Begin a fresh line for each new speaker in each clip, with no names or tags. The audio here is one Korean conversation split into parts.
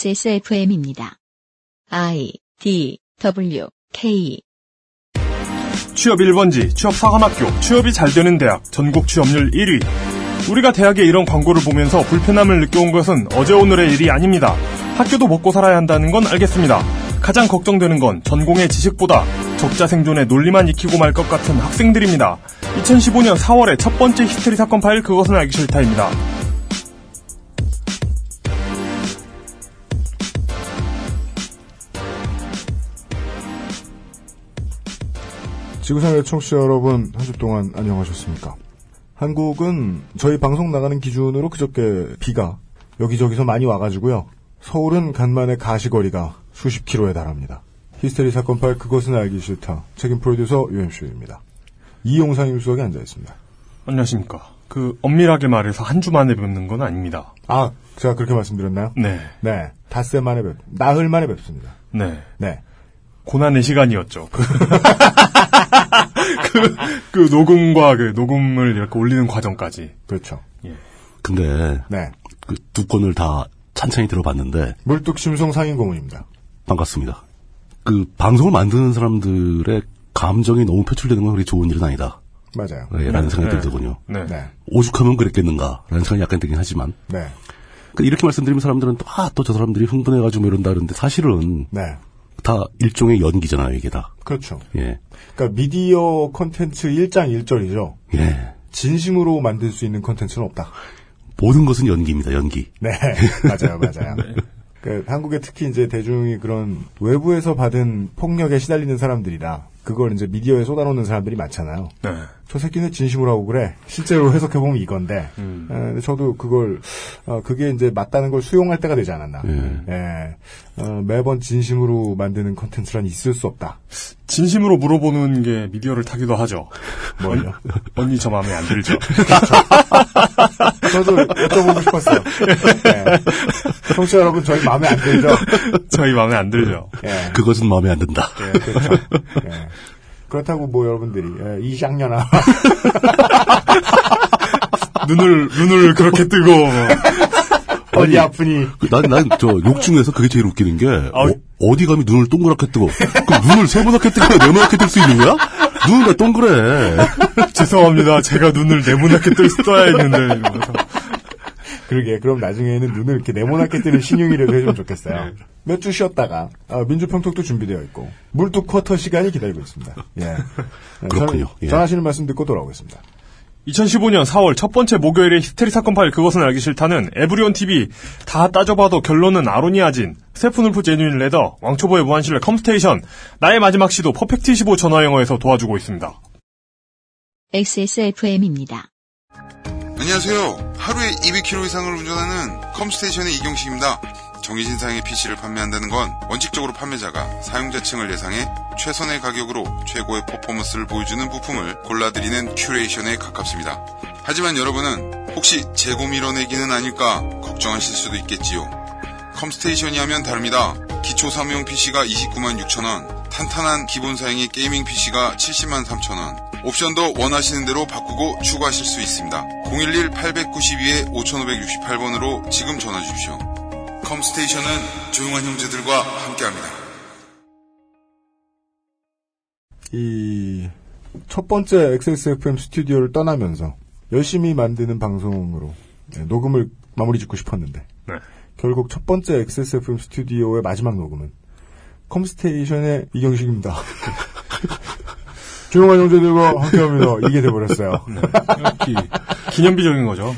XSFM입니다. I D W K
취업 1번지, 취업 사관학교, 취업이 잘 되는 대학, 전국 취업률 1위. 우리가 대학에 이런 광고를 보면서 불편함을 느껴온 것은 어제 오늘의 일이 아닙니다. 학교도 먹고 살아야 한다는 건 알겠습니다. 가장 걱정되는 건 전공의 지식보다 적자 생존의 논리만 익히고 말 것 같은 학생들입니다. 2015년 4월의 첫 번째 히스테리 사건 파일 그것은 알기 싫다입니다.
지구상의 청취자 여러분, 한 주 동안 안녕하셨습니까? 한국은 저희 방송 나가는 기준으로 그저께 비가 여기저기서 많이 와가지고요. 서울은 간만에 가시거리가 수십 킬로에 달합니다. 히스테리 사건 파일 그것은 알기 싫다. 책임 프로듀서 UMC입니다. 이용상 임수석이 앉아있습니다.
안녕하십니까. 그, 엄밀하게 말해서 한 주 만에 뵙는 건 아닙니다.
아, 제가 그렇게 말씀드렸나요?
네,
네. 닷새 만에 뵙, 나흘 만에 뵙습니다.
네.
네.
고난의 시간이었죠. 그, 그, 그 녹음과 그 녹음을 이렇게 올리는 과정까지.
그렇죠.
근데
네.
그 두 건을 다 찬찬히 들어봤는데
물뚝심송 상인고문입니다.
반갑습니다. 그 방송을 만드는 사람들의 감정이 너무 표출되는 건 그리 좋은 일은 아니다.
맞아요.
예, 라는 생각이
네.
들더군요.
네.
네.
오죽하면 그랬겠는가? 라는 생각이 약간 들긴 하지만.
네.
그 이렇게 말씀드리면 사람들은 또, 아, 또 저 사람들이 흥분해가지고 뭐 이런다 그러는데 사실은
네.
다 일종의 연기잖아요, 이게 다.
그렇죠.
예.
그러니까 미디어 컨텐츠 1장 1절이죠.
예.
진심으로 만들 수 있는 컨텐츠는 없다.
모든 것은 연기입니다, 연기.
네, 맞아요, 맞아요. 그 한국에 특히 이제 대중이 그런 외부에서 받은 폭력에 시달리는 사람들이라 그걸 이제 미디어에 쏟아놓는 사람들이 많잖아요.
네.
저 새끼는 진심으로 하고 그래. 실제로 해석해 보면 이건데. 에, 근데 저도 그걸 어, 그게 이제 맞다는 걸 수용할 때가 되지 않았나. 예. 어, 매번 진심으로 만드는 컨텐츠란 있을 수 없다.
진심으로 물어보는 게 미디어를 타기도 하죠.
뭘요?
언니 저 마음에 안 들죠.
저도 여쭤보고 싶었어요. 예. 청취자 여러분 저희 마음에 안 들죠?
저희 마음에 안 들죠.
예.
그것은 마음에 안 든다.
예, 그렇죠. 예. 그렇다고 뭐 여러분들이 예, 이 쌍년아
눈을 눈을 그렇게 뜨고 뭐.
어디 아프니
그 난, 난, 저, 욕 중에서 그게 제일 웃기는 게,
아,
어, 디 감히 눈을 동그랗게 뜨고, 그럼 눈을 세모나게 뜨거나 네모나게 뜰 수 있는 거야? 눈은 다 동그래.
죄송합니다. 제가 눈을 네모나게 뜰 떠야 했는데 이러면서.
그러게 그럼 나중에는 눈을 이렇게 네모나게 뜨는 신용이라도 해주면 좋겠어요 몇 주 쉬었다가 아, 민주평톡도 준비되어 있고 물뚝 쿼터 시간이 기다리고 있습니다 예. 예,
그렇군요.
전-
예.
전하시는 말씀 듣고 돌아오겠습니다
2015년 4월 첫 번째 목요일의 히스테리 사건 파일 그것은 알기 싫다는 에브리온 TV 다 따져봐도 결론은 아로니아진 세프눌프 제뉴인 레더 왕초보의 무한실내 컴스테이션 나의 마지막 시도 퍼펙트 15 전화 영어에서 도와주고 있습니다.
XSFM입니다.
안녕하세요. 하루에 200km 이상을 운전하는 컴스테이션의 이경식입니다. 정해진 사양의 PC를 판매한다는 건 원칙적으로 판매자가 사용자층을 예상해 최선의 가격으로 최고의 퍼포먼스를 보여주는 부품을 골라드리는 큐레이션에 가깝습니다. 하지만 여러분은 혹시 재고 밀어내기는 아닐까 걱정하실 수도 있겠지요. 컴스테이션이 하면 다릅니다. 기초 사무용 PC가 29만 6천원, 탄탄한 기본 사양의 게이밍 PC가 70만 3천원, 옵션도 원하시는 대로 바꾸고 추가하실 수 있습니다. 011-892-5568번으로 지금 전화 주십시오. 컴스테이션은 조용한 형제들과 함께합니다.
이 첫 번째 XSFM 스튜디오를 떠나면서 열심히 만드는 방송으로 예, 녹음을 마무리 짓고 싶었는데
네.
결국 첫 번째 XSFM 스튜디오의 마지막 녹음은 컴스테이션의 이경식입니다. 조용한 형제들과 함께합니다. 이게 돼버렸어요.
기- 기념비적인 거죠.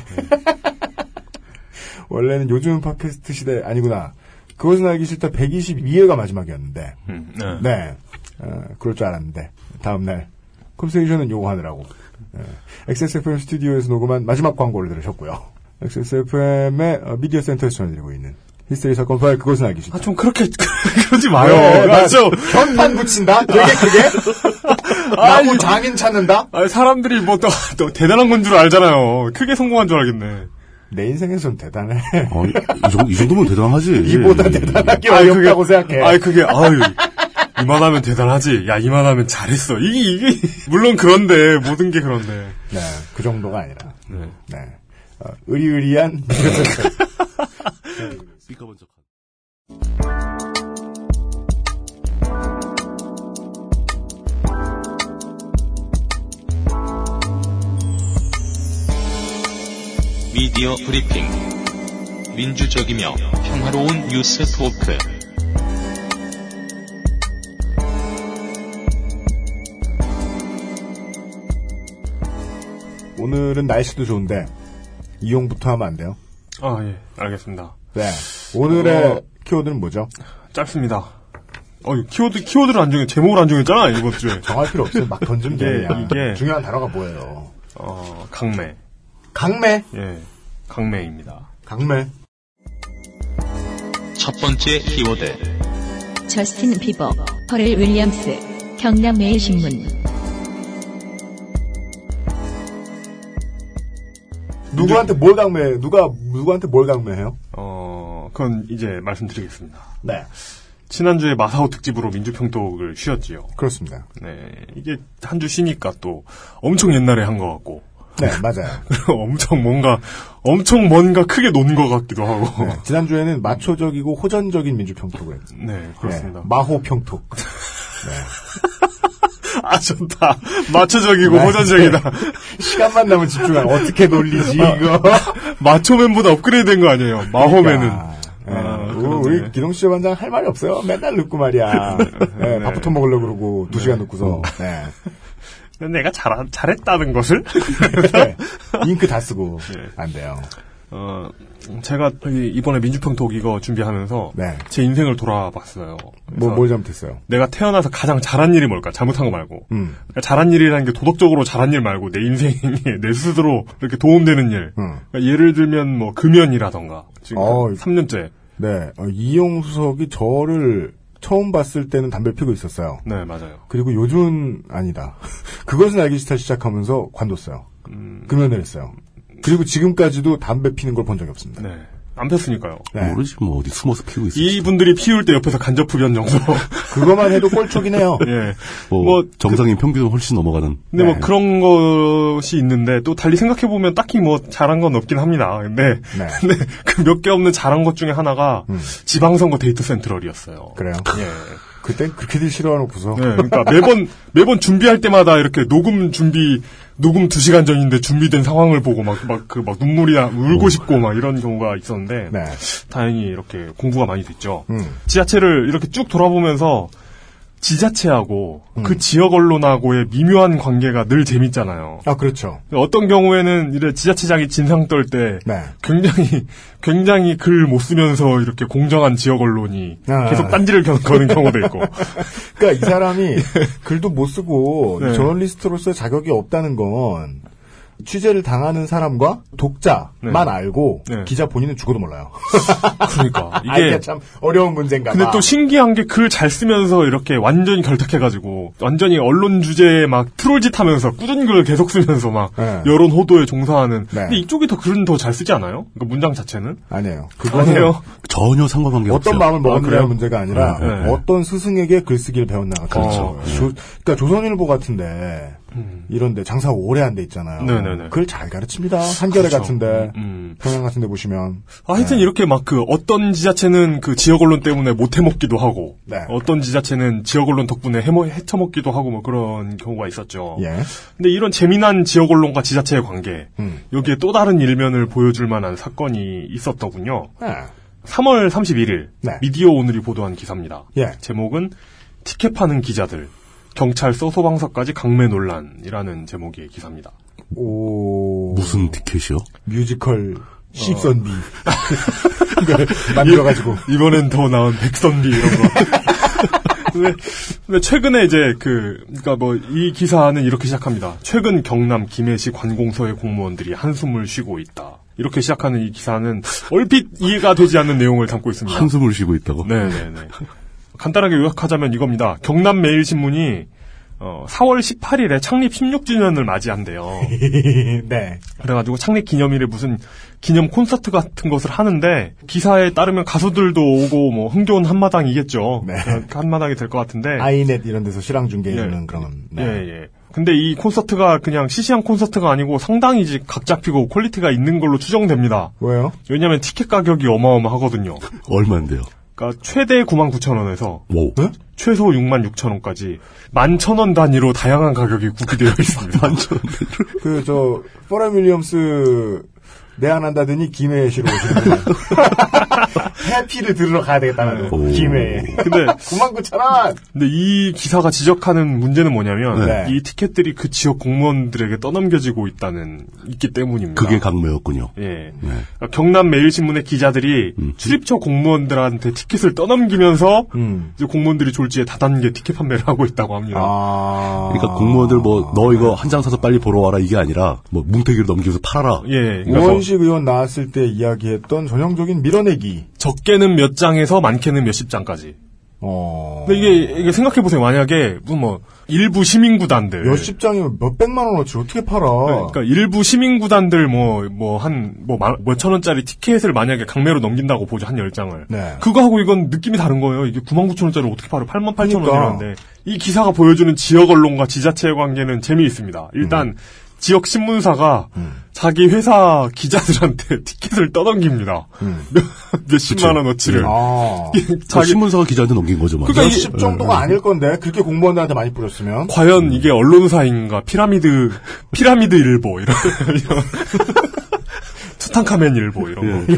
원래는 요즘 팟캐스트 시대 아니구나. 그것은 알기 싫다 122회가 마지막이었는데
음, 네.
네. 어, 그럴 줄 알았는데. 다음날. 컴스테이션은 요거 하느라고. 예. XSFM 스튜디오에서 녹음한 마지막 광고를 들으셨고요. XSFM의 미디어 센터에서 전해드리고 있는 히스테리 사건 파일 그것은 알기
아,
싫다.
좀 그렇게, 그러지 마요.
예,
아,
나
좀.
현판 붙인다? 되게 크게? 나고 장인 찾는다?
아, 사람들이 뭐, 또, 또 대단한 건 줄 알잖아요. 크게 성공한 줄 알겠네.
내 인생에선 대단해.
어, 이, 이 정도, 이 정도면 대단하지.
이보다 대단하게
음. 아이,
어렵다고 생각해.
아이, 그게, 아유. 이만하면 대단하지. 야, 이만하면 잘했어. 이게, 이게, 물론 그런데, 모든 게 그런데.
네, 그 정도가 아니라.
네.
네. 어, 의리의리한 미디어 센터.
삐까번쩍한.
미디어 브리핑. 민주적이며 평화로운 뉴스 토크.
오늘은 날씨도 좋은데 이용부터 하면 안 돼요.
아, 예. 알겠습니다.
네. 오늘의
어.
키워드는 뭐죠?
짧습니다. 어, 이 키워드, 키워드를 안 정해, 제목을 안 정했잖아, 이번 주에.
정할 필요 없어요. 막 던지면
이게-
돼요. 그냥.
예, 이게-
중요한 단어가 뭐예요?
어, 강매.
강매.
예. 강매입니다.
강매.
첫 번째 키워드.
저스틴 비버, 퍼렐 윌리엄스, 경남매일 신문.
누구한테 뭘 강매? 누가 누구한테 뭘 강매해요?
어, 그건 이제 말씀드리겠습니다.
네.
지난주에 마사오 특집으로 민주평독을 쉬었지요.
그렇습니다.
네. 이게 한 주 쉬니까 또 엄청 옛날에 한 것 같고.
네, 맞아요.
엄청 뭔가, 엄청 뭔가 크게 논 것 같기도 하고.
네, 지난주에는 마초적이고 호전적인 민주평톡을 했죠.
네, 그렇습니다.
네, 마호평톡.
아, 좋다. 마초적이고
네.
호전적이다.
시간만 나면 집중하고 어떻게 놀리지,
아,
이거.
마초맨보다 업그레이드 된 거 아니에요. 마호맨은.
아, 예.
아,
우-
그러네.
우리 기동 씨 반장 할 말이 없어요. 맨날 눕고 말이야.
네.
예, 밥부터 먹으려고 그러고 두 시간 눕고서.
음.
네.
내가 잘, 잘했다는 것을?
네. 잉크 다 쓰고
네.
안 돼요.
어, 제가 이- 이번에 민주평톡 이거 준비하면서
네.
제 인생을 돌아봤어요.
뭐
그래서
뭘 잘못했어요?
내가 태어나서 가장 잘한 일이 뭘까? 잘못한 거 말고.
음.
그러니까 잘한 일이라는 게 도덕적으로 잘한 일 말고 내 인생에 내 스스로 이렇게 도움되는 일.
음.
그러니까 예를 들면 뭐 금연이라던가. 지금
어이.
3년째.
네. 어, 이용수석이 저를 처음 봤을 때는 담배 피고 있었어요.
네, 맞아요.
그리고 요즘 아니다. 그것은 알기 싫다 시작하면서 관뒀어요.
음.
금연을 했어요. 그리고 지금까지도 담배 피는 걸 본 적이 없습니다.
네. 안 폈으니까요.
네.
모르지 뭐 어디 숨어서 피우고 있어.
이분들이 피울 때 옆에서 간접흡연 정도.
그거만 해도 꼴초기네요.
예.
뭐,
뭐,
정상인 평균 훨씬 넘어가는.
근데 뭐
네.
그런 것이 있는데 또 달리 생각해 보면 딱히 뭐 잘한 건 없긴 합니다. 근데
네. 음.
근데 그 몇 개 없는 잘한 것 중에 하나가 지방선거 데이트 센트럴이었어요.
그래요.
예.
그땐 그렇게들 싫어하놓고서
네, 그러니까 매번 매번 준비할 때마다 이렇게 녹음 준비 녹음 2 시간 전인데 준비된 상황을 보고 막 막 그 막 눈물이 나 울고 싶고 막 이런 경우가 있었는데
음. 네.
다행히 이렇게 공부가 많이 됐죠.
음.
지자체를 이렇게 쭉 돌아보면서 지자체하고
음.
그 지역 언론하고의 미묘한 관계가 늘 재밌잖아요.
아 그렇죠.
어떤 경우에는 이래 지자체장이 진상 떨 때
네.
굉장히 굉장히 글 못 쓰면서 이렇게 공정한 지역 언론이
아.
계속 딴지를 겨- 거는 경우도 있고
그러니까 이 사람이 글도 못 쓰고
예. 네.
저널리스트로서의 자격이 없다는 건 취재를 당하는 사람과 독자만
네.
알고
네.
기자 본인은 죽어도 몰라요.
그러니까
아, 이게
이게
참 어려운 문제인가 봐.
근데 또 신기한 게 글 잘 쓰면서 이렇게 완전히 결탁해가지고 완전히 언론 주제에 막 트롤짓 하면서 꾸준히 글을 계속 쓰면서 막
네.
여론 호도에 종사하는
네.
근데 이쪽이 더 글은 더 잘 쓰지 않아요? 그러니까 문장 자체는
아니에요.
아니에요.
전혀 상관관계
어떤
없어요.
마음을
아,
먹었느냐의
그래요?
문제가 아니라
네, 네.
어떤 스승에게 글쓰기를 배웠나가
그렇죠. 음.
어, 조, 그러니까 조선일보 같은데 이런데 장사 오래 한 데 있잖아요.
네, 네, 네.
글 잘 가르칩니다. 한겨레
그렇죠.
같은데
음.
평양 같은데 보시면
아, 하여튼
네.
이렇게 막 그 어떤 지자체는 그 지역 언론 때문에 못 해먹기도 하고
네.
어떤 지자체는 지역 언론 덕분에 해머, 해쳐먹기도 하고 뭐 그런 경우가 있었죠.
예.
근데 이런 재미난 지역 언론과 지자체의 관계
음.
여기에 또 다른 일면을 보여줄 만한 사건이 있었더군요.
네.
3월 31일
네.
미디어 오늘이 보도한 기사입니다.
예.
제목은 티켓 파는 기자들 경찰 소소방서까지 강매 논란이라는 제목의 기사입니다.
오
무슨 티켓이요?
뮤지컬
어.
십선비 이걸 만들어가지고
이번엔 더 나은 백선비 이런 거. 근데, 근데 최근에 이제 그 그러니까 뭐 이 기사는 이렇게 시작합니다. 최근 경남 김해시 관공서의 공무원들이 한숨을 쉬고 있다. 이렇게 시작하는 이 기사는 얼핏 이해가 되지 않는 내용을 담고 있습니다.
한숨을 쉬고 있다고.
네네네. 간단하게 요약하자면 이겁니다. 경남 매일신문이 어, 4월 18일에 창립 16주년을 맞이한대요.
네
그래가지고 창립 기념일에 무슨 기념 콘서트 같은 것을 하는데 기사에 따르면 가수들도 오고 뭐 흥겨운 한마당이겠죠.
네.
한마당이 될 것 같은데.
아이넷 이런 데서 실황 중계해주는
예.
그런
예,
네.
예. 근데 이 콘서트가 그냥 시시한 콘서트가 아니고 상당히 이제 각 잡히고 퀄리티가 있는 걸로 추정됩니다.
왜요?
왜냐면 하 티켓 가격이 어마어마하거든요.
얼마인데요? 뭐,
그러니까 최대 9만 9천 원에서
와우.
네?
최소 6만 6천 원까지 11,000원 단위로 다양한 가격이 구비되어 있습니다.
그, 저, 포라 윌리엄스, 내 안 한다더니 김해시로 오시는 분. 해피를 들으러 가야 되겠다는
오.
거예요. 김해에.
근데
99,000원!
근데 이 기사가 지적하는 문제는 뭐냐면
네.
이 티켓들이 그 지역 공무원들에게 떠넘겨지고 있다는 있기 때문입니다.
그게 강매였군요. 네.
예.
네.
그러니까 경남 매일신문의 기자들이 출입처 공무원들한테 티켓을 떠넘기면서
음.
이제 공무원들이 졸지에 다단계 티켓 판매를 하고 있다고 합니다.
아.
그러니까 공무원들 뭐 너 이거 한 장 사서 빨리 보러 와라 이게 아니라 뭐 뭉태기로 넘겨서 팔아라.
예. 그러니까
우원식 의원 나왔을 때 이야기했던 전형적인 밀어내기.
적게는 몇 장에서 많게는 몇십 장까지.
어.
근데 이게, 이게 생각해보세요. 만약에, 무슨 뭐, 일부 시민구단들.
몇십 장이면 몇백만 원어치 어떻게 팔아.
그러니까 일부 시민구단들 뭐, 뭐, 한, 뭐, 마- 몇천원짜리 티켓을 만약에 강매로 넘긴다고 보죠. 한 열장을
네.
그거하고 이건 느낌이 다른 거예요. 이게 9만 9천원짜리 어떻게 팔아? 8만 8천원
그러니까.
이러는데. 이 기사가 보여주는 지역 언론과 지자체의 관계는 재미있습니다. 일단,
음.
지역 신문사가 자기 회사 기자들한테 티켓을 떠넘깁니다. 몇, 몇십만 원어치를.
음. 아.
그
자기
신문사가 기자한테 넘긴 거죠, 막.
그러니까
몇십 정도가 아닐 건데, 그렇게 공무원들한테 많이 뿌렸으면.
과연 이게 언론사인가 피라미드 피라미드 일보 이런 이런 투탕카멘 일보 이런 거.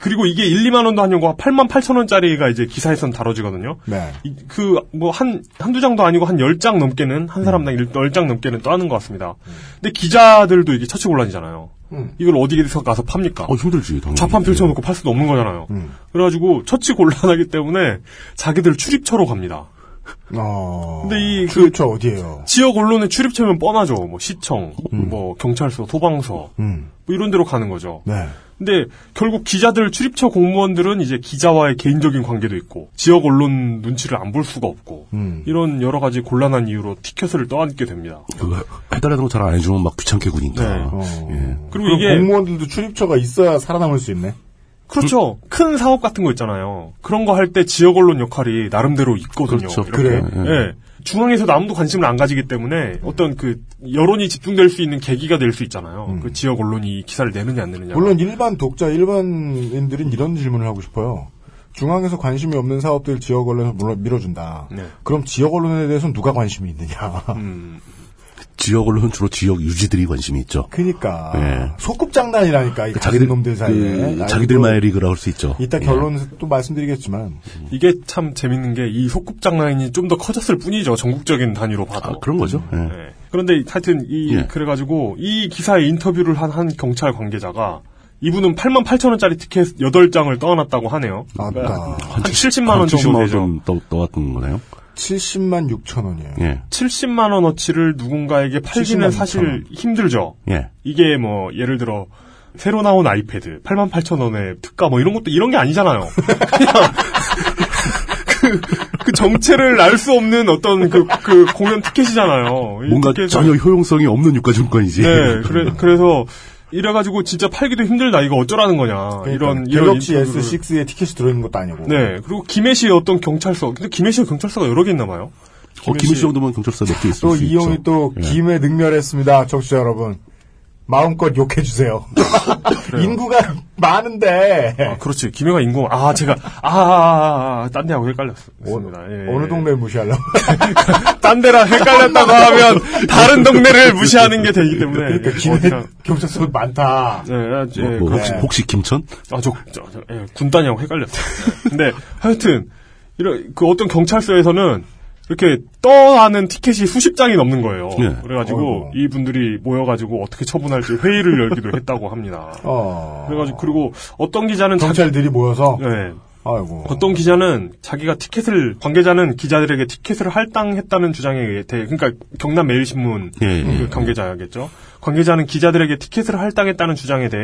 그리고 이게 1, 2만 원도 아니고 8만 8천 원짜리가 이제 기사에선 다뤄지거든요.
네.
그 뭐 한 한두 장도 아니고 한 10장 넘게는 한 사람당 10장 넘게는 떠는 것 같습니다. 근데 기자들도 이게 처치곤란이잖아요. 이걸 어디에서 가서 팝니까?
어, 힘들지, 당연히.
좌판 펼쳐놓고 팔 수도 없는 거잖아요. 그래가지고 처치 곤란하기 때문에 자기들 출입처로 갑니다.
어.
근데 이 그-
출입처 어디에요?
지역 언론의 출입처면 뻔하죠. 뭐 시청, 뭐 경찰서, 소방서
음.
뭐 이런 데로 가는 거죠.
네.
근데 결국 기자들 출입처 공무원들은 이제 기자와의 개인적인 관계도 있고 지역 언론 눈치를 안 볼 수가 없고
음.
이런 여러 가지 곤란한 이유로 티켓을 떠안게 됩니다.
예. 그거 해달라는 거 잘 안 해주면 막 귀찮게 구니까. 예.
네.
어.
그리고
그럼
이게
공무원들도 출입처가 있어야 살아남을 수 있네.
그렇죠. 큰 사업 같은 거 있잖아요. 그런 거 할 때 지역 언론 역할이 나름대로 있거든요.
그렇죠.
이렇게.
그래요?
예.
예. 중앙에서 아무도 관심을 안 가지기 때문에 어떤 그 여론이 집중될 수 있는 계기가 될 수 있잖아요. 그 지역 언론이 이 기사를 내느냐 안 내느냐.
음. 물론 일반 독자, 일반인들은 이런 질문을 하고 싶어요. 중앙에서 관심이 없는 사업들 지역 언론에서 물론 밀어준다.
네. 음.
그럼 지역 언론에 대해서는 누가 관심이 있느냐.
지역 언론 주로 지역 유지들이 관심이 있죠.
그니까.
네. 그
소꿉장난이라니까, 이
자기들-
그 자기들 놈들 사이에.
그
아이고,
자기들만의 리그라고 할 수 있죠.
이따
예.
결론은 또 말씀드리겠지만.
이게 참 재밌는 게 이 소꿉장난이 좀 더 커졌을 뿐이죠. 전국적인 단위로 봐도.
아, 그런 거죠. 예.
예. 그런데 하여튼 이
예.
그래가지고 이 기사에 인터뷰를 한 한 경찰 관계자가 이분은 8만 8천 원짜리 티켓 8장을 떠안았다고 하네요.
아까
한 70만 원
한
정도
70만 원
되죠.
정도 떠, 떠왔던 거네요.
70만 6천 원이에요.
예.
70만 원어치를 누군가에게 팔기는
70만
사실 힘들죠.
예.
이게 뭐 예를 들어 새로 나온 아이패드 88,000원에 특가 뭐 이런 것도 이런 게 아니잖아요. 그냥 그, 그 정체를 알 수 없는 어떤 그, 그 공연 티켓이잖아요. 이
뭔가
티켓은-
전혀 효용성이 없는 유가 증권이지. 어,
네, 그래, 그래서 이래가지고 진짜 팔기도 힘들다. 이거 어쩌라는 거냐. 이런
그러니까
이런
갤럭시
인터뷰를-
S6에 티켓이 들어있는 것도 아니고.
네, 그리고 김해시의 어떤 경찰서. 근데 김해시에 경찰서가 여러 개 있나 봐요.
어, 김희 씨 정도면 경찰서 몇 개 있을
또
수
이용이
있죠.
또
예.
김에 능멸했습니다. 청취자 여러분. 마음껏 욕해주세요. 인구가 많은데.
아, 그렇지. 김해가 인공. 아, 제가 아, 아, 아, 아, 딴 데하고 헷갈렸어. 맞습니다. 예,
어느
예.
동네 무시하려고.
딴 데랑 헷갈렸다고 하면 다른 동네를 무시하는 게 되기 때문에.
아,
어,
그러니까 김에 경찰서 많다.
네, 예,
뭐, 뭐 혹시,
네.
혹시 김천?
아, 저, 저, 저, 예, 군단이랑 헷갈렸어요. 네. 근데, 하여튼, 이런, 그 어떤 경찰서에서는 이렇게 떠나는 티켓이 수십 장이 넘는 거예요.
예.
그래가지고
어이구.
이분들이 모여가지고 어떻게 처분할지 회의를 열기도 했다고 합니다.
어.
그래가지고, 그리고 어떤 기자는 자기,
경찰들이 모여서.
예,
아이고.
어떤 기자는 자기가 티켓을 관계자는 기자들에게 티켓을 할당했다는 주장에 의해 대- 그러니까 경남 매일신문
예, 예,
그
예.
관계자겠죠. 관계자는 기자들에게 티켓을 할당했다는 주장에 대해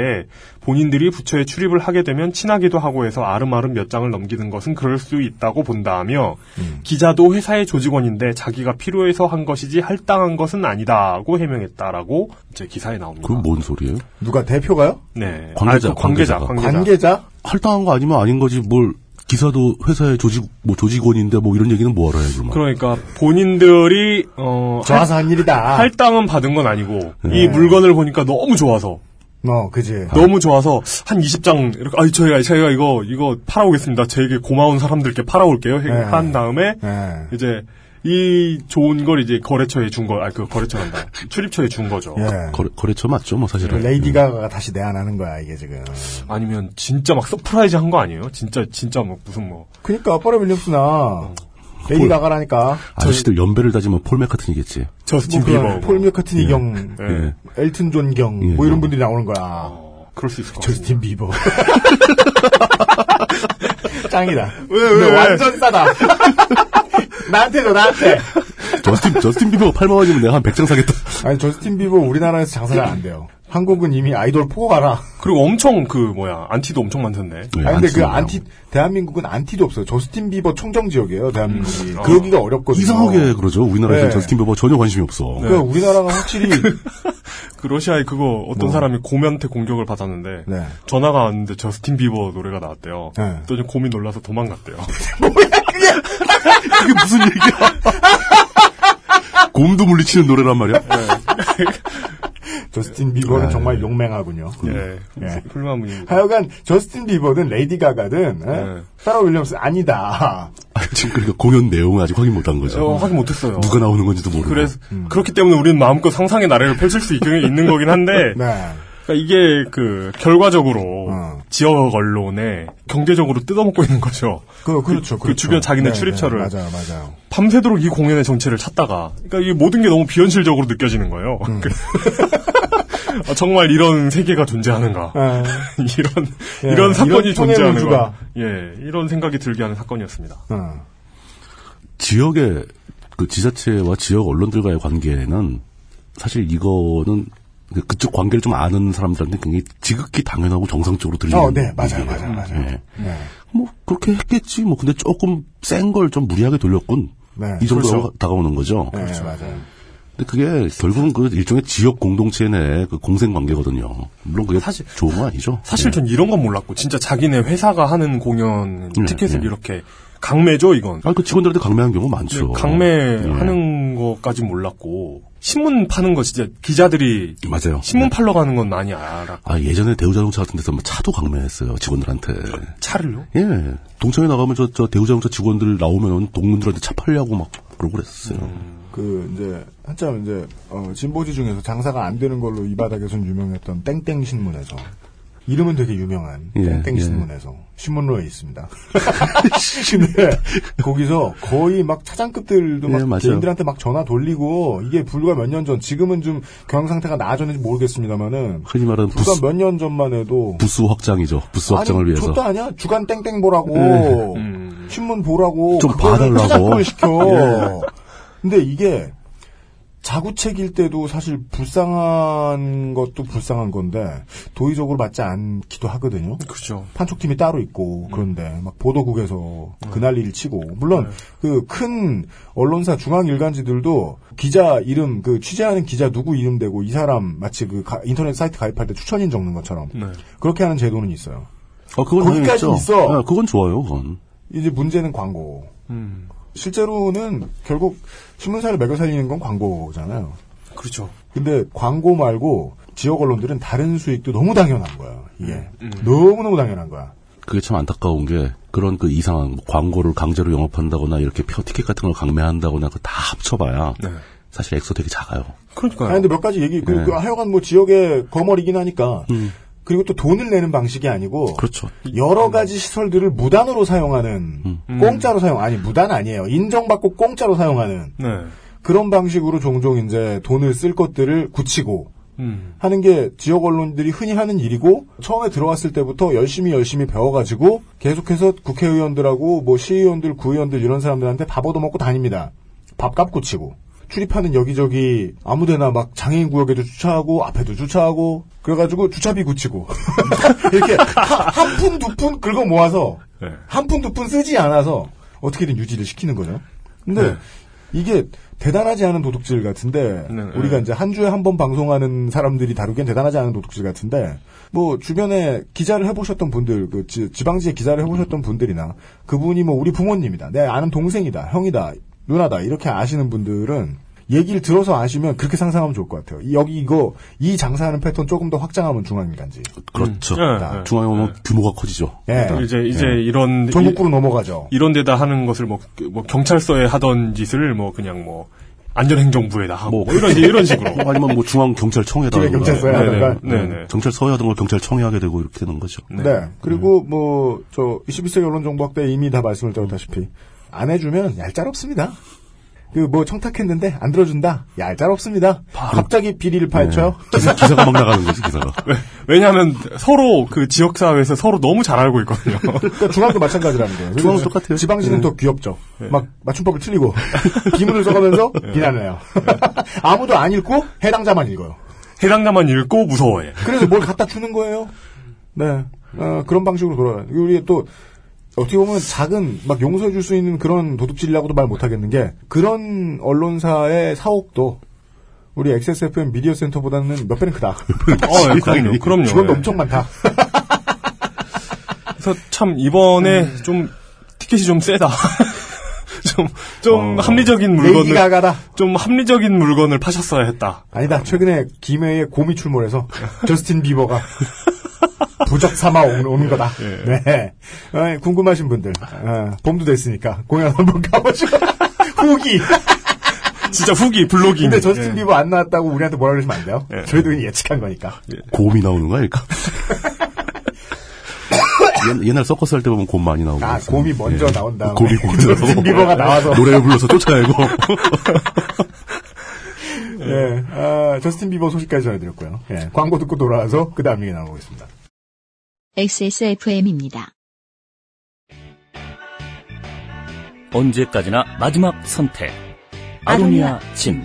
본인들이 부처에 출입을 하게 되면 친하기도 하고 해서 아름아름 몇 장을 넘기는 것은 그럴 수 있다고 본다며
음.
기자도 회사의 조직원인데 자기가 필요해서 한 것이지 할당한 것은 아니다고 해명했다라고 이제 기사에 나옵니다.
그건 뭔 소리예요?
누가 대표가요?
네.
뭐 관계자,
아, 그 관계자,
관계자가.
관계자.
관계자?
할당한 거 아니면 아닌 거지 뭘 기사도 회사의 조직 뭐 조직원인데 뭐 이런 얘기는 뭐하러 해 그러면.
그러니까 본인들이 어
좋아서 한 일이다.
할당은 받은 건 아니고 이 물건을 보니까 너무 좋아서
어, 그지.
너무 좋아서 한 20장 이렇게 아 저희가 저희가 이거 이거 팔아오겠습니다. 저에게 고마운 사람들께 팔아올게요. 해-
네.
한 다음에
예.
이제 이 좋은 걸 이제 거래처에 준 거, 아그 거래처란다. 출입처에 준 거죠.
예.
거래, 거래처 맞죠, 뭐
그
사실은.
레이디 가가가 다시 내한하는 거야 이게 지금.
아니면 진짜 막 서프라이즈 한 거 아니에요? 진짜 진짜 뭐 무슨 뭐
그니까 버라 윌리엄스나 레이디
폴.
가가라니까.
아저씨들 연배를 다지면 폴 맥카트니겠지.
저스틴
뭐
비버
그런 폴
뭐.
맥카트니 경,
예.
엘튼 존 경,
예,
뭐 이런
예.
분들이 나오는 거야.
어, 그럴 수 있을 것 같아요.
저스틴 비버. 짱이다.
왜, 왜,
근데
왜?
완전 싸다. 나한테 줘, 나한테.
저스틴, 저스틴 비버가 8만 원이면 내가 한 100장 사겠다.
아니, 저스틴 비버 우리나라에서 장사가 안 돼요. 한국은 이미 아이돌 포가라.
그리고 엄청 그 뭐야 안티도 엄청 많던데.
네,
아니, 근데 그
쓰는 거야.
안티, 대한민국은 안티도 없어요. 저스틴 비버 총정 지역이에요, 대한민국이. 그러기가 어렵거든요.
이상하게 그러죠. 우리나라에서
네.
는 저스틴 비버 전혀 관심이 없어.
그러니까 우리나라가 확실히,
그 러시아에 그거 어떤 사람이 고면한테 공격을 받았는데
뭐. 네.
전화가 왔는데 저스틴 비버 노래가 나왔대요.
네.
또 좀 곰이 놀라서 도망갔대요.
이게 무슨 얘기야? 곰도 물리치는 노래란 말이야.
네. 저스틴 비버는
네.
정말 용맹하군요.
예,
네.
훌륭한 분입니다.
하여간, 저스틴 비버든 레이디 가가든, 에?
네.
사라 윌리엄스 아니다.
아, 지금 그러니까 공연 내용을 아직 확인 못한 거죠.
뭐
어, 확인 못했어요.
누가 나오는 건지도 모르고.
그래서
음.
그렇기 때문에 우리는 마음껏 상상의 나래를 펼칠 수 있긴, 있는 거긴 한데
네.
그러니까 이게 그 결과적으로
어.
지역 언론에 경제적으로 뜯어먹고 있는 거죠.
그, 그렇죠.
그 주변 자기네 출입처를.
맞아요, 맞아요.
밤새도록 이 공연의 정체를 찾다가 그러니까 이 모든 게 너무 비현실적으로 느껴지는 거예요.
음.
그 아, 정말 이런 세계가 존재하는가?
예.
이런
예,
이런 사건이
이런 통해
존재하는가?
문주가.
예, 이런 생각이 들게 하는 사건이었습니다.
어.
지역의 그 지자체와 지역 언론들과의 관계는 사실 이거는 그- 그쪽 관계를 좀 아는 사람들한테 굉장히 지극히 당연하고 정상적으로 들리는.
어, 네, 맞아요,
얘기예요.
맞아요, 맞아요.
예.
네.
뭐 그렇게 했겠지. 뭐 근데 조금 센 걸 좀 무리하게 돌렸군.
네,
이 정도로
그렇죠.
다가오는 거죠.
네, 맞아요.
근데 그게 결국은 그 일종의 지역 공동체 내 그 공생 관계거든요. 물론 그게 사실 좋은 건 아니죠.
사실 전 이런 건 몰랐고 진짜 자기네 회사가 하는 공연
예,
티켓을
예.
이렇게 강매죠 이건.
아, 그 직원들한테 강매한 경우 많죠. 예.
강매하는 것까지 몰랐고 신문 파는 거 진짜 기자들이
예. 맞아요.
신문 팔러 가는 건 많이 알아.
아, 예전에 대우자동차 같은 데서 뭐 차도 강매했어요. 직원들한테.
차를요?
예. 동창회 나가면 저, 저 대우자동차 직원들 나오면 동문들한테 차 팔려고 막 그러고 그랬어요.
그 이제 한참 이제 어, 진보지 중에서 장사가 안 되는 걸로 이 바닥에선 유명했던 땡땡 신문에서 이름은 되게 유명한
예,
땡땡
예.
신문에서 신문로에 있습니다. 근데 거기서 거의 막 차장급들도
예,
막
맞아요.
개인들한테 막 전화 돌리고 이게 불과 몇 년 전 지금은 좀 경영 상태가 나아졌는지 모르겠습니다만은
흔히 말하는
불과
부스,
몇 년 전만 해도
부스 확장이죠. 부스 확장을
뭐 아니,
위해서. 예.
그것도 아니야. 주간 땡땡 보라고. 신문 보라고.
좀
그거를
봐달라고. 예.
투자권을 시켜. 근데 이게 자구책일 때도 사실 불쌍한 것도 불쌍한 건데 도의적으로 맞지 않기도 하거든요.
그렇죠.
판촉팀이 따로 있고 그런데 막 보도국에서 그 난리를 치고 물론 그 큰 언론사 중앙 일간지들도 기자 이름 그 취재하는 기자 누구 이름 대고 이 사람 마치 그 가- 인터넷 사이트 가입할 때 추천인 적는 것처럼
네.
그렇게 하는 제도는 있어요.
아, 그건
거기까지
당연히 있죠.
있어.
예, 그건 좋아요, 그건.
이제 문제는 광고.
음,
실제로는 결국 신문사를 매겨 살리는 건 광고잖아요.
그렇죠.
근데 광고 말고 지역 언론들은 다른 수익도 너무 당연한 거야. 이게
음,
너무너무 당연한 거야.
그게 참 안타까운 게 그런 그 이상한 광고를 강제로 영업한다거나 이렇게 표 티켓 같은 걸 강매한다거나 그거 다 합쳐봐야
네.
네.
사실 엑소 되게 작아요. 네.
그러니까요.
아니 근데 몇 가지 얘기 그, 그 하여간 뭐 지역의 거머리긴 하니까 그리고 또 돈을 내는 방식이 아니고
음. 그렇죠.
여러 가지 시설들을 무단으로
음.
사용하는 음. 공짜로 사용 아니 무단 아니에요 인정받고 공짜로 사용하는
네.
그런 방식으로 종종 이제 돈을 쓸 것들을 굳히고
음.
하는 게 지역 언론들이 흔히 하는 일이고 처음에 들어왔을 때부터 열심히 열심히 배워가지고 계속해서 국회의원들하고 뭐 시의원들, 구의원들 이런 사람들한테 밥 얻어먹고 다닙니다. 밥값 고치고 출입하는 여기저기 아무데나 막 장애인 구역에도 주차하고 앞에도 주차하고 그래가지고 주차비 고치고 이렇게 한 푼 두 푼 긁어 모아서
네.
한 푼 두 푼 쓰지 않아서 어떻게든 유지를 시키는 거죠. 근데
네.
이게 대단하지 않은 도둑질 같은데
네,
우리가
네.
이제 한 주에 한 번 방송하는 사람들이 다루기엔 대단하지 않은 도둑질 같은데 뭐 주변에 기자를 해보셨던 분들 그 지, 방지에 기자를 해보셨던 분들이나 그분이 뭐 우리 부모님이다 내 아는 동생이다 형이다 누나다 이렇게 아시는 분들은 얘기를 들어서 아시면 그렇게 상상하면 좋을 것 같아요. 이- 여기 이거 이 장사하는 패턴 조금 더 확장하면 중앙인간지.
그렇죠.
음.
예,
네,
예.
중앙에 오면 규모가 커지죠.
예.
그러니까 음. 이제 이제 이런
전국구로 넘어가죠.
이런 데다 하는 것을 뭐, 그, 뭐 경찰서에 하던 짓을 뭐 그냥 뭐 안전행정부에다 하고 뭐 이런 이런 식으로
뭐 아니면 뭐 중앙 경찰청에다
중앙 경찰서에 하던가.
네네
경찰서에 하던 걸 경찰청에 하게 되고 이렇게 되는 거죠.
네.
음.
그리고 뭐 저 21세기 언론정보학 때 이미 다 말씀을 드렸다시피 안 해주면 얄짤 없습니다. 그 뭐 청탁했는데 안 들어준다. 얄짤 없습니다. 갑자기 비리를 파헤쳐요.
기사, 기사가 막 나가는 거죠, 기사가.
왜냐하면 서로 그 지역 사회에서 서로 너무 잘 알고 있거든요.
그러니까 중앙도 마찬가지라는 거예요.
중앙도
왜냐면
똑같아요. 네.
지방시는 더 귀엽죠. 막 맞춤법을 틀리고 비문을 써가면서
네.
비난해요. 아무도 안 읽고 해당자만 읽어요.
해당자만 읽고 무서워해.
그래서 뭘 갖다 주는 거예요. 네. 어, 그런 방식으로 돌아가요. 우리 또, 어떻게 보면 작은, 막 용서해줄 수 있는 그런 도둑질이라고도 말 못하겠는 게, 그런 언론사의 사옥도, 우리 XSFM 미디어 센터보다는 몇 배는 크다. 아,
어, 예, 그럼요. 그럼요.
직원도
예.
엄청 많다.
그래서 참 이번에
음.
좀 티켓이 좀 세다. 좀,
어.
좀 합리적인
레이디
물건을,
가가다.
좀 합리적인 물건을 파셨어야 했다.
아니다. 최근에 김해에 곰이 출몰해서 저스틴 비버가 부적 삼아 온, 온 거다. 네. 어, 궁금하신 분들 어, 봄도 됐으니까 공연 한번 가보시고 후기.
진짜 후기, 블로깅.
근데 저스틴
예.
비버 안 나왔다고 우리한테 뭐라 그러시면 안 돼요.
예.
저희도 그냥 예측한 거니까.
곰이 나오는 거야, 그러니까. 옛- 옛날 서커스 할 때 보면 곰 많이 나오고.
아,
그랬어요. 예.
곰이 먼저 나온 다음에
곰이 먼저 나오고.
저스틴 비버가 나와서.
노래를 불러서 쫓아내고.
예. 아, 저스틴 비버 소식까지 전해드렸고요. 예. 광고 듣고 돌아와서 그 다음 얘기 나눠보겠습니다.
XSFM입니다.
언제까지나 마지막 선택. 아로니아 침.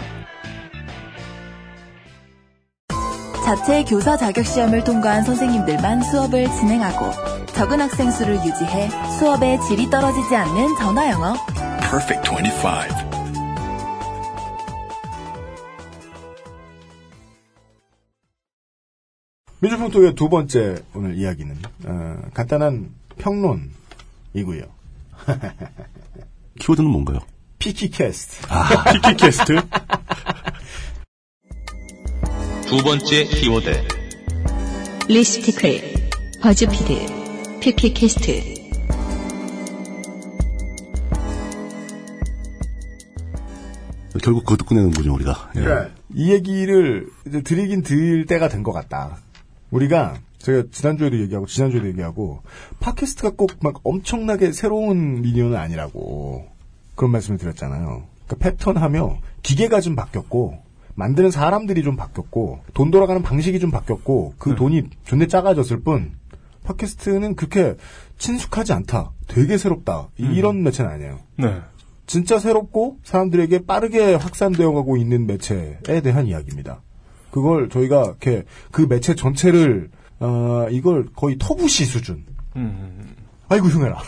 자체 교사 자격 시험을 통과한 선생님들만 수업을 진행하고 적은 학생 수를 유지해 수업의 질이 떨어지지 않는 전화 영어.
Perfect 25.
민주평 토의두 번째 오늘 이야기는 어, 간단한 평론이고요.
키워드는 뭔가요?
피키캐스트.
아, 피키캐스트.
두 번째 키워드
리스티클, 버즈피드, 피피캐스트,
결국 그것도 꺼내는 거죠, 우리가. 예.
이 얘기를 이제 드리긴 드릴 때가 된 것 같다. 우리가 제가 지난주에도 얘기하고 지난주에도 얘기하고 팟캐스트가 꼭 막 엄청나게 새로운 미디어는 아니라고 그런 말씀을 드렸잖아요. 그러니까 패턴하며 기계가 좀 바뀌었고 만드는 사람들이 좀 바뀌었고 돈 돌아가는 방식이 좀 바뀌었고 그 돈이 존내 작아졌을 뿐 팟캐스트는 그렇게 친숙하지 않다. 되게 새롭다. 이런 매체는 아니에요.
네.
진짜 새롭고 사람들에게 빠르게 확산되어 가고 있는 매체에 대한 이야기입니다. 그걸 저희가 이렇게 그 매체 전체를 어, 이걸 거의 터부시 수준. 아이고 흉해라.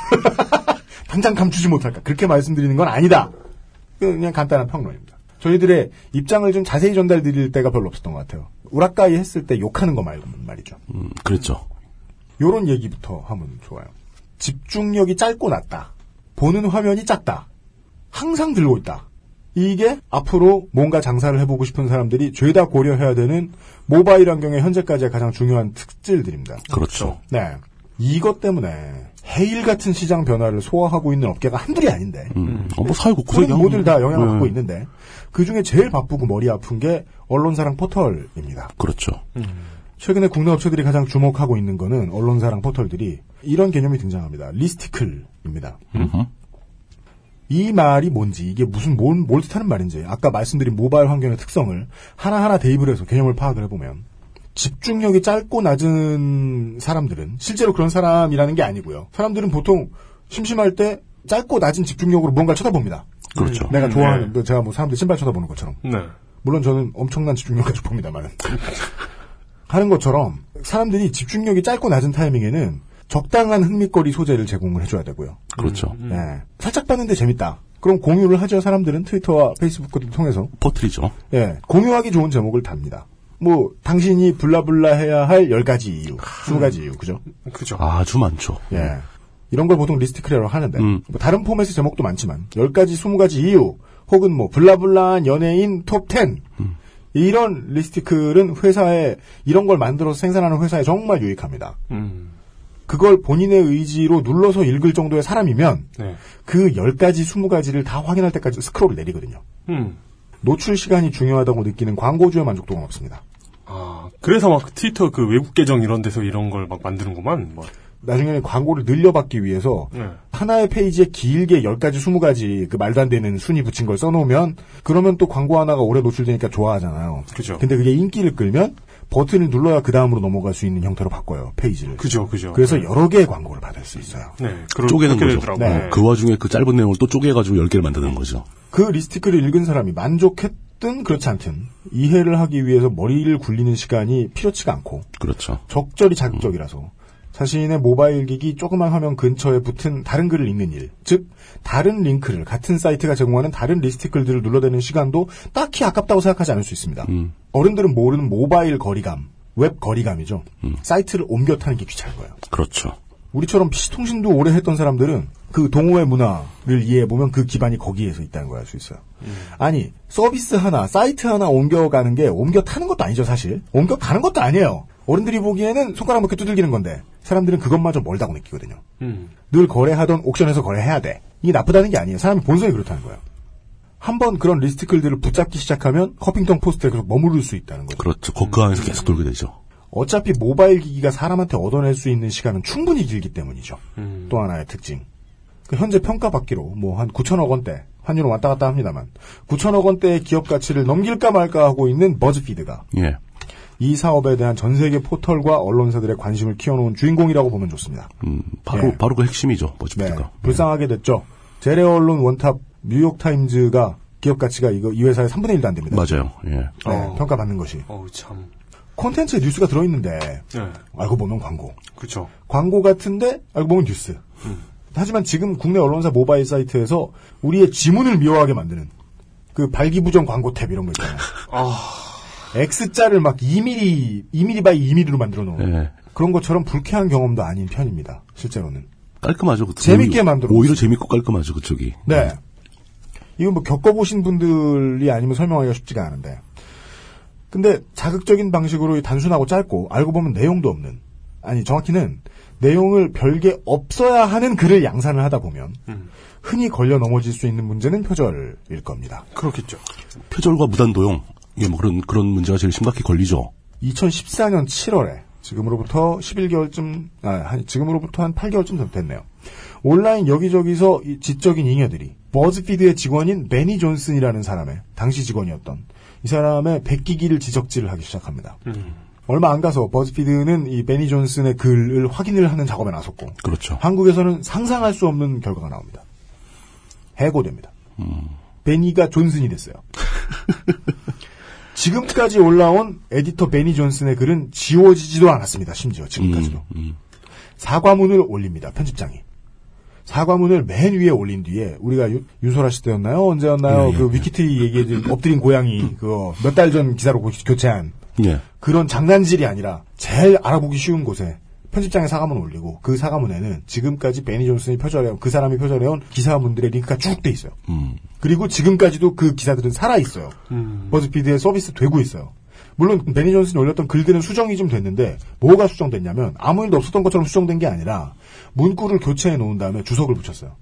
당장 감추지 못할까. 그렇게 말씀드리는 건 아니다. 그냥 간단한 평론입니다. 저희들의 입장을 좀 자세히 전달드릴 때가 별로 없었던 것 같아요. 우라카이 했을 때 욕하는 거 말고 말이죠.
음, 그랬죠.
요런 얘기부터 하면 좋아요. 집중력이 짧고 낮다. 보는 화면이 작다. 항상 들고 있다. 이게 앞으로 뭔가 장사를 해보고 싶은 사람들이 죄다 고려해야 되는 모바일 환경의 현재까지의 가장 중요한 특질들입니다.
그렇죠.
네. 이것 때문에 해일 같은 시장 변화를 소화하고 있는 업계가 한둘이 아닌데
음. 어, 뭐 사회고 구성이 네.
그런 모두들 다 영향을 받고 있는데 그 중에 제일 바쁘고 머리 아픈 게 언론사랑 포털입니다.
그렇죠.
최근에 국내 업체들이 가장 주목하고 있는 거는 언론사랑 포털들이 이런 개념이 등장합니다. 리스티클입니다. 이 말이 뭔지 이게 무슨 뭘, 뭘 뜻하는 말인지 아까 말씀드린 모바일 환경의 특성을 하나하나 대입을 해서 개념을 파악을 해보면 집중력이 짧고 낮은 사람들은 실제로 그런 사람이라는 게 아니고요. 사람들은 보통 심심할 때 짧고 낮은 집중력으로 뭔가를 쳐다봅니다.
그렇죠.
내가 좋아하는 그 제가 뭐 사람들 신발 쳐다보는 것처럼
네.
물론 저는 엄청난 집중력 가지고 봅니다만 하는 것처럼 사람들이 집중력이 짧고 낮은 타이밍에는 적당한 흥미거리 소재를 제공을 해줘야 되고요.
그렇죠.
예. 살짝 봤는데 재밌다. 그럼 공유를 하죠. 사람들은 트위터와 페이스북 등을 통해서
퍼트리죠.
예, 공유하기 좋은 제목을 답니다. 뭐 당신이 블라블라 해야 할 10가지 이유, 20가지 이유, 그죠?
그죠.
아주 많죠.
예. 이런 걸 보통 리스트클이라고 하는데
음.
뭐 다른 포맷의 제목도 많지만 10가지, 20가지 이유 혹은 뭐 블라블라한 연예인 톱10 이런 리스티클은 회사에 이런 걸 만들어서 생산하는 회사에 정말 유익합니다.
음,
그걸 본인의 의지로 눌러서 읽을 정도의 사람이면
네.
그 10가지, 20가지를 다 확인할 때까지 스크롤을 내리거든요.
음.
노출 시간이 중요하다고 느끼는 광고주의 만족도가 높습니다.
아, 그래서 막 트위터 그 외국 계정 이런 데서 이런 걸 막 만드는구만. 뭐.
나중에는 광고를 늘려받기 위해서
네.
하나의 페이지에 길게 10가지, 20가지 그 말도 안 되는 순위 붙인 걸 써놓으면 그러면 또 광고 하나가 오래 노출되니까 좋아하잖아요.
그죠.
근데 그게 인기를 끌면 버튼을 눌러야 그 다음으로 넘어갈 수 있는 형태로 바꿔요. 페이지를.
그죠, 그죠.
그래서
네.
여러 개의 광고를 받을 수 있어요.
네, 그러-
쪼개는
그렇게
거죠.
되더라고요.
네.
네.
그 와중에 그 짧은 내용을 또 쪼개가지고 10개를 만드는 거죠.
그 리스티클을 읽은 사람이 만족했든 그렇지 않든 이해를 하기 위해서 머리를 굴리는 시간이 필요치가 않고
그렇죠.
적절히 자극적이라서 자신의 모바일 기기 조그만 화면 근처에 붙은 다른 글을 읽는 일, 즉 다른 링크를 같은 사이트가 제공하는 다른 리스티클들을 눌러대는 시간도 딱히 아깝다고 생각하지 않을 수 있습니다. 어른들은 모르는 모바일 거리감, 웹 거리감이죠. 사이트를 옮겨 타는 게 귀찮은 거예요.
그렇죠.
우리처럼 PC 통신도 오래 했던 사람들은 그 동호회 문화를 이해해 보면 그 기반이 거기에서 있다는 걸 알 수 있어요. 아니 서비스 하나, 사이트 하나 옮겨가는 게 옮겨 타는 것도 아니죠 사실. 옮겨 가는 것도 아니에요. 어른들이 보기에는 손가락 몇개 두들기는 건데 사람들은 그것마저 멀다고 느끼거든요.
음.
늘 거래하던 옥션에서 거래해야 돼. 이게 나쁘다는 게 아니에요. 사람이 본성이 그렇다는 거예요. 한번 그런 리스트클들을 붙잡기 시작하면 커핑턴 포스트에 계속 머무를 수 있다는 거죠.
그렇죠. 그 안에서 계속 돌게 되죠.
어차피 모바일 기기가 사람한테 얻어낼 수 있는 시간은 충분히 길기 때문이죠.
음.
또 하나의 특징. 그 현재 평가받기로 뭐 한 9천억 원대 환율은 왔다 갔다 합니다만 9천억 원대의 기업 가치를 넘길까 말까 하고 있는 버즈피드가
예.
이 사업에 대한 전 세계 포털과 언론사들의 관심을 키워놓은 주인공이라고 보면 좋습니다.
음, 바로,
예.
바로 그 핵심이죠.
네,
버즈피드가.
불쌍하게 됐죠. 재래 언론 원탑 뉴욕 타임즈가 기업 가치가 이거 이 회사의 3분의 1도 안 됩니다.
맞아요. 예.
네,
어.
평가받는 것이
어우, 참.
콘텐츠에 뉴스가 들어있는데
네.
알고 보면 광고.
그쵸.
광고 같은데 알고 보면 뉴스. 하지만 지금 국내 언론사 모바일 사이트에서 우리의 지문을 미워하게 만드는 그 발기부정 광고 탭 이런 거 있잖아요. X자를 막 2mm, 2mm 바이 2mm로 만들어 놓은
예.
그런 것처럼 불쾌한 경험도 아닌 편입니다. 실제로는.
깔끔하죠. 그
재밌게
오히려-
만들었어요.
오히려 재밌고 깔끔하죠. 그쪽이.
네. 이건 뭐 겪어보신 분들이 아니면 설명하기가 쉽지가 않은데. 근데 자극적인 방식으로 이 단순하고 짧고 알고 보면 내용도 없는 아니 정확히는 내용을 별게 없어야 하는 글을 양산을 하다 보면 흔히 걸려 넘어질 수 있는 문제는 표절일 겁니다.
그렇겠죠.
표절과 무단 도용. 예, 뭐 그런, 그런 문제가 제일 심각히 걸리죠.
2014년 7월에 지금으로부터 11개월쯤 아, 한 지금으로부터 한 8개월쯤 됐네요. 온라인 여기저기서 이 지적인 잉여들이 버즈피드의 직원인 매니 존슨이라는 사람의 당시 직원이었던 이 사람의 백기기를 지적질을 하기 시작합니다.
음.
얼마 안 가서 버즈피드는 이 매니 존슨의 글을 확인을 하는 작업에 나섰고
그렇죠.
한국에서는 상상할 수 없는 결과가 나옵니다. 해고됩니다. 베니가 존슨이 됐어요. 지금까지 올라온 에디터 베니 존슨의 글은 지워지지도 않았습니다. 심지어 지금까지도.
음,
사과문을 올립니다. 편집장이. 사과문을 맨 위에 올린 뒤에 우리가 유, 윤소라 씨 때였나요? 언제였나요?
예, 예.
그 위키트리 얘기해준 엎드린 고양이 그거 몇 달 전 기사로 고- 교체한
예.
그런 장난질이 아니라 제일 알아보기 쉬운 곳에 편집장에 사과문 올리고 그 사과문에는 지금까지 베니 존슨이 표절해온 그 사람이 표절해온 기사문들의 링크가 쭉 돼 있어요.
음.
그리고 지금까지도 그 기사들은 살아 있어요. 버즈피드에 서비스 되고 있어요. 물론 베니 존슨이 올렸던 글들은 수정이 좀 됐는데 뭐가 수정됐냐면 아무 일도 없었던 것처럼 수정된 게 아니라 문구를 교체해 놓은 다음에 주석을 붙였어요.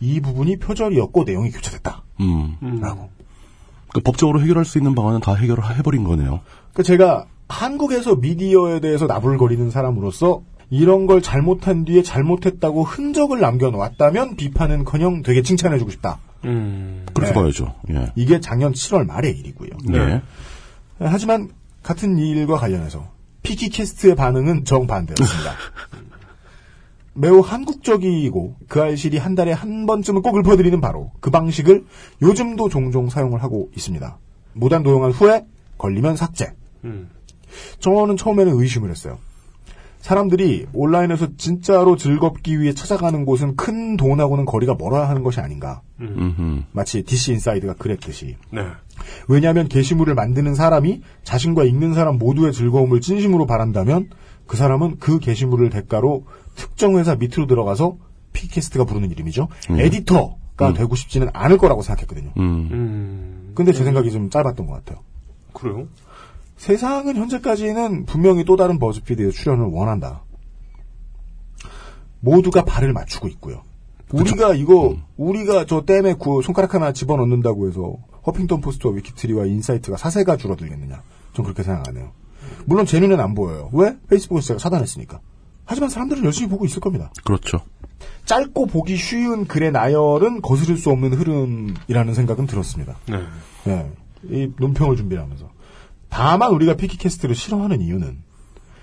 이 부분이 표절이었고 내용이 교체됐다.
음.
라고.
그 법적으로 해결할 수 있는 방안은 다 해결을 해버린 거네요.
그 제가 한국에서 미디어에 대해서 나불거리는 사람으로서 이런 걸 잘못한 뒤에 잘못했다고 흔적을 남겨놓았다면 비판은커녕 되게 칭찬해주고 싶다.
그렇게
음.
네.
봐야죠. 예.
이게 작년 7월 말의 일이고요.
네.
하지만 같은 이 일과 관련해서 피키캐스트의 반응은 정반대였습니다. 매우 한국적이고 그 알실이 한 달에 한 번쯤은 꼭 읊어드리는 바로 그 방식을 요즘도 종종 사용을 하고 있습니다. 무단 도용한 후에 걸리면 삭제. 저는 처음에는 의심을 했어요. 사람들이 온라인에서 진짜로 즐겁기 위해 찾아가는 곳은 큰 돈하고는 거리가 멀어야 하는 것이 아닌가.
음흠.
마치 DC 인사이드가 그랬듯이.
네.
왜냐하면 게시물을 만드는 사람이 자신과 읽는 사람 모두의 즐거움을 진심으로 바란다면 그 사람은 그 게시물을 대가로 특정 회사 밑으로 들어가서 피캐스트가 부르는 이름이죠. 에디터 가 되고 싶지는 않을 거라고 생각했거든요.
음.
음,
근데 제 생각이 좀 짧았던 것 같아요.
그래요?
세상은 현재까지는 분명히 또 다른 버즈피드의 출연을 원한다. 모두가 발을 맞추고 있고요. 우리가 이거 우리가 저 댐에 구- 손가락 하나 집어넣는다고 해서 허핑턴 포스트와 위키트리와 인사이트가 사세가 줄어들겠느냐? 전 그렇게 생각 안 해요. 물론 제 눈엔 안 보여요. 왜? 페이스북에서 제가 차단했으니까. 하지만 사람들은 열심히 보고 있을 겁니다.
그렇죠.
짧고 보기 쉬운 글의 나열은 거스를 수 없는 흐름이라는 생각은 들었습니다.
네.
예, 이 논평을 준비하면서. 다만 우리가 피키캐스트를 싫어하는 이유는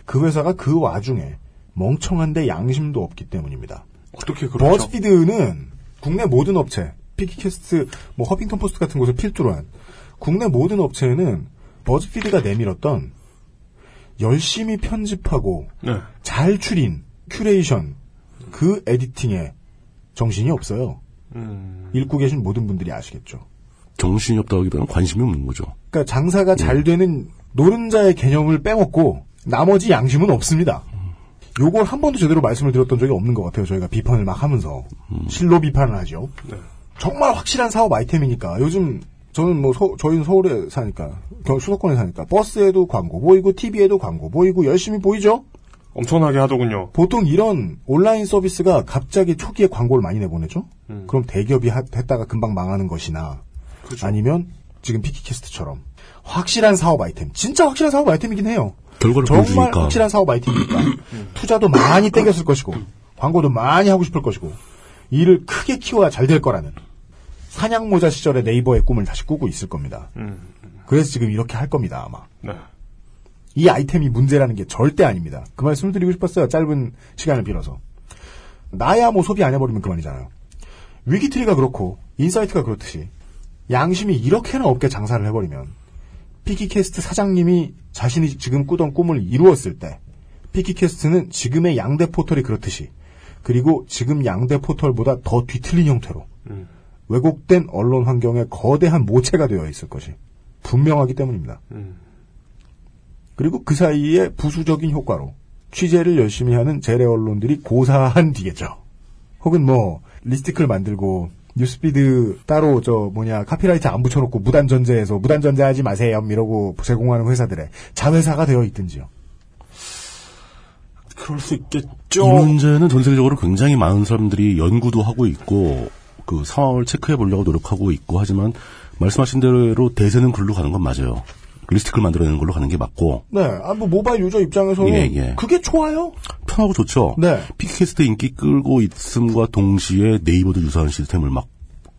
그 회사가 그 와중에 멍청한데 양심도 없기 때문입니다.
어떻게 그렇죠?
버즈피드는 국내 모든 업체, 피키캐스트, 뭐 허핑턴 포스트 같은 곳을 필두로 한 국내 모든 업체에는 버즈피드가 내밀었던 열심히 편집하고
네.
잘 추린, 큐레이션, 그 에디팅에 정신이 없어요.
음,
읽고 계신 모든 분들이 아시겠죠.
정신이 없다기보다는 관심이 없는 거죠.
그러니까 장사가 잘 되는 노른자의 개념을 빼먹고 나머지 양심은 없습니다. 요걸 한 번도 제대로 말씀을 드렸던 적이 없는 것 같아요. 저희가 비판을 막 하면서 실로 비판을 하죠.
음. 네.
정말 확실한 사업 아이템이니까 요즘 저는 뭐 서- 저희는 서울에 사니까 겨- 수도권에 사니까 버스에도 광고 보이고 TV에도 광고 보이고 열심히 보이죠.
엄청나게 하더군요.
보통 이런 온라인 서비스가 갑자기 초기에 광고를 많이 내보내죠? 그럼 대기업이 하- 했다가 금방 망하는 것이나 아니면 지금 피키캐스트처럼 확실한 사업 아이템, 진짜 확실한 사업 아이템이긴 해요.
결과를
정말
보여주니까.
확실한 사업 아이템이니까 투자도 많이 땡겼을 것이고 광고도 많이 하고 싶을 것이고 일을 크게 키워야 잘 될 거라는 사냥모자 시절의 네이버의 꿈을 다시 꾸고 있을 겁니다. 그래서 지금 이렇게 할 겁니다 아마.
네.
이 아이템이 문제라는 게 절대 아닙니다. 그 말씀을 드리고 싶었어요. 짧은 시간을 빌어서. 나야 뭐 소비 안 해버리면 그만이잖아요. 위기트리가 그렇고 인사이트가 그렇듯이 양심이 이렇게나 없게 장사를 해버리면 피키캐스트 사장님이 자신이 지금 꾸던 꿈을 이루었을 때 피키캐스트는 지금의 양대 포털이 그렇듯이 그리고 지금 양대 포털보다 더 뒤틀린 형태로 왜곡된 언론 환경에 거대한 모체가 되어 있을 것이 분명하기 때문입니다.
음.
그리고 그 사이에 부수적인 효과로 취재를 열심히 하는 재래 언론들이 고사한 뒤겠죠. 혹은 뭐 리스티클 만들고 뉴스피드 따로 저 뭐냐 카피라이트 안 붙여놓고 무단 전제해서 무단 전제하지 마세요 이러고 제공하는 회사들의 자회사가 되어 있든지요.
그럴 수
이
있겠죠.
문제는 전 세계적으로 굉장히 많은 사람들이 연구도 하고 있고 그 상황을 체크해 보려고 노력하고 있고 하지만 말씀하신 대로 대세는 글로 가는 건 맞아요. 리스트를 만들어내는 걸로 가는 게 맞고
네, 아, 뭐 모바일 유저 입장에서는
예, 예.
그게 좋아요.
편하고 좋죠.
네.
피키캐스트 인기 끌고 있음과 동시에 네이버도 유사한 시스템을 막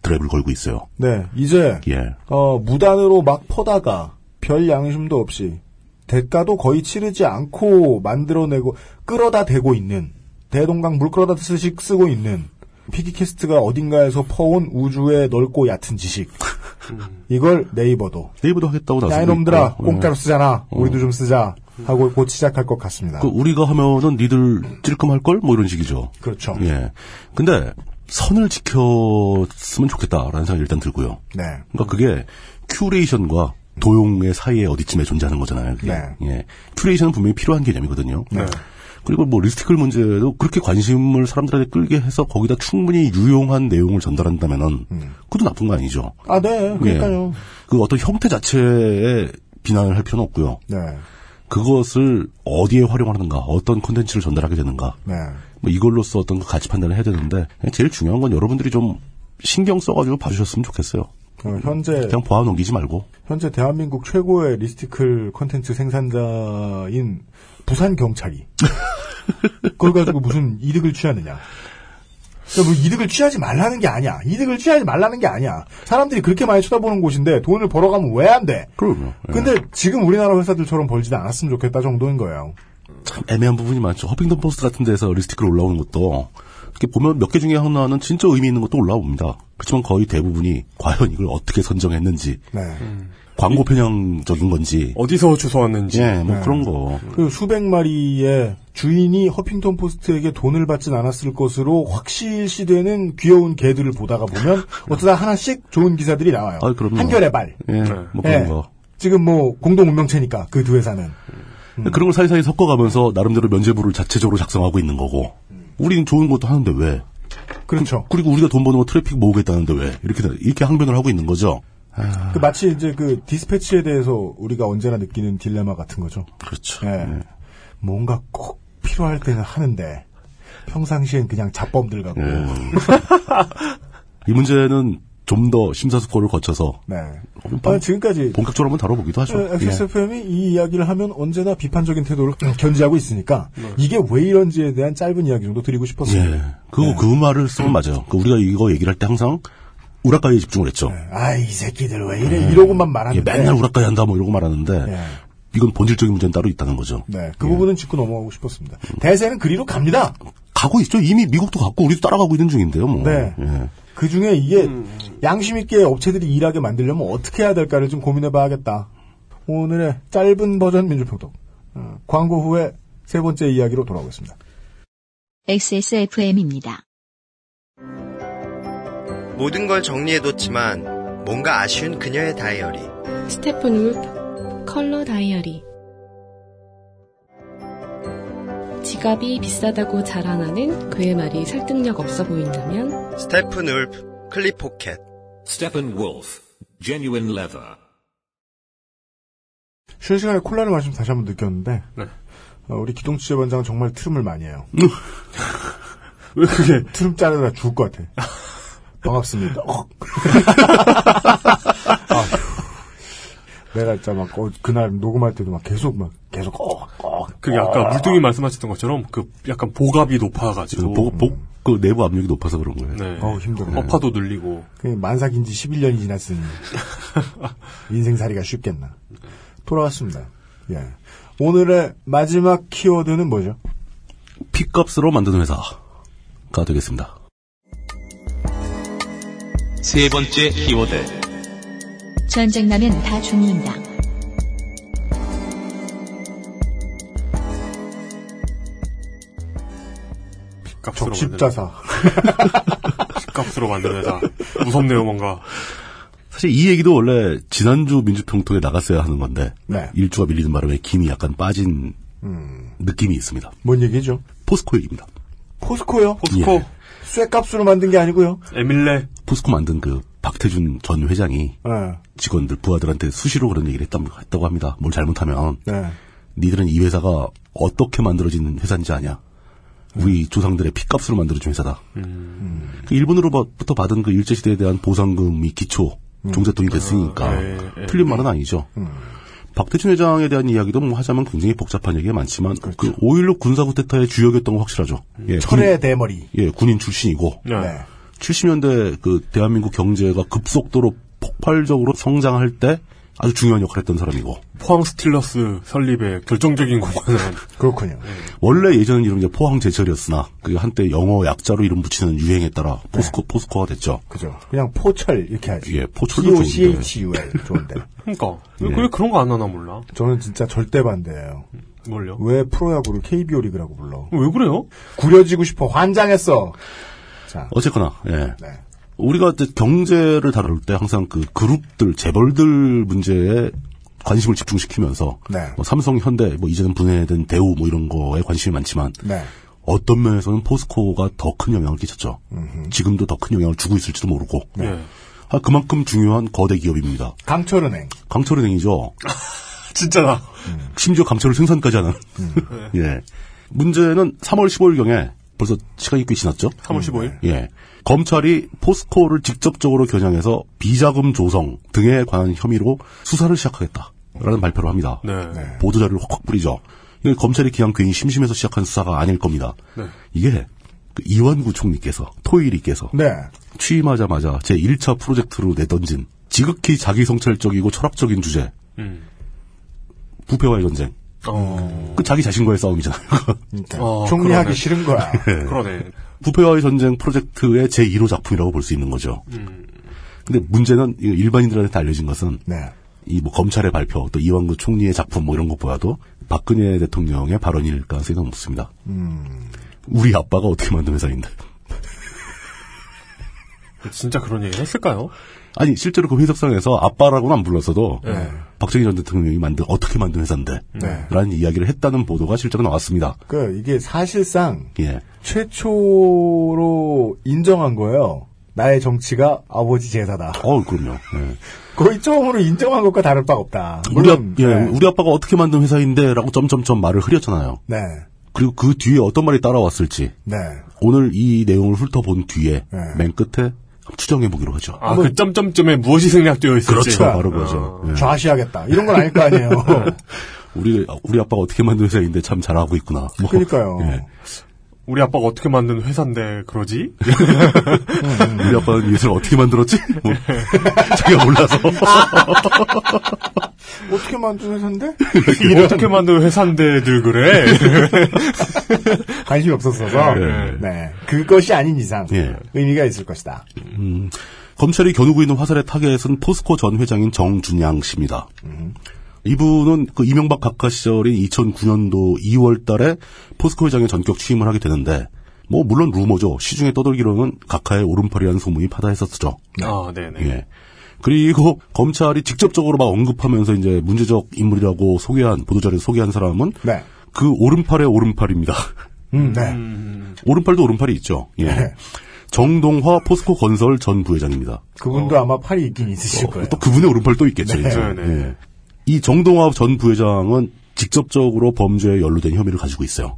드랩을 걸고 있어요.
네, 이제
예.
어, 무단으로 막 퍼다가 별 양심도 없이 대가도 거의 치르지 않고 만들어내고 끌어다 대고 있는 대동강 물 끌어다 쓰식 쓰고 있는 피키캐스트가 어딘가에서 퍼온 우주의 넓고 얕은 지식 이걸 네이버도
네이버도 하겠다고 나서고
야이놈들아
있고.
공짜로
예.
쓰잖아 우리도 좀 쓰자 하고 곧 시작할 것 같습니다
그 우리가 하면은 니들 찔끔할 걸 뭐 이런 식이죠.
그렇죠
예. 근데 선을 지켰으면 좋겠다라는 생각이 일단 들고요.
네
그러니까 그게 큐레이션과 도용의 사이에 어디쯤에 존재하는 거잖아요. 그게.
네.
예. 큐레이션은 분명히 필요한 개념이거든요. 그리고 뭐 리스티클 문제도 그렇게 관심을 사람들한테 끌게 해서 거기다 충분히 유용한 내용을 전달한다면은 그것도 나쁜 거 아니죠.
아 네 그러니까요
예. 그 어떤 형태 자체에 비난을 할 필요는 없고요.
네
그것을 어디에 활용하는가, 어떤 콘텐츠를 전달하게 되는가,
네.
뭐 이걸로써 어떤 그 가치 판단을 해야 되는데 제일 중요한 건 여러분들이 좀 신경 써가지고 봐주셨으면 좋겠어요.
어, 현재
그냥 보아 넘기지 말고.
현재 대한민국 최고의 리스티클 콘텐츠 생산자인 부산 경찰이 그걸 가지고 무슨 이득을 취하느냐? 그러니까 뭐 이득을 취하지 말라는 게 아니야. 이득을 취하지 말라는 게 아니야. 사람들이 그렇게 많이 쳐다보는 곳인데 돈을 벌어가면 왜 안 돼?
그럼요. 예.
근데 지금 우리나라 회사들처럼 벌지도 않았으면 좋겠다 정도인 거예요.
참 애매한 부분이 많죠. 허핑턴 포스트 같은 데서 리스티클 올라오는 것도 이렇게 보면 몇 개 중에 하나는 진짜 의미 있는 것도 올라옵니다. 그렇지만 거의 대부분이 과연 이걸 어떻게 선정했는지,
네.
광고 편향적인 건지,
어디서 주워왔는지.
예, 뭐 그런 거.
그 수백 마리의 주인이 허핑턴 포스트에게 돈을 받진 않았을 것으로 확실시되는 귀여운 개들을 보다가 보면 어쩌다 하나씩 좋은 기사들이 나와요.
아, 그럼요.
한결의 발.
예, 뭐 그런
예.
거.
지금 뭐 공동 운명체니까 그 두 회사는
그런 걸 사이사이 섞어가면서 나름대로 면제부를 자체적으로 작성하고 있는 거고, 우리는 좋은 것도 하는데 왜?
그렇죠.
그리고 우리가 돈 버는 거 트래픽 모으겠다는데 왜 이렇게 이렇게 항변을 하고 있는 거죠. 아,
그 마치 이제 그 디스패치에 대해서 우리가 언제나 느끼는 딜레마 같은 거죠.
그렇죠.
예. 뭔가 꼭 필요할 때는 하는데 평상시엔 그냥 잡범들 같고.
네. 이 문제는 좀 더 심사숙고를 거쳐서
네.
반-
아, 지금까지
본격적으로 한번 다뤄보기도 하죠. 예.
네, XSFM이 이 이야기를 하면 언제나 비판적인 태도를
네.
견지하고 있으니까 이게 왜 이런지에 대한 짧은 이야기 정도 드리고
예.
싶었습니다.
그그 말을 쓰면 맞아요. 그 우리가 이거 얘기를 할 때 항상 우라카이에 집중을 했죠.
아 이 새끼들 왜 이래 이러고만
예,
말하는데.
맨날 우라카이 한다 뭐 이러고 말하는데
예.
이건 본질적인 문제는 따로 있다는 거죠.
네, 그 부분은 짚고 넘어가고 싶었습니다. 대세는 그리로 갑니다.
가고 있죠. 이미 미국도 갔고 우리도 따라가고 있는 중인데요. 뭐.
네.
예.
그 중에 이게
음,
양심 있게 업체들이 일하게 만들려면 어떻게 해야 될까를 좀 고민해봐야겠다. 오늘의 짧은 버전 민주평독 어, 광고 후에 세 번째 이야기로 돌아오겠습니다.
XSFM입니다.
모든 걸 정리해뒀지만 뭔가 아쉬운 그녀의 다이어리
스테픈 울프 컬러 다이어리 지갑이 비싸다고 자랑하는 그의 말이 설득력 없어 보인다면
스테픈 울프 클립 포켓
Steppenwolf, genuine leather.
쉬는 시간에 콜라를 마시면서 다시 한번 느꼈는데
네.
어, 우리 기동 취재반장은 정말 트름을 많이 해요.
왜 그게
트름 자르느라 죽을 것 같아. 반갑습니다. 어. 아, 내가 진짜 막 어, 그날 녹음할 때도 막 계속 막 계속 어, 어,
그게 아까 물뚱이 말씀하셨던 것처럼 그 약간 복압이 높아가지고
복, 복, 그 내부 압력이 높아서 그런 거예요.
네.
어우, 힘들어.
허파도 눌리고
그 만삭인 지 11년이 지났으니 인생살이가 쉽겠나. 돌아왔습니다. 예. 오늘의 마지막 키워드는 뭐죠?
핏값으로 만드는 회사가 되겠습니다.
세 번째 키워드.
전쟁 나면 다 죽는다.
빚값으로
적십자사.
만드는- 빚값으로 만드는 회사 무섭네요 뭔가
사실 이 얘기도 원래 지난주 민주평통에 나갔어야 하는 건데
네.
일주가 밀리는 바람에 김이 약간 빠진
음,
느낌이 있습니다.
뭔 얘기죠?
포스코 얘기입니다.
포스코요?
포스코
예.
쇠값으로 만든 게 아니고요.
에밀레
포스코 만든 그 박태준 전 회장이
예.
직원들 부하들한테 수시로 그런 얘기를 했다, 했다고 합니다. 뭘 잘못하면
네.
니들은 이 회사가 어떻게 만들어진 회사인지 아냐? 우리 조상들의 핏값으로 만들어진 회사다. 그 일본으로부터 받은 그 일제 시대에 대한 보상금이 기초 종잣돈이 됐으니까 틀린 말은 아니죠. 박태춘 회장에 대한 이야기도 뭐 하자면 굉장히 복잡한 얘기가 많지만 그 오일로 군사 쿠데타의 주역이었던 건 확실하죠. 예,
철의 대머리.
군, 예, 군인 출신이고
네.
네.
70년대 그 대한민국 경제가 급속도로 폭발적으로 성장할 때 아주 중요한 역할을 했던 사람이고
포항 스틸러스 설립의 결정적인 공헌을 한
그렇군요.
원래 예전 이름이 이제 포항 제철이었으나 그게 한때 영어 약자로 이름 붙이는 유행에 따라 포스코 포스코가 됐죠.
그죠. 그냥 포철 이렇게 하지.
예, 포철도 좋은데.
P-O-C-H-U-L E 좋은데.
그러니까
예.
왜 그런 거 안 하나 몰라
저는 진짜 절대 반대예요.
뭘요 어,
왜 프로야구를 KBO 리그라고 불러?
왜 그래요
구려지고 싶어. 환장했어. 자.
어쨌거나 예.
네.
우리가 이제 경제를 다룰 때 항상 그 그룹들 재벌들 문제에 관심을 집중시키면서
네.
뭐 삼성, 현대, 뭐 이제는 분해된 대우 뭐 이런 거에 관심이 많지만
네.
어떤 면에서는 포스코가 더 큰 영향을 끼쳤죠. 지금도 더 큰 영향을 주고 있을지도 모르고
예.
아, 그만큼 중요한 거대 기업입니다.
강철은행.
강철은행이죠. 음.
진짜다 음.
심지어 감철을 생산까지 하는. 예. 문제는 3월 15일경에 벌써 시간이 꽤 지났죠?
3월 15일
예. 검찰이 포스코를 직접적으로 겨냥해서 비자금 조성 등에 관한 혐의로 수사를 시작하겠다라는 발표를 합니다.
네.
보도자료를 확확 뿌리죠. 이게 검찰이 그냥 괜히 심심해서 시작한 수사가 아닐 겁니다.
네.
이게 그 이완구 총리께서, 토일이께서
네.
취임하자마자 제 1차 프로젝트로 내던진 지극히 자기성찰적이고 철학적인 주제.
음.
부패와의 전쟁. 그 자기 자신과의 싸움이잖아요.
그러니까
어,
정리하기
그러네.
싫은 거야.
음, 그러네
부패와의 전쟁 프로젝트의 제1호 작품이라고 볼 수 있는 거죠. 근데 문제는 이 일반인들한테 알려진 것은
네.
이 뭐 검찰의 발표 또 이완구 총리의 작품 뭐 이런 것보다도 박근혜 대통령의 발언일 가능성이 너무 높습니다. 우리 아빠가 어떻게 만든 회사인데.
진짜 그런 얘기 했을까요
예. 아니 실제로 그 회석상에서 아빠라고는 안 불렀어도 박정희 전 대통령이 만든 어떻게 만든 회사인데
네.
라는 이야기를 했다는 보도가 실제로 나왔습니다.
그러니까 이게 사실상
예.
최초로 인정한 거예요. 나의 정치가 아버지 제사다.
어, 그럼요. 예.
거의 처음으로 인정한 것과 다를 바가 없다.
우리, 아,
물론,
예,
네.
우리 아빠가 어떻게 만든 회사인데라고 점점점 말을 흐렸잖아요.
네.
그리고 그 뒤에 어떤 말이 따라왔을지
네.
오늘 이 내용을 훑어본 뒤에 맨 끝에 추정해 보기로 하죠.
아, 그 점점점에 무엇이 생략되어 있을지.
그렇죠, 바로
어.
그거죠. 예.
좌시하겠다. 이런 건 아닐 거 아니에요.
어. 우리 우리 아빠가 어떻게 만든 회사인데 참 잘하고 있구나. 뭐,
그러니까요.
예.
우리 아빠가 어떻게 만든 회사인데 그러지?
우리 아빠는 예술 어떻게 만들었지? 뭐,
네.
자기가 몰라서.
아, 어떻게 만든 회사인데?
어떻게 만든 회사인데 늘 그래?
관심이 없었어서.
예.
네. 그것이 아닌 이상
예.
의미가 있을 것이다.
음, 검찰이 겨누고 있는 화살의 타겟은 포스코 전 회장인 정준양 씨입니다. 이분은 그 이명박 각하 시절인 2009년도 2월 달에 포스코 회장의 전격 취임을 하게 되는데, 뭐, 물론 루머죠. 시중에 떠돌기로는 각하의 오른팔이라는 소문이 파다했었죠.
아, 네네.
예. 그리고 검찰이 직접적으로 막 언급하면서 이제 문제적 인물이라고 소개한, 보도자료에 소개한 사람은
네.
그 오른팔의 오른팔입니다.
음, 네.
오른팔도 오른팔이 있죠. 예. 정동화 포스코 건설 전 부회장입니다.
그분도 아마 팔이 있긴 있으실 거예요.
어. 또 그분의 오른팔 또 있겠죠. 이제.
네, 네.
예. 이 정동화 전 부회장은 직접적으로 범죄에 연루된 혐의를 가지고 있어요.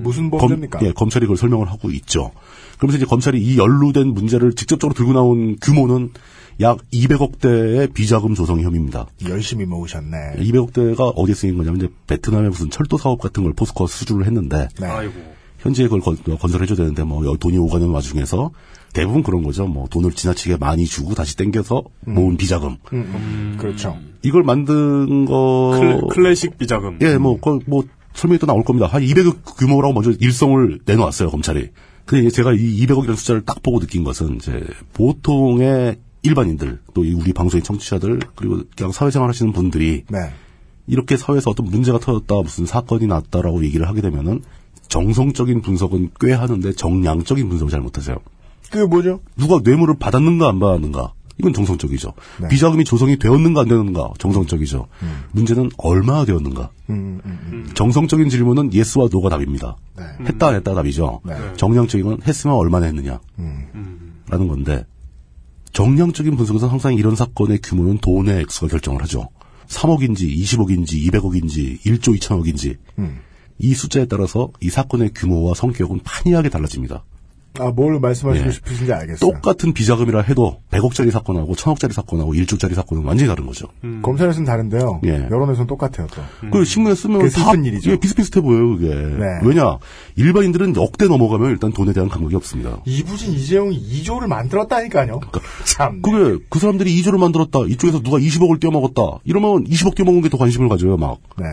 무슨 범죄입니까?
예, 검찰이 그걸 설명을 하고 있죠. 그러면서 이제 검찰이 이 연루된 문제를 직접적으로 들고 나온 규모는 약 200억 대의 비자금 조성 혐의입니다.
열심히 모으셨네.
200억 대가 어디에 쓰인 거냐면 이제 베트남의 무슨 철도 사업 같은 걸 포스코가 수주를 했는데
네.
아이고.
현지에 그걸 건- 건설해줘야 되는데 뭐 여- 돈이 오가는 와중에서 대부분 그런 거죠. 뭐 돈을 지나치게 많이 주고 다시 땡겨서 모은 비자금
음, 음, 그렇죠.
이걸 만든 거
클래- 클래식 비자금.
예, 뭐, 그걸 뭐, 설명이 또 나올 겁니다. 한 200억 규모라고 먼저 일성을 내놓았어요, 검찰이. 근데 이제 제가 이 200억이라는 숫자를 딱 보고 느낀 것은, 이제, 보통의 일반인들, 또이 우리 방송의 청취자들, 그리고 그냥 사회생활 하시는 분들이,
네.
이렇게 사회에서 어떤 문제가 터졌다, 무슨 사건이 났다라고 얘기를 하게 되면은, 정성적인 분석은 꽤 하는데, 정량적인 분석을 잘 못하세요.
그게 뭐죠?
누가 뇌물을 받았는가 안 받았는가 이건 정성적이죠.
네.
비자금이 조성이 되었는가 안 되었는가 정성적이죠. 문제는 얼마나 되었는가.
음,
음. 정성적인 질문은 예스와 노가 답입니다.
네. 음.
했다 안 했다 답이죠. 정량적인 건 했으면 얼마나 했느냐. 라는 건데 정량적인 분석에서 항상 이런 사건의 규모는 돈의 액수가 결정을 하죠. 3억인지 20억인지 200억인지 1조 2천억인지 이 숫자에 따라서 이 사건의 규모와 성격은 판이하게 달라집니다.
아, 뭘 말씀하시고
예.
싶으신지 알겠어요.
똑같은 비자금이라 해도 100억짜리 사건하고 1000억짜리 사건하고 1조짜리 사건은 완전히 다른 거죠.
음. 검찰에서는 다른데요.
예.
여론에서는 똑같아요, 또.
그 신문에 쓰면
그게
다
슬픈 일이죠. 네.
예, 비슷비슷해 보여요, 그게. 왜냐? 일반인들은 억대 넘어가면 일단 돈에 대한 감각이 없습니다.
이부진, 이재용이 2조를 만들었다니까요. 참.
그러니까. 그게 그 사람들이 2조를 만들었다. 이쪽에서 누가 20억을 떼어먹었다. 이러면 20억 떼어먹은 게 더 관심을 가져요, 막.
네.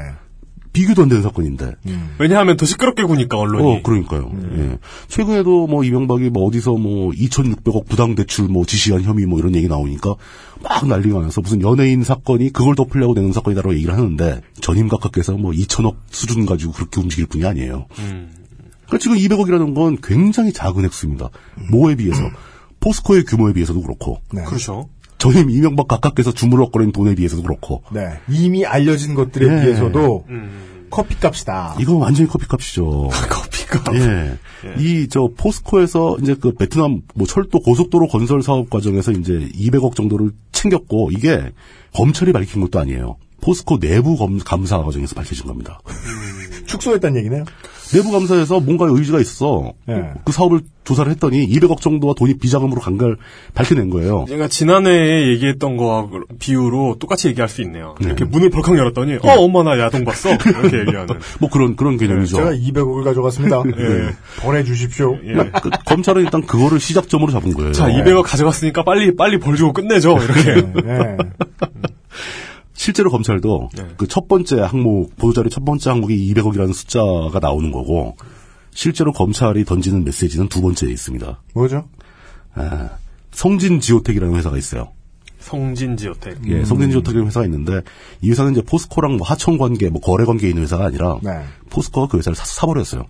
비교도 안 되는 사건인데.
왜냐하면 더 시끄럽게 구니까, 언론이. 네.
어, 그러니까요. 예. 최근에도 뭐 이명박이 뭐 어디서 뭐 2,600억 부당 대출 뭐 지시한 혐의 뭐 이런 얘기 나오니까 막 난리가 나서 무슨 연예인 사건이 그걸 덮으려고 내는 사건이다라고 얘기를 하는데 전임 각하께서 뭐 2,000억 수준 가지고 그렇게 움직일 분이 아니에요.
음.
그러니까 지금 200억이라는 건 굉장히 작은 액수입니다. 뭐에 비해서
음.
포스코의 규모에 비해서도 그렇고
네.
그렇죠.
전임 이명박 각하께서 주물럭거리는 돈에 비해서도 그렇고
네. 이미 알려진 것들에
예.
비해서도 커피값이다.
이거 완전히 커피값이죠. 커피값. 예. 이 저 포스코에서 이제 그 베트남 뭐 철도 고속도로 건설 사업 과정에서 이제 200억 정도를 챙겼고 이게 검찰이 밝힌 것도 아니에요. 포스코 내부 검, 감사 과정에서 밝혀진 겁니다.
축소했다는 얘기네요.
내부 감사에서 뭔가 의지가 있어.
예.
그 사업을 조사를 했더니 200억 정도가 돈이 비자금으로 간 걸 밝혀낸 거예요.
제가 지난해에 얘기했던 거와 비유로 똑같이 얘기할 수 있네요.
예.
이렇게 문을 벌컥 열었더니, 어, 엄마 나 야동 봤어. 이렇게 얘기하는.
뭐 그런 그런 개념이죠. 예.
제가 200억을 가져갔습니다. 예. 보내 주십시오.
예.
그 검찰은 일단 그거를 시작점으로 잡은 거예요.
자, 200억 가져갔으니까 빨리, 빨리 벌주고 끝내죠.
네.
이렇게.
네.
실제로 검찰도 그 첫 번째 항목 보도자료 첫 번째 항목이 200억이라는 숫자가 나오는 거고 실제로 검찰이 던지는 메시지는 두 번째에 있습니다.
뭐죠?
아, 성진 지오텍이라는 회사가 있어요.
성진지오텍.
예, 성진지오텍이라는 회사가 있는데 이 회사는 이제 포스코랑 뭐 하청 관계, 뭐 거래 관계에 있는 회사가 아니라 포스코가 그 회사를 사, 사버렸어요.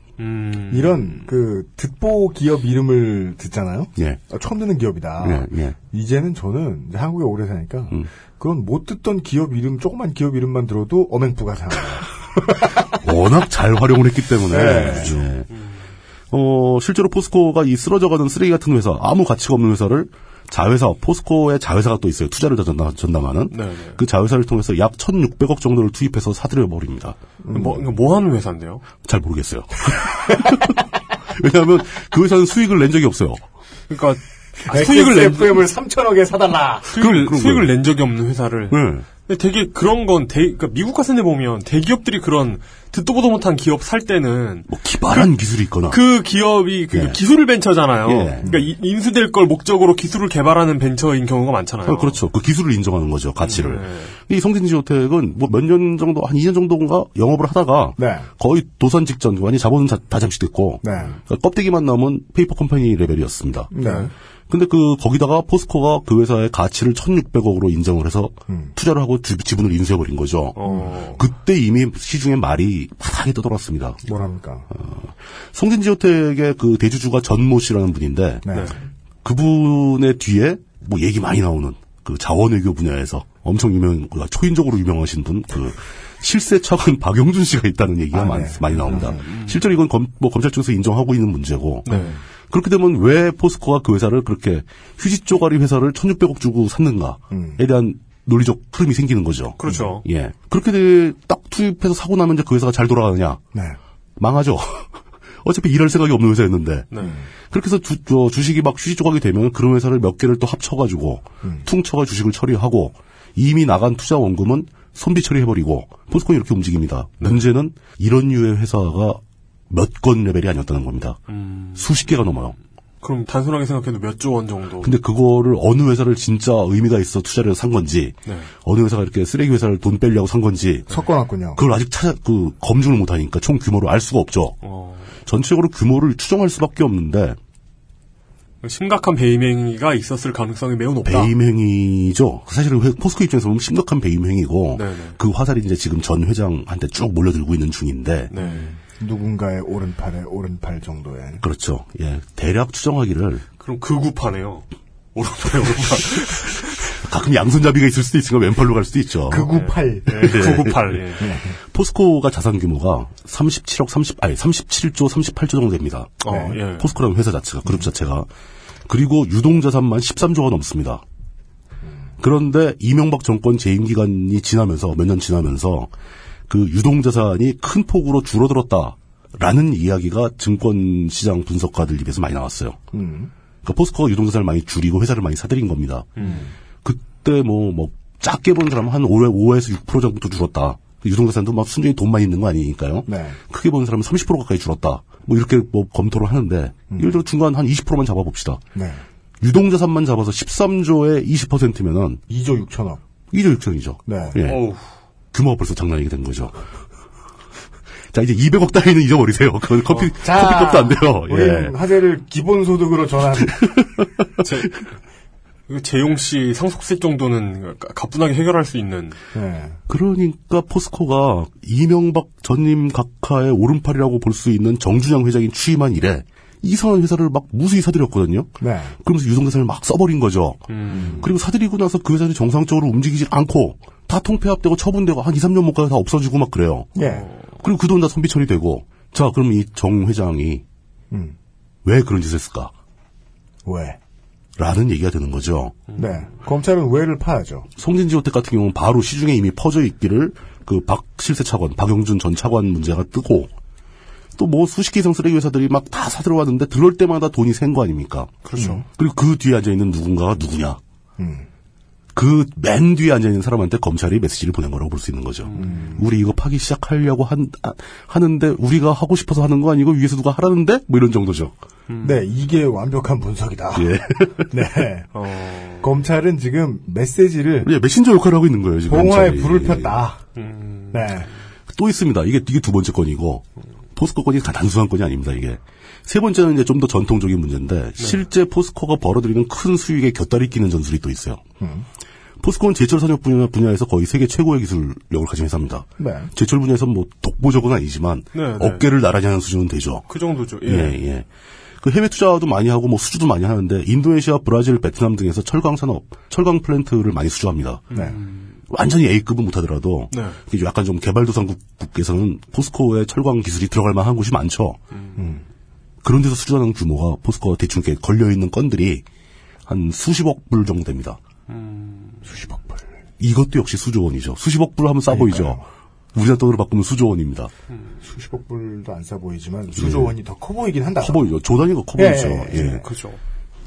이런 그 듣보 기업 이름을 듣잖아요.
예.
아, 처음 듣는 기업이다.
예, 예.
이제는 저는 이제 한국에 오래 사니까 그런 못 듣던 기업 이름 조그만 기업 이름만 들어도 어맹부가 사.
워낙 잘 활용을 했기 때문에.
네.
그죠. 어, 실제로 포스코가 이 쓰러져가는 쓰레기 같은 회사, 아무 가치가 없는 회사를 자회사, 포스코의 자회사가 또 있어요. 투자를 다 전담, 전담하는. 그 자회사를 통해서 약 1,600억 정도를 투입해서 사들여버립니다.
뭐, 이거 뭐 하는 회사인데요?
잘 모르겠어요. 왜냐하면 그 회사는 수익을 낸 적이 없어요.
그러니까
아,
수익을
아, 수익을
낸
FM을 3천억에 사달라.
수익을,
그럼
수익을
뭐예요?
낸 적이 없는 회사를.
네.
근데 되게 그런 건 대, 그러니까 미국 같은 데 보면 대기업들이 그런 듣도 보도 못한 기업 살 때는
뭐, 기발한 기술이 있거나.
그 기업이 그
예.
기술 벤처잖아요.
예.
그러니까 이- 인수될 걸 목적으로 기술을 개발하는 벤처인 경우가 많잖아요.
어, 그렇죠. 그 기술을 인정하는 거죠, 가치를. 이 성진지호텍은 뭐 몇 년 정도, 한 2년 정도인가 영업을 하다가 거의 도산 직전, 완전 자본은 자- 다 잠식됐고 그러니까 껍데기만 남은 페이퍼 컴퍼니 레벨이었습니다.
네.
근데 그 거기다가 포스코가 그 회사의 가치를 1,600억으로 인정을 해서 투자를 하고 지, 분을 인수해 버린 거죠. 그때 이미 시중에 말이 파닥이 떠돌았습니다.
뭐랍니까?
성진지호텍의 그 대주주가 전모 씨라는 분인데
네.
그분의 뒤에 뭐 얘기 많이 나오는 그 자원외교 분야에서 엄청 유명, 그 초인적으로 유명하신 분, 그 실세척은 박영준 씨가 있다는
아,
얘기가
네.
많- 많이 나옵니다.
음.
실제로 이건 검, 뭐 검찰 쪽에서 인정하고 있는 문제고
네.
그렇게 되면 왜 포스코가 그 회사를 그렇게 휴지 쪼가리 회사를 1,600억 주고 샀는가에 대한 논리적 흐름이 생기는 거죠.
음. 그렇죠.
예. 그렇게 돼- 딱 투입해서 사고 나면 이제 그 회사가 잘 돌아가느냐?
네.
망하죠. 어차피 일할 생각이 없는 회사였는데.
네.
그렇게 해서 주, 어, 주식이 막 휴지 조각이 되면 그런 회사를 몇 개를 또 합쳐가지고
음.
퉁쳐가 주식을 처리하고 이미 나간 투자 원금은 손비 처리해버리고 포스코는 이렇게 움직입니다.
네.
문제는 이런 류의 회사가 몇 건 레벨이 아니었다는 겁니다.
음.
수십 개가 넘어요.
그럼 단순하게 생각해도 몇 조 원 정도.
근데 그거를 어느 회사를 진짜 의미가 있어 투자를 해서 산 건지
네.
어느 회사가 이렇게 쓰레기 회사를 돈 빼려고 산 건지
섞어놨군요.
그걸 아직 찾아 그 검증을 못 하니까 총 규모를 알 수가 없죠.
어.
전체적으로 규모를 추정할 수밖에 없는데
심각한 배임행위가 있었을 가능성이 매우 높다.
배임행위죠. 그 사실 은 포스코 입장에서 보면 심각한 배임행위고
네,
그 화살이 이제 지금 전 회장한테 쭉 몰려들고 있는 중인데
네.
누군가의 오른팔에 오른팔 정도에.
그렇죠. 예, 대략 추정하기를
그럼 극우파네요. 오른팔 오른팔.
가끔 양손잡이가 있을 수도 있으니까 왼팔로 갈 수도 있죠.
아, 그 네. 극우팔.
예,
네.
극우팔, 예.
예. 포스코가 자산 규모가 37억 30 아니 37조 38조 정도 됩니다. 네.
어, 예.
포스코라는 회사 자체가 그룹 자체가 그리고 유동 자산만 13조가 넘습니다. 그런데 이명박 정권 재임 기간이 지나면서 몇 년 지나면서 그 유동 자산이 큰 폭으로 줄어들었다라는 이야기가 증권 시장 분석가들 입에서 많이 나왔어요.
음.
그러니까 포스코가 유동 자산을 많이 줄이고 회사를 많이 사들인 겁니다.
음.
그때 뭐, 뭐, 작게 본 사람은 한 5, 5에서 6% 정도 줄었다. 그 유동자산도 막 순전히 돈만 있는 거 아니니까요.
네.
크게 본 사람은 30% 가까이 줄었다. 뭐 이렇게 뭐 검토를 하는데,
음.
예를 들어 중간 한 20%만 잡아봅시다.
네.
유동자산만 잡아서 13조의 20%면은
2조 6천억.
2조 6천이죠.
네.
예. 규모가 벌써 장난이 된 거죠. 자, 이제 200억 따위는 잊어버리세요. 그건 커피, 커피값도 안 돼요. 예.
우리는 화제를 기본소득으로 전환.
제, 그 재용 씨 상속세 정도는 가- 가뿐하게 해결할 수 있는.
네.
그러니까 포스코가 이명박 전임 각하의 오른팔이라고 볼 수 있는 정준영 회장이 취임한 이래 이상한 회사를 막 무수히 사들였거든요.
네.
그러면서 유동자산을 막 써버린 거죠. 그리고 사들이고 나서 그 회사는 정상적으로 움직이질 않고 다 통폐합되고 처분되고 한 2, 3년 못 가서 다 없어지고 막 그래요.
예.
그리고 그 돈 다 선비 처리되고 자 그럼 이 정 회장이
음.
왜 그런 짓을 했을까?
왜?
라는 얘기가 되는 거죠.
네. 검찰은 왜를 파야죠.
송진지 호텔 같은 경우는 바로 시중에 이미 퍼져 있기를 그 박 실세 차관, 박영준 전 차관 문제가 뜨고 또 뭐 수십 개 이상 쓰레기 회사들이 막 다 사들어왔는데 들어올 때마다 돈이 센 거 아닙니까?
그렇죠.
그리고 그 뒤에 앉아있는 누군가가 누구냐?
음.
그 맨 뒤에 앉아있는 사람한테 검찰이 메시지를 보낸 거라고 볼 수 있는 거죠.
음.
우리 이거 파기 시작하려고 한, 아, 하는데 우리가 하고 싶어서 하는 거 아니고 위에서 누가 하라는데? 뭐 이런 정도죠.
네, 이게 완벽한 분석이다.
음. 예. 어.
네. 검찰은 지금 메시지를
예, 메신저 역할을 하고 있는 거예요, 지금.
봉화에
검찰이. 음.
불을 폈다. 네.
또 있습니다. 이게 이게 두 번째 건이고 포스코 건이 다 단순한 건이 아닙니다. 이게 세 번째는 이제 좀 더
네. 음.
전통적인 문제인데 실제 포스코가 벌어들이는 큰 수익에 곁다리 끼는 전술이 또 있어요. 포스코는 제철 산업 분야, 분야에서 거의 세계 최고의 기술력을 가진 회사입니다.
네.
제철 분야에서 뭐 독보적은 아니지만
네, 네.
어깨를 나란히 하는 수준은 되죠.
그 정도죠. 예.
예, 예. 그 해외 투자도 많이 하고 뭐 수주도 많이 하는데 인도네시아, 브라질, 베트남 등에서 철강 산업, 철강 플랜트를 많이 수주합니다.
네.
완전히 A급은 못하더라도
네.
이제 약간 좀 개발도상국에서는 포스코의 철강 기술이 들어갈 만한 곳이 많죠.
음.
음.
그런 데서 수주하는 규모가 포스코가 대충 이렇게 걸려있는 건들이 한 수십억 불 정도 됩니다.
수십억 불.
이것도 역시 수조원이죠. 수십억 불 하면 싸 보이죠. 우리나라 돈으로 바꾸면 수조원입니다.
수십억 불도 안 싸 보이지만 수조
예.
원이 더 커 보이긴 한다.
커 보이죠. 조 단위가 커
예,
보이죠.
예, 예.
네, 그죠.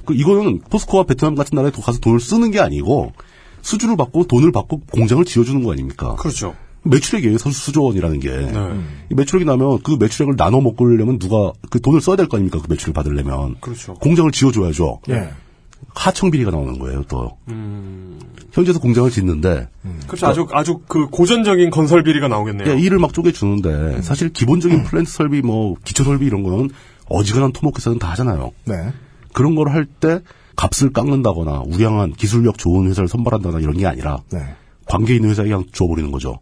그 이거는 포스코와 베트남 같은 나라에 가서 돈을 쓰는 게 아니고 수주를 받고 돈을 받고 공장을 지어주는 거 아닙니까?
그렇죠.
매출액이에요. 수- 수조원이라는 게.
네.
이 매출액이 나면 그 매출액을 나눠 먹으려면 누가 그 돈을 써야 될 거 아닙니까? 그 매출을 받으려면.
그렇죠.
공장을 지어줘야죠.
예.
하청비리가 나오는 거예요, 또.
음.
현재도 공장을 짓는데
그렇죠. 아주 아주 그 고전적인 건설 비리가 나오겠네요.
예, 일을 막 쪼개주는데
음.
사실 기본적인 플랜트 설비 뭐 기초 설비 이런 거는 어지간한 토목회사는 다 하잖아요.
네.
그런 걸 할 때 값을 깎는다거나 우량한 기술력 좋은 회사를 선발한다거나 이런 게 아니라
네.
관계 있는 회사에 그냥 줘버리는 거죠.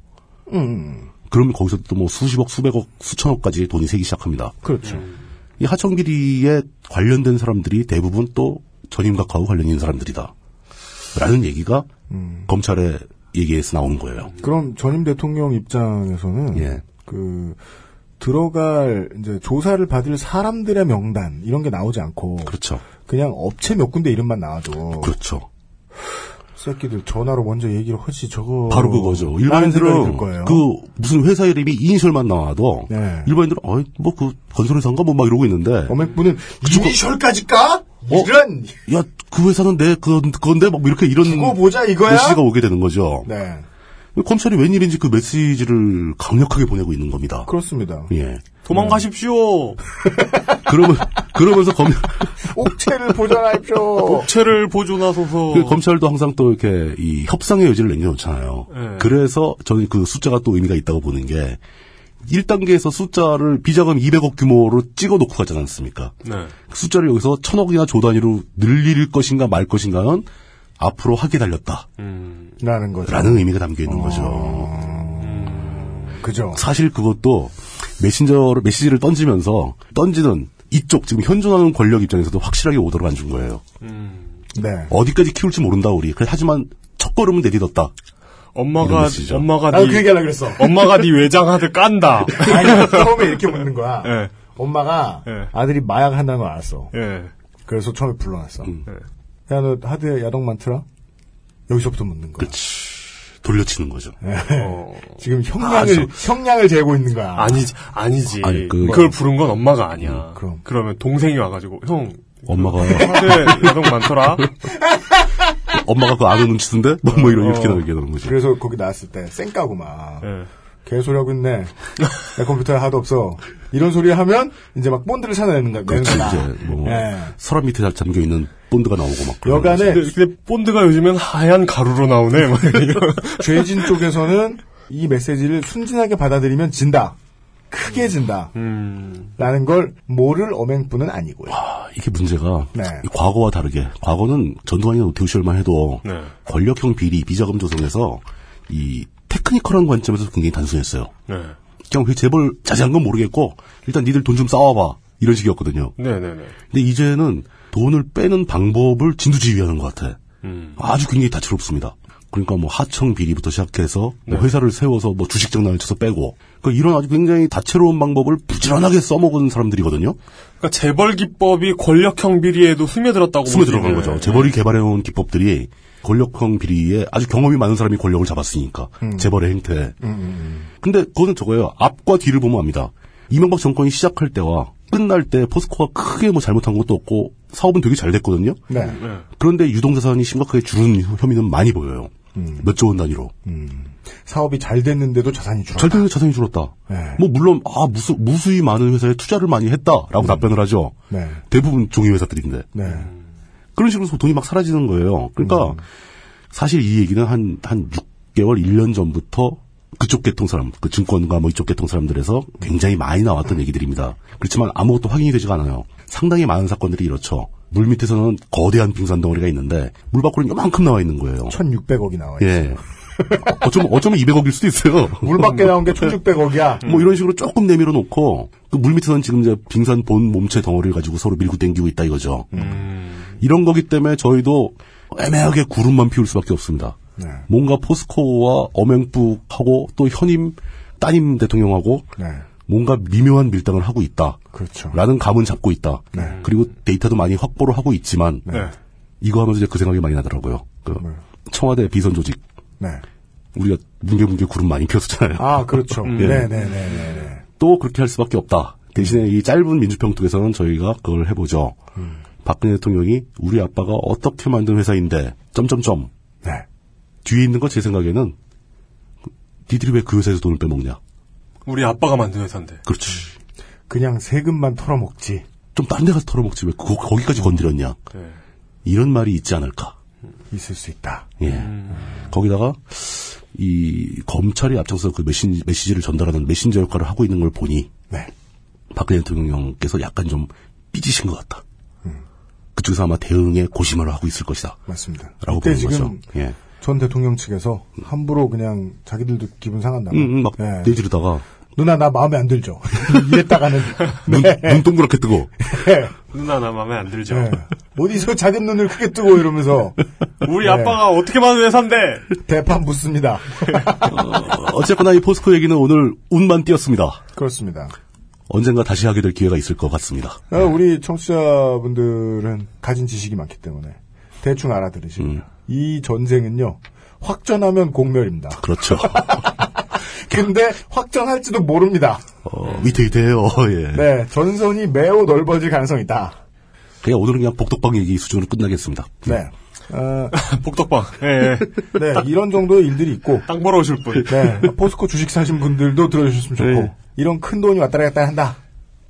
음.
그러면 거기서 또 뭐 수십억, 수백억, 수천억까지 돈이 새기 시작합니다.
그렇죠.
이 하청비리에 관련된 사람들이 대부분 또 전임각하고 관련 있는 사람들이다. 라는 얘기가
음.
검찰의 얘기에서 나오는 거예요.
그럼 전임 대통령 입장에서는
예.
그 들어갈 이제 조사를 받을 사람들의 명단 이런 게 나오지 않고
그렇죠.
그냥 업체 몇 군데 이름만 나와도
그렇죠.
새끼들 전화로 먼저 얘기를 하지 저거
바로 그거죠.
라는 생각이 어. 들
일반인들은
거예요.
그 무슨 회사 이름이 이니셜만 나와도
네.
일반인들은 어이 뭐 그 건설회사인가 뭐 막 이러고 있는데
어맥분은
그쪽-
이니셜까지
어?
까? 이런
야 그 회사는 내 그- 건데 막 이렇게 이런
두고 보자 이거야?
메시지가 오게 되는 거죠.
네
검찰이 웬일인지 그 메시지를 강력하게 보내고 있는 겁니다.
그렇습니다.
예.
도망가십시오.
그러면 그러면서 검
옥체를 보존하십시오.
업체를 보존하소서.
그 검찰도 항상 또 이렇게 이 협상의 여지를 남겨놓잖아요.
네.
그래서 저는 그 숫자가 또 의미가 있다고 보는 게 1단계에서 숫자를 비자금 200억 규모로 찍어놓고 가지 않습니까?
네.
그 숫자를 여기서 천억이나 조 단위로 늘릴 것인가 말 것인가는 앞으로 하게 달렸다라는
라는 거죠.
의미가 담겨 있는 거죠.
그죠.
사실 그것도 메신저로 메시지를 던지면서 던지는 이쪽 지금 현존하는 권력 입장에서도 확실하게 오더를 안 준 거예요.
네.
어디까지 키울지 모른다 우리. 그래, 하지만 첫 걸음은 내딛었다. 이런
엄마가
메시지죠. 아,
엄마가
나도
네
그 얘기하려고 그랬어.
엄마가 네 외장 하드 깐다.
아니 처음에 이렇게 묻는 거야.
예.
엄마가
예.
아들이 마약 한다는 걸 알았어.
예.
그래서 처음에 불러놨어.
예.
야, 너 하드에 야동 많더라? 여기서부터 묻는 거야.
돌려치는 거죠.
네.
어.
지금
아,
형량을, 형량을 재고 있는 거야.
아니지 아니지.
아니, 그-
그, 걸 부른 건 엄마가 아니야.
음, 그럼.
그러면 동생이 와가지고 형.
엄마가
하드 여동 많더라.
엄마가 그 아는 눈치인데 뭐, 뭐 이런 이렇게
어.
나오게 되는 거죠.
그래서 거기 나왔을 때, 쌩까고 막.
예.
개소리하고 있네. 내 컴퓨터에 하드 없어. 이런 소리 하면, 이제 막 본드를 찾아내는 거야.
그렇지
내는 거야.
이제 뭐
예.
서랍 밑에 잘 잠겨 있는 본드가 나오고 막 그런 거죠.
여간에,
네, 근데, 근데 본드가 요즘엔 하얀 가루로 나오네. 막 이런.
죄진 쪽에서는 이 메시지를 순진하게 받아들이면 진다. 크게 진다. 라는 걸 모를 어맹뿐은 아니고요.
아, 이게 문제가
네.
이 과거와 다르게 과거는 전두환이나 노태우 시절만 해도
네.
권력형 비리 비자금 조성에서 이 테크니컬한 관점에서 굉장히 단순했어요.
네.
그냥 그 재벌 자세한 건 모르겠고 일단 니들 돈 좀 쌓아봐 이런 식이었거든요.
네네네.
근데 이제는 돈을 빼는 방법을 진두지휘하는 것 같아. 아주 굉장히 다채롭습니다. 그러니까 뭐 하청 비리부터 시작해서 뭐 회사를 세워서 뭐 주식 장난을 쳐서 빼고 그러니까 이런 아주 굉장히 다채로운 방법을 부지런하게 써먹은 사람들이거든요.
그러니까 재벌 기법이 권력형 비리에도 스며들었다고
숨어
볼수
들어간
있는.
거죠. 재벌이 개발해온 기법들이 권력형 비리에 아주 경험이 많은 사람이 권력을 잡았으니까 재벌의 행태.
음,
근데 그거는 저거예요. 앞과 뒤를 보면 압니다. 이명박 정권이 시작할 때와 끝날 때 포스코가 크게 뭐 잘못한 것도 없고 사업은 되게 잘 됐거든요.
네.
그런데 유동자산이 심각하게 줄은 혐의는 많이 보여요.
음.
몇 조 원 단위로.
사업이 잘 됐는데도 자산이 줄었다.
절대로 자산이 줄었다.
네.
뭐 물론 아 무수 무수히 많은 회사에 투자를 많이 했다라고 답변을 하죠.
음. 네.
대부분 종이 회사들인데.
네.
그런 식으로 돈이 막 사라지는 거예요. 그러니까 사실 이 얘기는 한, 한 6개월, 1년 전부터 그쪽 계통 사람, 그 증권과 뭐 이쪽 계통 사람들에서 굉장히 많이 나왔던 얘기들입니다. 그렇지만 아무것도 확인이 되지가 않아요. 상당히 많은 사건들이 이렇죠. 물 밑에서는 거대한 빙산 덩어리가 있는데 물 밖으로는 요만큼 나와 있는 거예요.
1,600억이 나와 있어요.
예. 어쩌면 어쩌면 200억일 수도 있어요.
물 밖에 나온 게 1,600억이야.
뭐 이런 식으로 조금 내밀어 놓고 그 물 밑에서는 지금 이제 빙산 본 몸체 덩어리를 가지고 서로 밀고 당기고 있다 이거죠.
음.
이런 거기 때문에 저희도 애매하게 구름만 피울 수밖에 없습니다.
네.
뭔가 포스코와 어맹북하고 또 현임 따님 대통령하고
네.
뭔가 미묘한 밀당을 하고 있다.
그렇죠.
라는 감은 잡고 있다. 그리고 데이터도 많이 확보를 하고 있지만
네.
이거 하면서 이제 그 생각이 많이 나더라고요. 그 청와대 비선 조직
네.
우리가 뭉게뭉게 구름 많이 피웠었잖아요.
아, 그렇죠.
음.
네, 네, 네, 네, 네.
또 그렇게 할 수밖에 없다. 대신에 이 짧은 민주평통에서는 저희가 그걸 해보죠. 박근혜 대통령이 우리 아빠가 어떻게 만든 회사인데 점점점
네.
뒤에 있는 거 제 생각에는 니들이 왜 그 회사에서 돈을 빼먹냐?
우리 아빠가 만든 회사인데.
그렇지.
그냥 세금만 털어먹지.
좀 다른 데 가서 털어먹지 왜 그거 거기까지 건드렸냐? 이런 말이 있지 않을까?
있을 수 있다.
예. 거기다가 이 검찰이 앞장서 그 메신, 메시지를 전달하는 메신저 역할을 하고 있는 걸 보니
네.
박근혜 대통령께서 약간 좀 삐지신 것 같다. 그쪽에서 아마 대응에 고심을 하고 있을 것이다.
맞습니다.
라고
그때
보는
지금
거죠. 예.
전 대통령 측에서 함부로 그냥 자기들도 기분 상한다.
응, 응, 음, 막
네.
내지르다가
누나 나 마음에 안 들죠. 이랬다가는
눈, 눈 동그랗게 뜨고
네.
누나 나 마음에 안 들죠.
네. 어디서 작은 눈을 크게 뜨고 이러면서
우리
네.
아빠가 어떻게 만든 회사인데.
대판 묻습니다.
어쨌거나 이 포스코 얘기는 오늘 운만 띄었습니다.
그렇습니다.
언젠가 다시 하게 될 기회가 있을 것 같습니다.
아, 우리 청취자분들은 가진 지식이 많기 때문에 대충 알아들으십니다. 이 전쟁은요. 확전하면 공멸입니다.
그렇죠.
근데 확전할지도 모릅니다.
어, 위태위태해요. 예.
네, 전선이 매우 넓어질 가능성이 있다.
그냥 오늘은 그냥 복덕방 얘기 수준으로 끝나겠습니다.
네. 어,
복덕방. 예.
네, 이런 정도의 일들이 있고,
땅 보러 오실 분.
네, 포스코 주식 사신 분들도 들어주셨으면 좋고,
네.
이런 큰 돈이 왔다리 갔다리 한다.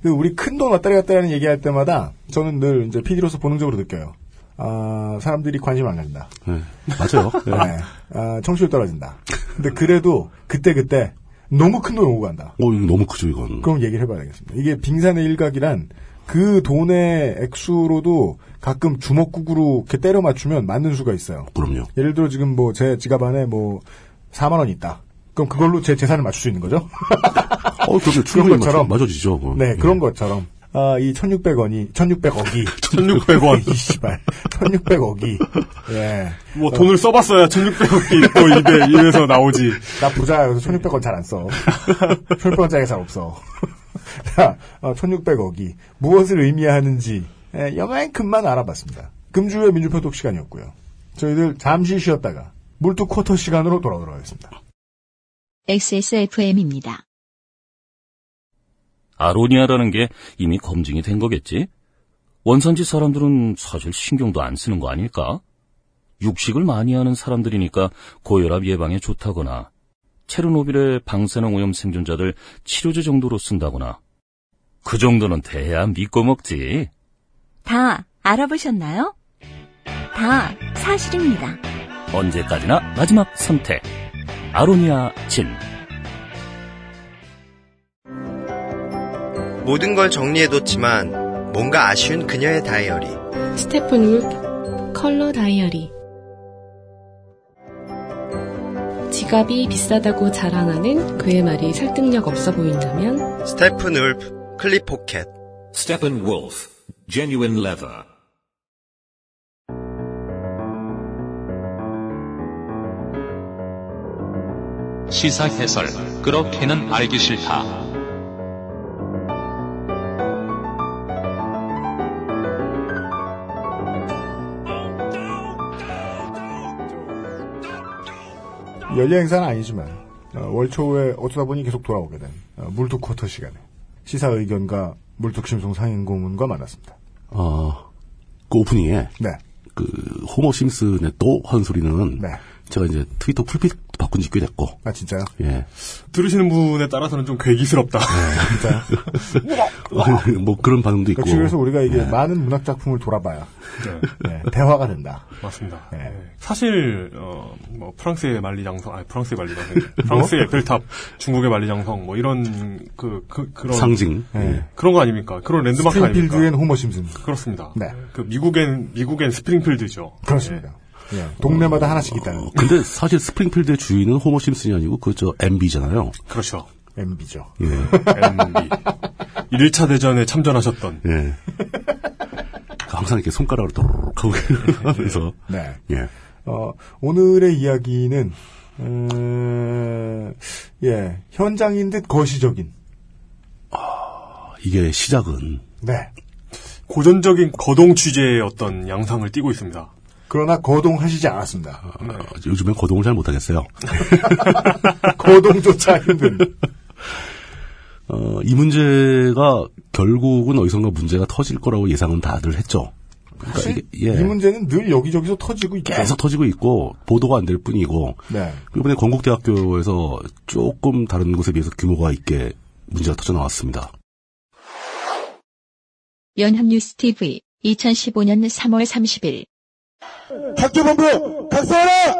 근데 우리 큰 돈 왔다리 갔다리는 얘기할 때마다, 저는 늘 이제 PD로서 본능적으로 느껴요. 아, 사람들이 관심 안 간다.
예. 맞아요. 예.
네. 아, 청취율 떨어진다. 근데 그래도, 그때그때, 너무 큰 돈 오고 간다.
어, 이거 너무 크죠 이건.
그럼 얘기를 해봐야 되겠습니다. 이게 빙산의 일각이란, 그 돈의 액수로도 가끔 주먹구구로 이렇게 때려 맞추면 맞는 수가 있어요.
그럼요.
예를 들어 지금 뭐 제 지갑 안에 뭐 4만 원이 있다. 그럼 그걸로 제 재산을 맞출 수 있는 거죠?
어, 그럼요. 충분히 맞아,
것처럼.
맞아지죠. 그건. 예.
네, 그런 것처럼. 아, 이 1600원이, 1600억이.
1600원.
이 씨발. 1600억이. 예.
뭐 돈을 써봤어야 1600억이 있고 입에 입에서 나오지.
나 부자야. 그래서 1600원 잘 안 써. 1600원짜리 잘 없어. 자, 어, 1600억이 무엇을 의미하는지, 예, 요만큼만 알아봤습니다. 금주의 민주평독 시간이었고요. 저희들 잠시 쉬었다가 물뚝 쿼터 시간으로 돌아오도록 하겠습니다.
XSFM입니다.
아로니아라는 게 이미 검증이 된 거겠지? 원산지 사람들은 사실 신경도 안 쓰는 거 아닐까? 육식을 많이 하는 사람들이니까 고혈압 예방에 좋다거나, 체르노빌의 방사능 오염 생존자들 치료제 정도로 쓴다거나, 그 정도는 돼야 믿고 먹지.
다 알아보셨나요? 다 사실입니다.
언제까지나 마지막 선택. 아로니아 진.
모든 걸 정리해뒀지만 뭔가 아쉬운 그녀의 다이어리.
스테픈 울프 컬러 다이어리 지갑이 비싸다고 자랑하는 그의 말이 설득력 없어 보인다면
스테픈 울프 클립 포켓.
Steppenwolf, genuine leather.
시사 해설. 그렇게는 알기 싫다.
연례 행사는 아니지만 어, 월초에 어쩌다 보니 계속 돌아오게 된 어, 물뚝 쿼터 시간에 시사 의견과 물뚝 심송 상인 고문과 만났습니다.
어, 그 오프닝에
네,
그 호머 심슨의 또 한 소리는
네.
제가 이제 트위터 풀핏 바꾼 지 꽤 됐고.
아, 진짜요?
예.
들으시는 분에 따라서는 좀 괴기스럽다.
네.
뭐 그런 반응도 있고. 네.
역시 그래서 그러니까 우리가 이게 많은 문학 작품을 돌아봐야 네, 대화가 된다.
맞습니다. 네. 사실 어, 뭐 프랑스의 만리장성, 아니 프랑스의 만리장성,
뭐?
프랑스의 에펠탑, 중국의 만리장성 뭐 이런 그, 그 그런
상징.
네.
예. 그런 거 아닙니까? 그런 랜드마크 아닙니까?
스프링필드엔 호머 심슨.
그렇습니다.
네.
그 미국엔 미국엔 스프링필드죠.
그렇습니다. 예. 동네마다 하나씩 있다는.
어, 근데 사실 스프링필드의 주인은 호머 심슨이 아니고 그 저 MB잖아요.
그렇죠.
MB죠.
예.
MB. 1차 대전에 참전하셨던
예. 그 항상 이렇게 손가락으로 도로록 하고 하면서.
네.
예.
어, 오늘의 이야기는 음, 예 현장인 듯 거시적인
아, 이게 시작은
네
고전적인 거동 취재의 어떤 양상을 띠고 있습니다.
그러나 거동하시지 않았습니다.
어, 요즘엔 거동을 잘 못하겠어요.
거동조차 힘든
어, 이 문제가 결국은 어디선가 문제가 터질 거라고 예상은 다들 했죠. 그러니까
사실
이게- 예.
이 문제는 늘 여기저기서 터지고 있죠.
계속 터지고 있고 보도가 안 될 뿐이고
네.
이번에 건국대학교에서 조금 다른 곳에 비해서 규모가 있게 문제가 터져 나왔습니다.
연합뉴스 TV 2015년 3월 30일
학교본부 각서하라!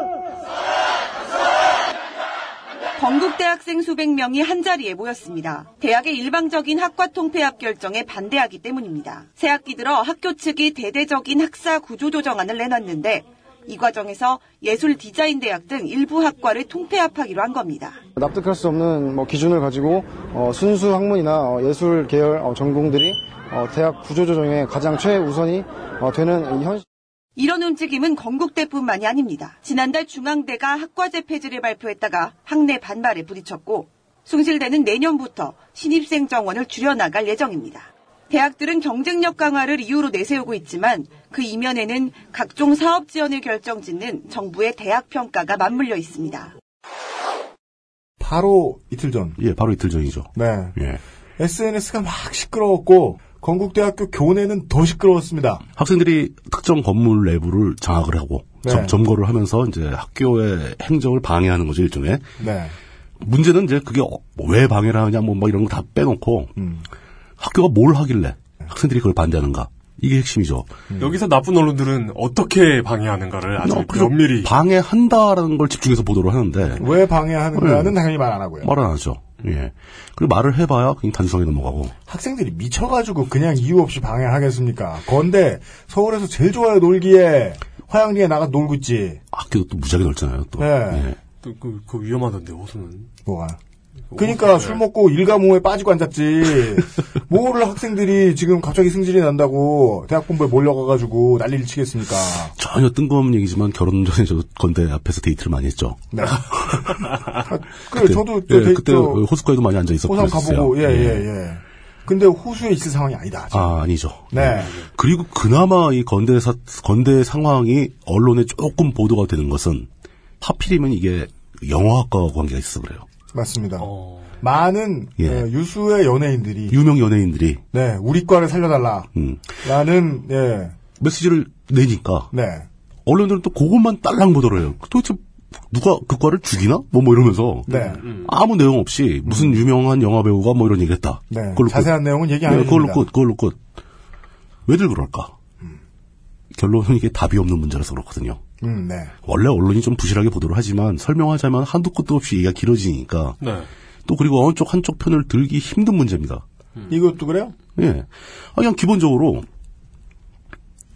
건국대학생 수백 명이 한자리에 모였습니다. 대학의 일방적인 학과 통폐합 결정에 반대하기 때문입니다. 새 학기 들어 학교 측이 대대적인 학사 구조 조정안을 내놨는데 이 과정에서 예술 디자인 대학 등 일부 학과를 통폐합하기로 한 겁니다.
납득할 수 없는 뭐 기준을 가지고 어, 순수 학문이나 어, 예술 계열 어, 전공들이 어, 대학 구조조정에 가장 최우선이 어, 되는 이 현.
이런 움직임은 건국대뿐만이 아닙니다. 지난달 중앙대가 학과제 폐지를 발표했다가 학내 반발에 부딪혔고 숭실대는 내년부터 신입생 정원을 줄여나갈 예정입니다. 대학들은 경쟁력 강화를 이유로 내세우고 있지만 그 이면에는 각종 사업 지원을 결정짓는 정부의 대학 평가가 맞물려 있습니다.
바로 이틀 전.
예, 바로 이틀 전이죠.
네.
예.
SNS가 막 시끄러웠고 건국대학교 교내는 더 시끄러웠습니다.
학생들이 특정 건물 내부를 장악을 하고
네.
점- 점거를 하면서 이제 학교의 행정을 방해하는 거죠 일종의
네.
문제는 이제 그게 어- 왜 방해를 하냐 뭐 막 이런 거 다 빼놓고
음.
학교가 뭘 하길래 학생들이 그걸 반대하는가 이게 핵심이죠.
여기서 나쁜 언론들은 어떻게 방해하는가를 아주
음. 어, 그래서 방해한다라는 걸 집중해서 보도를 하는데
왜 방해하는가는
네.
당연히 말 안 하고요.
말을 안 하죠. 예. 그리고 말을 해봐야 그냥 단순하게 넘어가고
학생들이 미쳐가지고 그냥 이유 없이 방해하겠습니까? 건데 서울에서 제일 좋아요 놀기에 화양리에 나가 놀고 있지.
학교도 또 무지하게 넓잖아요. 또. 예.
네.
또 그, 그 위험하던데 호수는
뭐가? 그러니까 술 먹고 일가모에 빠지고 앉았지. 뭐를 학생들이 지금 갑자기 승질이 난다고 대학 본부에 몰려가가지고 난리를 치겠습니까?
전혀 뜬금없는 얘기지만 결혼 전에 저 건대 앞에서 데이트를 많이 했죠.
네. 아, 그래 네, 저도 저
예,
데이트
그때 호숫가에도 많이 앉아 있었고
호상
그랬었어요.
가보고 예예 예, 예. 근데 호수에 있을 상황이 아니다.
아 아니죠.
네.
그리고 그나마 이 건대 사, 건대 상황이 언론에 조금 보도가 되는 것은 하필이면 이게 영화학과와 관계가 있어 그래요.
맞습니다. 많은
어. 예.
어, 유수의 연예인들이
유명 연예인들이
네 우리 과를 살려달라.
음,
라는 예.
메시지를 내니까
네.
언론들은 또 그것만 딸랑 보도를 해요. 도대체 누가 그 과를 죽이나? 뭐 뭐 이러면서
네.
아무 내용 없이 무슨 유명한 영화 배우가 뭐 이런 얘기했다.
네. 자세한 내용은 얘기 안 해줍니다.
네, 그걸로 끝. 그걸로 끝. 왜들 그럴까? 결론은 이게 답이 없는 문제라서 그렇거든요.
음, 네.
원래 언론이 좀 부실하게 보도를 하지만 설명하자면 한두 끝도 없이 얘기가 길어지니까
네.
또 그리고 어느 쪽 한쪽 편을 들기 힘든 문제입니다.
이것도 그래요?
예. 아, 그냥 기본적으로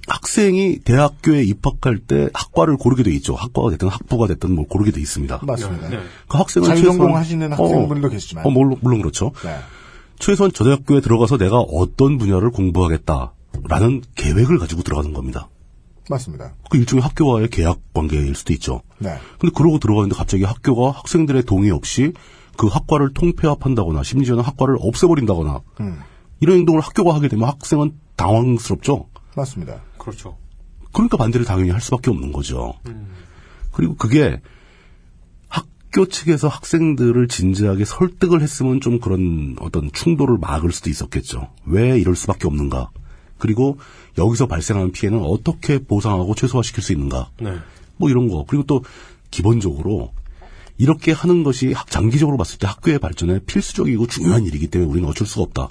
학생이 대학교에 입학할 때 학과를 고르게 돼 있죠. 학과가 됐든 학부가 됐든 뭘 고르게 돼 있습니다.
맞습니다. 네.
그 학생은
자유전공
최소한-
하시는
어,
학생분들도 계시지만.
어, 물론, 물론 그렇죠.
네.
최소한 저 대학교에 들어가서 내가 어떤 분야를 공부하겠다라는 계획을 가지고 들어가는 겁니다.
맞습니다.
그 일종의 학교와의 계약 관계일 수도 있죠.
네.
근데 그러고 들어가는데 갑자기 학교가 학생들의 동의 없이 그 학과를 통폐합한다거나 심지어는 학과를 없애버린다거나
음.
이런 행동을 학교가 하게 되면 학생은 당황스럽죠.
맞습니다.
그렇죠.
그러니까 반대를 당연히 할 수밖에 없는 거죠. 그리고 그게 학교 측에서 학생들을 진지하게 설득을 했으면 좀 그런 어떤 충돌을 막을 수도 있었겠죠. 왜 이럴 수밖에 없는가? 그리고 여기서 발생하는 피해는 어떻게 보상하고 최소화시킬 수 있는가?
네.
뭐 이런 거. 그리고 또 기본적으로 이렇게 하는 것이 학- 장기적으로 봤을 때 학교의 발전에 필수적이고 중요한 일이기 때문에 우리는 어쩔 수가 없다.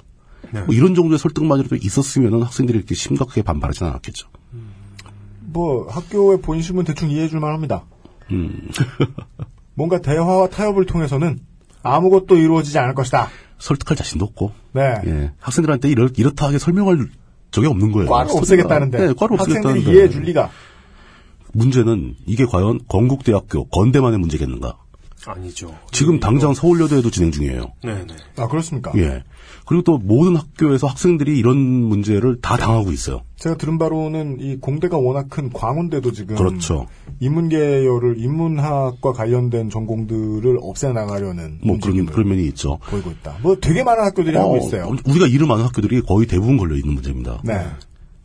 뭐 이런 정도의 설득만이라도 있었으면 학생들이 이렇게 심각하게 반발하지는 않았겠죠.
뭐 학교의 본심은 대충 이해해줄 만합니다.
음.
뭔가 대화와 타협을 통해서는 아무것도 이루어지지 않을 것이다.
설득할 자신도 없고.
네.
예. 학생들한테 이렇, 이렇다 하게 설명할 적이 없는 거예요.
과를
스토리가.
없애겠다는데.
네, 과를
학생들이
없애겠다는데.
이해해줄 리가.
문제는 이게 과연 건국대학교 건대만의 문제겠는가?
아니죠.
지금 당장 서울여대에도 진행 중이에요.
네네.
음. 아 그렇습니까?
예. 그리고 또 모든 학교에서 학생들이 이런 문제를 다 당하고 있어요.
제가 들은 바로는 이 공대가 워낙 큰 광운대도 지금
그렇죠.
인문계열을 인문학과 관련된 전공들을 없애 나가려는
뭐 그런 그런 면이 있죠.
보이고 있다. 뭐 되게 많은 학교들이 음. 하고 있어요.
우리가 이름 아는 학교들이 거의 대부분 걸려 있는 문제입니다.
네.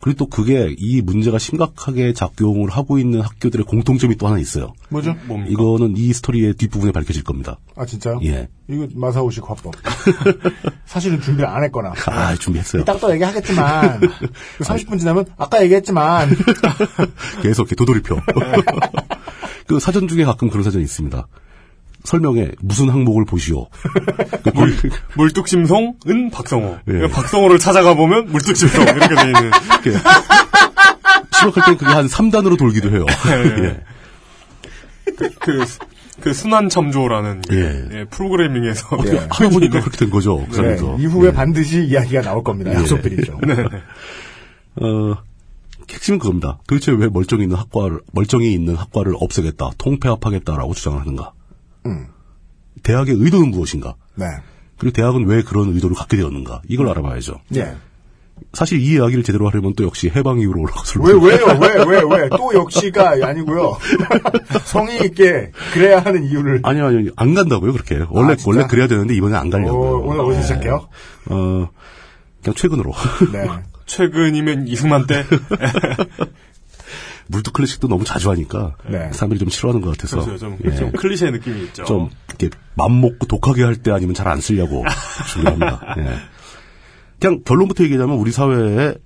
그리고 또 그게 이 문제가 심각하게 작용을 하고 있는 학교들의 공통점이 또 하나 있어요.
뭐죠?
이거는 이 스토리의 뒷부분에 밝혀질 겁니다.
아 진짜요?
예.
이거 마사오식 화법. 사실은 준비를 안 했거나.
아, 준비했어요.
이따 또 얘기하겠지만 30분 지나면 아까 얘기했지만
계속 이렇게 도돌이표. 그 사전 중에 가끔 그런 사전이 있습니다. 설명에 무슨 항목을 보시오. 그 음.
물뚝심송, 은 박성호.
예.
그러니까 박성호를 찾아가 보면 물뚝심송 이렇게 돼 있는.
취업할 땐 그게 한 3단으로 돌기도 해요. 예.
그, 그 순환 참조라는 게,
예.
예, 프로그래밍에서
어떻게 하다 보니까 그렇게 된 거죠. 그
네,
사람도.
이후에 반드시 이야기가 나올 겁니다.
예.
약속드리죠.
어, 핵심은 그겁니다. 도대체 왜 멀쩡히 있는 학과를, 멀쩡히 있는 학과를 없애겠다, 통폐합하겠다라고 주장을 하는가.
음.
대학의 의도는 무엇인가.
네.
그리고 대학은 왜 그런 의도를 갖게 되었는가. 이걸 알아봐야죠.
예.
사실 이 이야기를 제대로 하려면 또 역시 해방 이후로 올라가서.
왜 왜요? 왜 왜 왜? 또 역시가 아니고요. 성의 있게 그래야 하는 이유를
아니요, 아니요. 안 간다고요, 그렇게. 원래,
아, 진짜?
원래 그래야 되는데 이번에 안 가려고요.
오, 늘 어디서 시작해요?
어, 그냥 최근으로.
네.
최근이면 이승만 때.
물도 클래식도 너무 자주 하니까
네.
사람들이 좀 싫어하는 것 같아서
그래서 좀,
예.
좀 클리셰 느낌이 있죠.
좀 이렇게 맘 먹고 독하게 할 때 아니면 잘 안 쓰려고 준비합니다. 예. 그냥 결론부터 얘기하자면 우리 사회의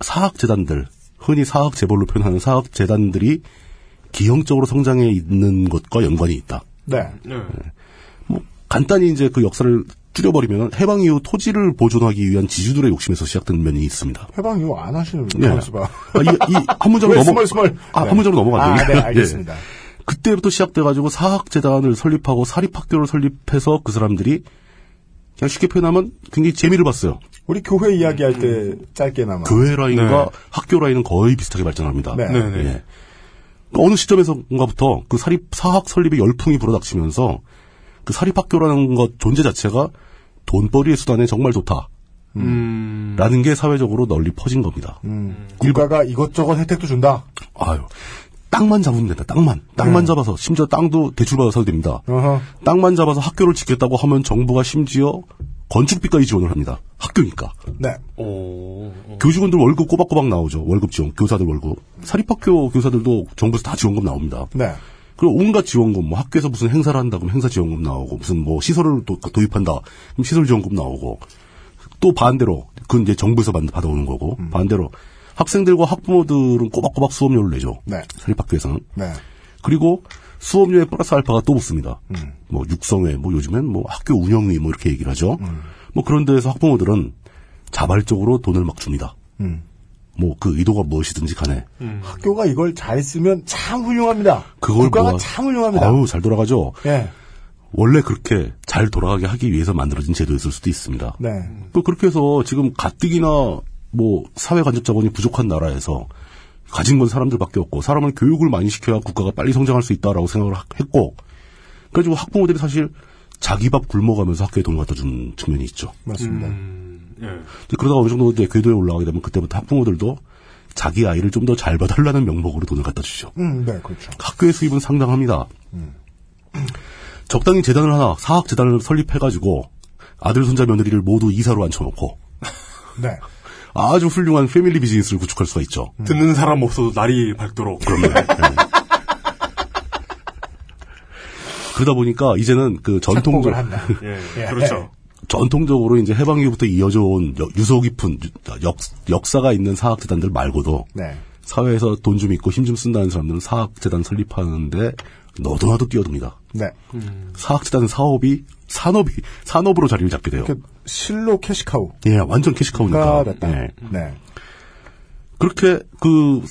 사학 재단들 흔히 사학 재벌로 표현하는 사학 재단들이 기형적으로 성장해 있는 것과 연관이 있다.
네.
간단히 이제 그 역사를 줄여버리면 해방 이후 토지를 보존하기 위한 지주들의 욕심에서 시작된 면이 있습니다.
해방 이후 안 하시는
예.
분봐
아, 이, 이, 한 문장으로
왜
넘어,
스멀, 스멀?
아,
네.
한 문장으로 넘어가네요.
아, 네, 알겠습니다.
그때부터 시작돼가지고 사학재단을 설립하고 사립학교를 설립해서 그 사람들이 그냥 쉽게 표현하면 굉장히 재미를 봤어요.
우리 교회 이야기할 때 짧게나마
교회 라인과 학교 라인은 거의 비슷하게 발전합니다.
네. 네, 네.
예. 그 어느 시점에서인가부터 그 사립 사학 설립의 열풍이 불어닥치면서 그 사립학교라는 것 존재 자체가 돈벌이의 수단에 정말 좋다. 라는 게 사회적으로 널리 퍼진 겁니다.
음, 국가가 이것저것 혜택도 준다.
아유, 땅만 잡으면 된다. 땅만, 땅만
네.
잡아서 심지어 땅도 대출 받아서 됩니다.
어허.
땅만 잡아서 학교를 짓겠다고 하면 정부가 심지어 건축비까지 지원을 합니다. 학교니까.
네.
교직원들 월급 꼬박꼬박 나오죠. 월급 지원, 교사들 월급. 사립학교 교사들도 정부에서 다 지원금 나옵니다.
네.
그리고 온갖 지원금, 뭐 학교에서 무슨 행사를 한다 그러면 행사 지원금 나오고, 무슨 뭐 시설을 또 도입한다 그럼 시설 지원금 나오고, 또 반대로, 그건 이제 정부에서 받- 받아오는 거고, 반대로 학생들과 학부모들은 꼬박꼬박 수업료를 내죠.
네.
사립학교에서는.
네.
그리고 수업료에 플러스 알파가 또 붙습니다. 뭐 육성회, 뭐 요즘엔 뭐 학교 운영위 뭐 이렇게 얘기를 하죠. 뭐 그런 데에서 학부모들은 자발적으로 돈을 막 줍니다.
음.
뭐 그 의도가 무엇이든지 간에
학교가 이걸 잘 쓰면 참 훌륭합니다.
그걸
국가가
모아-
참 훌륭합니다.
아우 잘 돌아가죠.
예.
원래 그렇게 잘 돌아가게 하기 위해서 만들어진 제도였을 수도 있습니다.
네.
그 그렇게 해서 지금 가뜩이나 뭐 사회 간접 자본이 부족한 나라에서 가진 건 사람들밖에 없고 사람을 교육을 많이 시켜야 국가가 빨리 성장할 수 있다라고 생각을 하- 했고 그래가지고 학부모들이 사실 자기 밥 굶어가면서 학교에 돈 갖다 준 측면이 있죠.
맞습니다.
예.
근데 그러다가 어느 정도 이제 궤도에 올라가게 되면 그때부터 학부모들도 자기 아이를 좀 더 잘 봐달라는 명목으로 돈을 갖다 주죠.
음, 네, 그렇죠.
학교의 수입은 상당합니다. 적당히 재단을 하나 사학 재단을 설립해가지고 아들 손자 며느리를 모두 이사로 앉혀놓고
네.
아주 훌륭한 패밀리 비즈니스를 구축할 수가 있죠.
음.
네.
듣는 사람 없어도 날이 밝도록.
그러다 보니까 이제는 그 전통적
착복을 한다.
예, 그렇죠.
전통적으로 이제 해방 이후부터 이어져 온 여- 유서 깊은 유- 역, 역사가 있는 사학 재단들 말고도
네.
사회에서 돈 좀 있고 힘 좀 쓴다는 사람들은 사학재단 설립하는데 너도나도 뛰어듭니다.
네.
사학재단 사업이 산업이 산업으로 자리를 잡게 돼요.
그 실로 캐시카우.
예, 완전 캐시카우니까.
됐다.
예.
네.
그렇게 그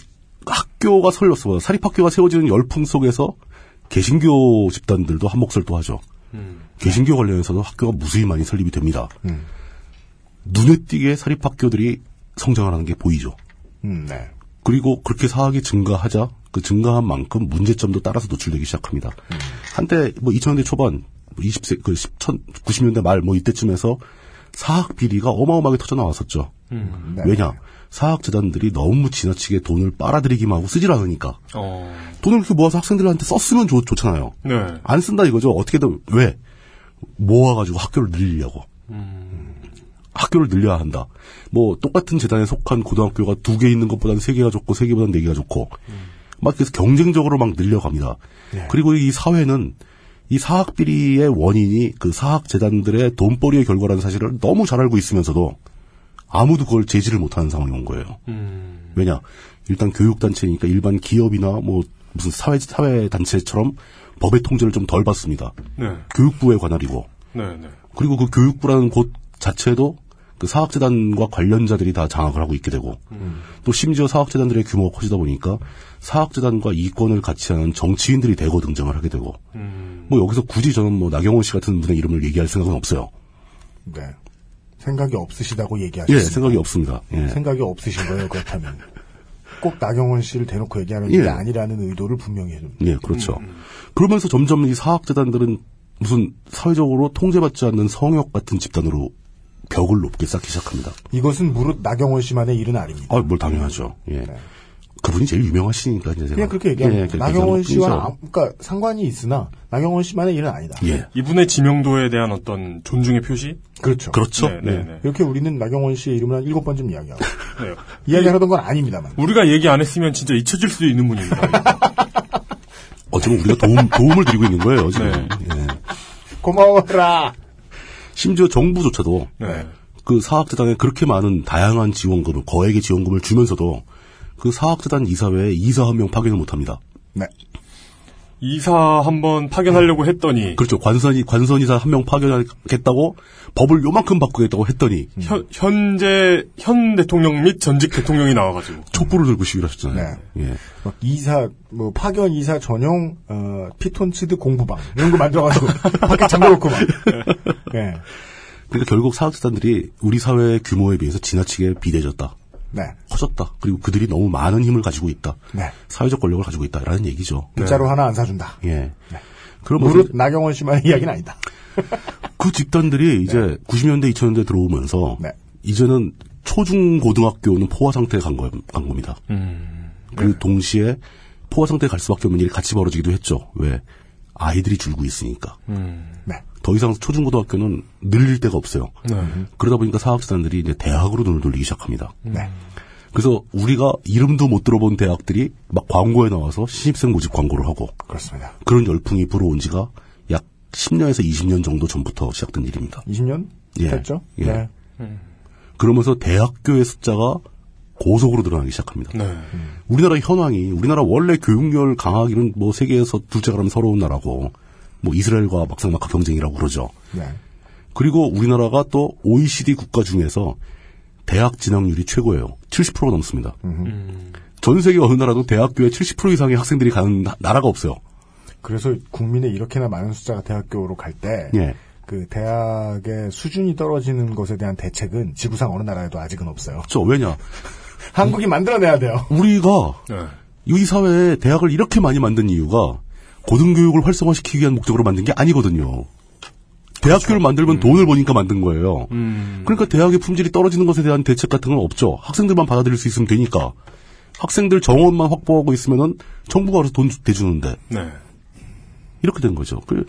학교가 설렸어. 사립학교가 세워지는 열풍 속에서 개신교 집단들도 한몫을도 하죠. 개신교 관련해서도 학교가 무수히 많이 설립이 됩니다.
음.
눈에 띄게 사립학교들이 성장을 하는 게 보이죠.
음, 네.
그리고 그렇게 사학이 증가하자 그 증가한 만큼 문제점도 따라서 노출되기 시작합니다. 한때 뭐 2000년대 초반, 20세 그 90년대 말 뭐 이때쯤에서 사학 비리가 어마어마하게 터져 나왔었죠.
음, 네.
왜냐 사학 재단들이 너무 지나치게 돈을 빨아들이기만 하고 쓰질 않으니까
어.
돈을 이렇게 모아서 학생들한테 썼으면 좋, 좋잖아요.
네.
안 쓴다 이거죠. 어떻게든 왜 모아가지고 학교를 늘리려고.
음.
학교를 늘려야 한다. 뭐 똑같은 재단에 속한 고등학교가 두 개 있는 것보다는 세 개가 좋고 세 개보다는 네 개가 좋고
음.
막 그래서 경쟁적으로 막 늘려갑니다.
네.
그리고 이 사회는 이 사학 비리의 원인이 그 사학 재단들의 돈벌이의 결과라는 사실을 너무 잘 알고 있으면서도 아무도 그걸 제지를 못하는 상황이 온 거예요.
음.
왜냐 일단 교육단체니까 일반 기업이나 뭐 무슨 사회 사회 단체처럼 법의 통제를 좀 덜 받습니다.
네.
교육부의 관할이고
네, 네.
그리고 그 교육부라는 곳 자체도 그 사학재단과 관련자들이 다 장악을 하고 있게 되고
음.
또 심지어 사학재단들의 규모가 커지다 보니까 사학재단과 이권을 같이 하는 정치인들이 대거 등장을 하게 되고
음.
뭐 여기서 굳이 저는 뭐 나경원 씨 같은 분의 이름을 얘기할 생각은 없어요.
네. 생각이 없으시다고
예,
얘기하셨습니다.
생각이 없습니다. 예.
생각이 없으신 거예요, 그렇다면. 꼭 나경원 씨를 대놓고 얘기하는 게
예.
아니라는 의도를 분명히 해줍니다.
예, 그렇죠. 그러면서 점점 이 사학재단들은 무슨 사회적으로 통제받지 않는 성역 같은 집단으로 벽을 높게 쌓기 시작합니다.
이것은 무릇 나경원 씨만의 일은 아닙니다.
아, 뭘 당연하죠. 예. 그분이 제일 유명하시니까 이제 제가
네. 그냥 그렇게 얘기합니다.
예, 그렇게
나경원
얘기하는
씨와
뿐이죠.
아무- 그러니까 상관이 있으나 나경원 씨만의 일은 아니다.
예.
이분의 지명도에 대한 어떤 존중의 표시?
그렇죠.
그렇죠.
네, 네, 네.
이렇게 우리는 나경원 씨의 이름을 한 일곱 번쯤 이야기하고
네.
이야기하던 건 아닙니다만.
우리가 얘기 안 했으면 진짜 잊혀질 수도 있는 분입니다.
어쩌면 우리가 도움, 도움을 드리고 있는 거예요, 지금.
네.
예.
고마워라.
심지어 정부조차도
네.
그 사학재단에 그렇게 많은 다양한 지원금을, 거액의 지원금을 주면서도 그 사학재단 이사회에 이사 한 명 파견을 못 합니다.
네.
이사 한번 파견하려고 했더니
그렇죠. 관선이, 관선이사 한 명 파견하겠다고 법을 요만큼 바꾸겠다고 했더니
현, 현재 현 대통령 및 전직 대통령이 나와가지고
촛불을 들고 시위를 하셨잖아요.
네.
예.
막 이사 뭐 파견 이사 전용 어, 피톤치드 공부방 이런 거 만들어가지고 밖에 잠궈놓고 막. 예.
그러니까 결국 사학재단들이 우리 사회 규모에 비해서 지나치게 비대해졌다.
네.
커졌다. 그리고 그들이 너무 많은 힘을 가지고 있다.
네.
사회적 권력을 가지고 있다라는 얘기죠.
빗자루 하나 안 사준다.
예. 그럼
네. 무릇 나경원
네.
씨만의 이야기는 아니다.
그 집단들이 이제 90년대, 2000년대 들어오면서 이제는 초중고등학교는 포화 상태에 간, 거, 간 겁니다. 그리고 동시에 포화 상태에 갈 수밖에 없는 일이 같이 벌어지기도 했죠. 왜? 아이들이 줄고 있으니까.
네.
더 이상 초중고등학교는 늘릴 데가 없어요. 그러다 보니까 사학재단들이 이제 대학으로 눈을 돌리기 시작합니다.
네.
그래서 우리가 이름도 못 들어본 대학들이 막 광고에 나와서 신입생 모집 광고를 하고
그렇습니다.
그런 열풍이 불어온 지가 약 10년에서 20년 정도 전부터 시작된 일입니다.
20년
예.
됐죠?
예.
네.
그러면서 대학교의 숫자가 고속으로 늘어나기 시작합니다. 우리나라 현황이 우리나라 원래 교육열 강하기는 뭐 세계에서 둘째 가라면 서러운 나라고 뭐 이스라엘과 막상막하 경쟁이라고 그러죠.
네.
그리고 우리나라가 또 OECD 국가 중에서 대학 진학률이 최고예요. 70%가 넘습니다. 전 세계 어느 나라도 대학교에 70% 이상의 학생들이 가는 나- 나라가 없어요.
그래서 국민의 이렇게나 많은 숫자가 대학교로 갈 때.
예.
그 대학의 수준이 떨어지는 것에 대한 대책은 지구상 어느 나라에도 아직은 없어요.
그렇죠. 왜냐? 음.
한국이 만들어내야 돼요.
우리가 이 사회에 대학을 이렇게 많이 만든 이유가 고등교육을 활성화시키기 위한 목적으로 만든 게 아니거든요. 대학교를 만들면 돈을 버니까 만든 거예요. 그러니까 대학의 품질이 떨어지는 것에 대한 대책 같은 건 없죠. 학생들만 받아들일 수 있으면 되니까. 학생들 정원만 확보하고 있으면은 정부가 알아서 돈 주- 대주는데
네.
이렇게 된 거죠. 그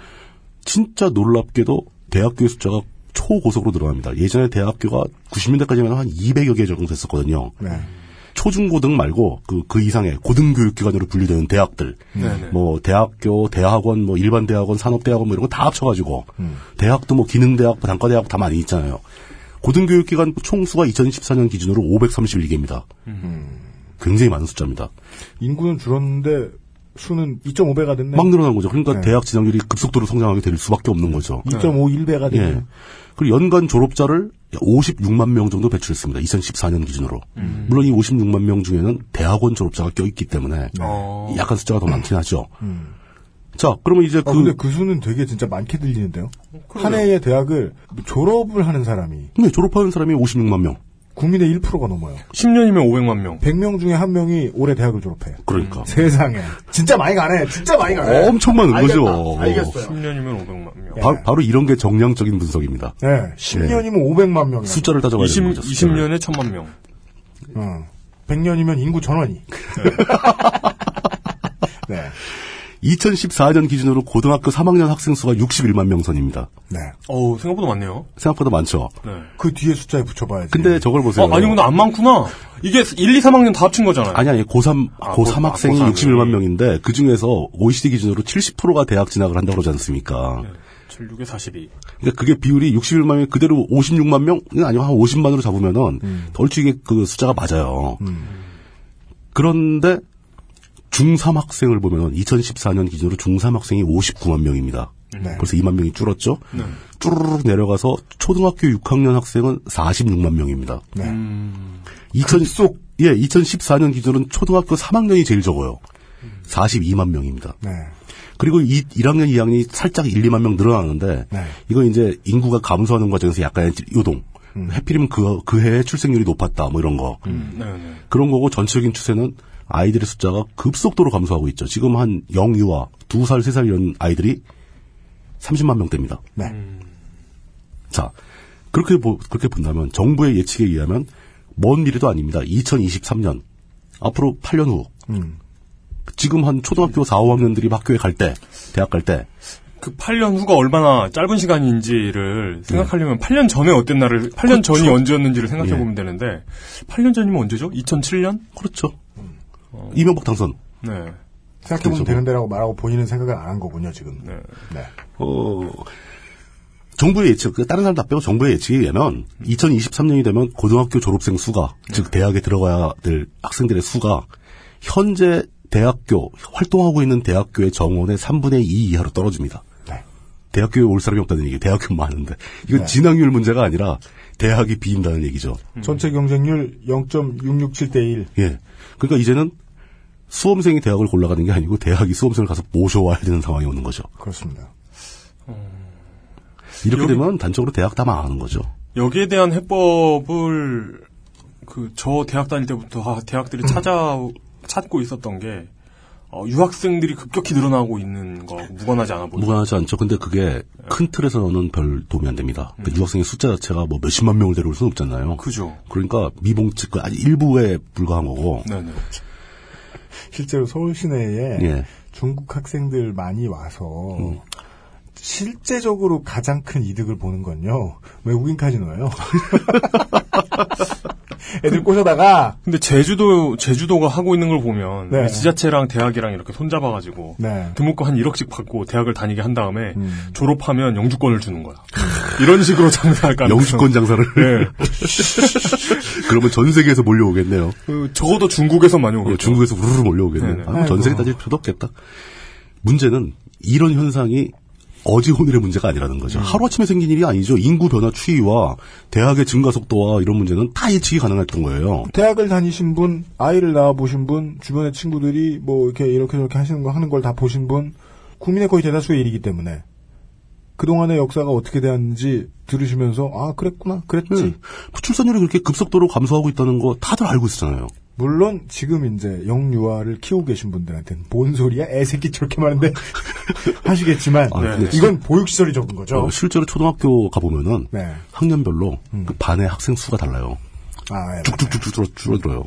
진짜 놀랍게도 대학교의 숫자가 초고속으로 늘어납니다. 예전에 대학교가 90년대까지만 한 200여 개 정도 됐었거든요.
네.
초중고등 말고 그, 그 이상의 고등교육기관으로 분류되는 대학들.
네네.
뭐 대학교, 대학원, 뭐 일반 대학원, 산업대학원 뭐 이런 거 다 합쳐가지고
음.
대학도 뭐 기능대학, 단과대학 다 많이
음.
있잖아요. 고등교육기관 총수가 2014년 기준으로 531개입니다. 굉장히 많은 숫자입니다.
인구는 줄었는데 수는 2.5배가 됐네.
막 늘어난 거죠. 그러니까 대학 진학률이 급속도로 성장하게 될 수밖에 없는 거죠.
2.51배가 됐네.
예. 그리고 연간 졸업자를 56만 명 정도 배출했습니다. 2014년 기준으로.
음.
물론 이 56만 명 중에는 대학원 졸업자가 껴있기 때문에 약간 숫자가 더 많긴 하죠.
어. 음.
자, 그러면 이제
아,
그
근데 그 수는 되게 진짜 많게 들리는데요. 한 해의 대학을 졸업을 하는 사람이
네, 졸업하는 사람이 56만 명.
국민의 1%가 넘어요.
10년이면 500만 명.
100명 중에 한 명이 올해 대학을 졸업해.
그러니까.
세상에. 진짜 많이 가네. 진짜 많이 음. 가네.
엄청 많은 거죠.
알겠어요.
10년이면 500만 명.
바, 로 이런 게 정량적인 분석입니다.
네. 10년이면 500만 명이야.
숫자를 따져봐야
20,
되는 거죠. 숫자를.
20년에 1000만 명.
어. 100년이면 인구 전원이. 네.
2014년 기준으로 고등학교 3학년 학생 수가 61만 명 선입니다.
네.
어우, 생각보다 많네요.
생각보다 많죠.
네.
그 뒤에 숫자에 붙여봐야지.
근데 저걸 보세요.
아, 아니구나. 안 많구나. 이게 1, 2, 3학년 다 합친 거잖아요.
아니, 아니, 고3,
아,
고3
고- 아,
학생이
고3이.
61만 명인데, 그 중에서 OECD 기준으로 70%가 대학 진학을 한다고 그러지 않습니까?
네. 76에 42.
그러니까 그게 비율이 61만 명이 그대로 56만 명? 아니면 한 50만으로 잡으면은,
음.
덜치게 그 숫자가 맞아요. 그런데, 중3 학생을 보면은, 2014년 기준으로 중3 학생이 59만 명입니다.
네.
벌써 2만 명이 줄었죠? 쭈르르 내려가서, 초등학교 6학년 학생은 46만 명입니다.
네.
2000, 속 예, 2014년 기준은 초등학교 3학년이 제일 적어요. 42만 명입니다.
네.
그리고 이 1학년, 2학년이 살짝 1, 2만 명 늘어나는데
네.
이건 이제 인구가 감소하는 과정에서 약간의 요동.
음.
해필이면 그, 그 해에 출생률이 높았다, 뭐 이런 거.
네네.
그런 거고 전체적인 추세는 아이들의 숫자가 급속도로 감소하고 있죠. 지금 한 0, 2와 2살, 3살 이런 아이들이 30만 명대입니다. 음.
네.
자, 그렇게, 보, 그렇게 본다면 정부의 예측에 의하면 먼 미래도 아닙니다. 2023년. 앞으로 8년 후.
음.
지금 한 초등학교 4, 5학년들이 학교에 갈 때, 대학 갈 때,
그 8년 후가 얼마나 짧은 시간인지를 생각하려면 8년 전에 어땠나를, 8년 전이 언제였는지를 생각해보면
예.
되는데, 8년 전이면 언제죠? 2007년?
그렇죠. 이명박 당선.
네.
생각해보면
그래서-
되는데라고 말하고 본인은 생각을 안 한 거군요, 지금.
네.
네.
어, 정부의 예측, 그 다른 사람 다 빼고 정부의 예측에 의하면 2023년이 되면 고등학교 졸업생 수가, 즉 대학에 들어가야 될 학생들의 수가 현재 대학교 활동하고 있는 대학교의 정원의 3분의 2 이하로 떨어집니다.
네.
대학교에 올 사람이 없다는 얘기. 대학교 많은데 이건 진학률 문제가 아니라 대학이 비인다는 얘기죠.
전체 경쟁률 0.667대 1.
예. 그러니까 이제는 수험생이 대학을 골라가는 게 아니고 대학이 수험생을 가서 모셔와야 되는 상황이 오는 거죠.
그렇습니다.
이렇게
여기-
되면 단적으로 대학 다 망하는 거죠.
여기에 대한 해법을 그 저 대학 다닐 때부터 아, 대학들이 찾아 찾고 있었던 게 어, 유학생들이 급격히 늘어나고 있는 거 무관하지 않아 보여요.
무관하지 않죠. 근데 그게
예.
큰 틀에서는 별 도움이 안 됩니다. 그 유학생의 숫자 자체가 뭐 몇십만 명을 데려올 수는 없잖아요.
음. 그죠.
그러니까 미봉측 그 아직 일부에 불과한 거고.
네네.
실제로 서울 시내에
네.
예.
중국 학생들 많이 와서 실제적으로 가장 큰 이득을 보는 건요 외국인 카지노예요. 애들 꼬셔다가
근데 제주도 제주도가 하고 있는 걸 보면
네.
지자체랑 대학이랑 이렇게 손잡아 가지고
네.
등록금 한 1억씩 받고 대학을 다니게 한 다음에 졸업하면 영주권을 주는 거야. 이런 식으로 장사할 가능성.
영주권 장사를.
아, 그렇죠. 네.
그러면 전 세계에서 몰려오겠네요. 뭐
그 적어도 중국에서 많이 오겠죠.
예, 중국에서 우르르 몰려오겠네.
그렇죠. 네네.
아, 전 세계 따질 필요도 없겠다. 문제는 이런 현상이 어제 오늘의 문제가 아니라는 거죠.
음.
하루아침에 생긴 일이 아니죠. 인구 변화 추이와 대학의 증가 속도와 이런 문제는 다 예측이 가능했던 거예요.
대학을 다니신 분, 아이를 낳아 보신 분, 주변의 친구들이 뭐 이렇게 이렇게 저렇게 하시는 거 하는 걸 다 보신 분, 국민의 거의 대다수의 일이기 때문에 그 동안의 역사가 어떻게 되었는지 들으시면서 아 그랬구나, 그랬지.
네. 그 출산율이 그렇게 급속도로 감소하고 있다는 거 다들 알고 있잖아요.
물론 지금 이제 영유아를 키우고 계신 분들한테는 뭔 소리야 애새끼 저렇게 많은데 하시겠지만
아, 근데
이건 보육시설이 적은 거죠.
어, 실제로 초등학교 가보면은
네. 음.
학년별로 그 반의 학생 수가 달라요.
아, 예.
쭉쭉쭉 줄어, 줄어들어요.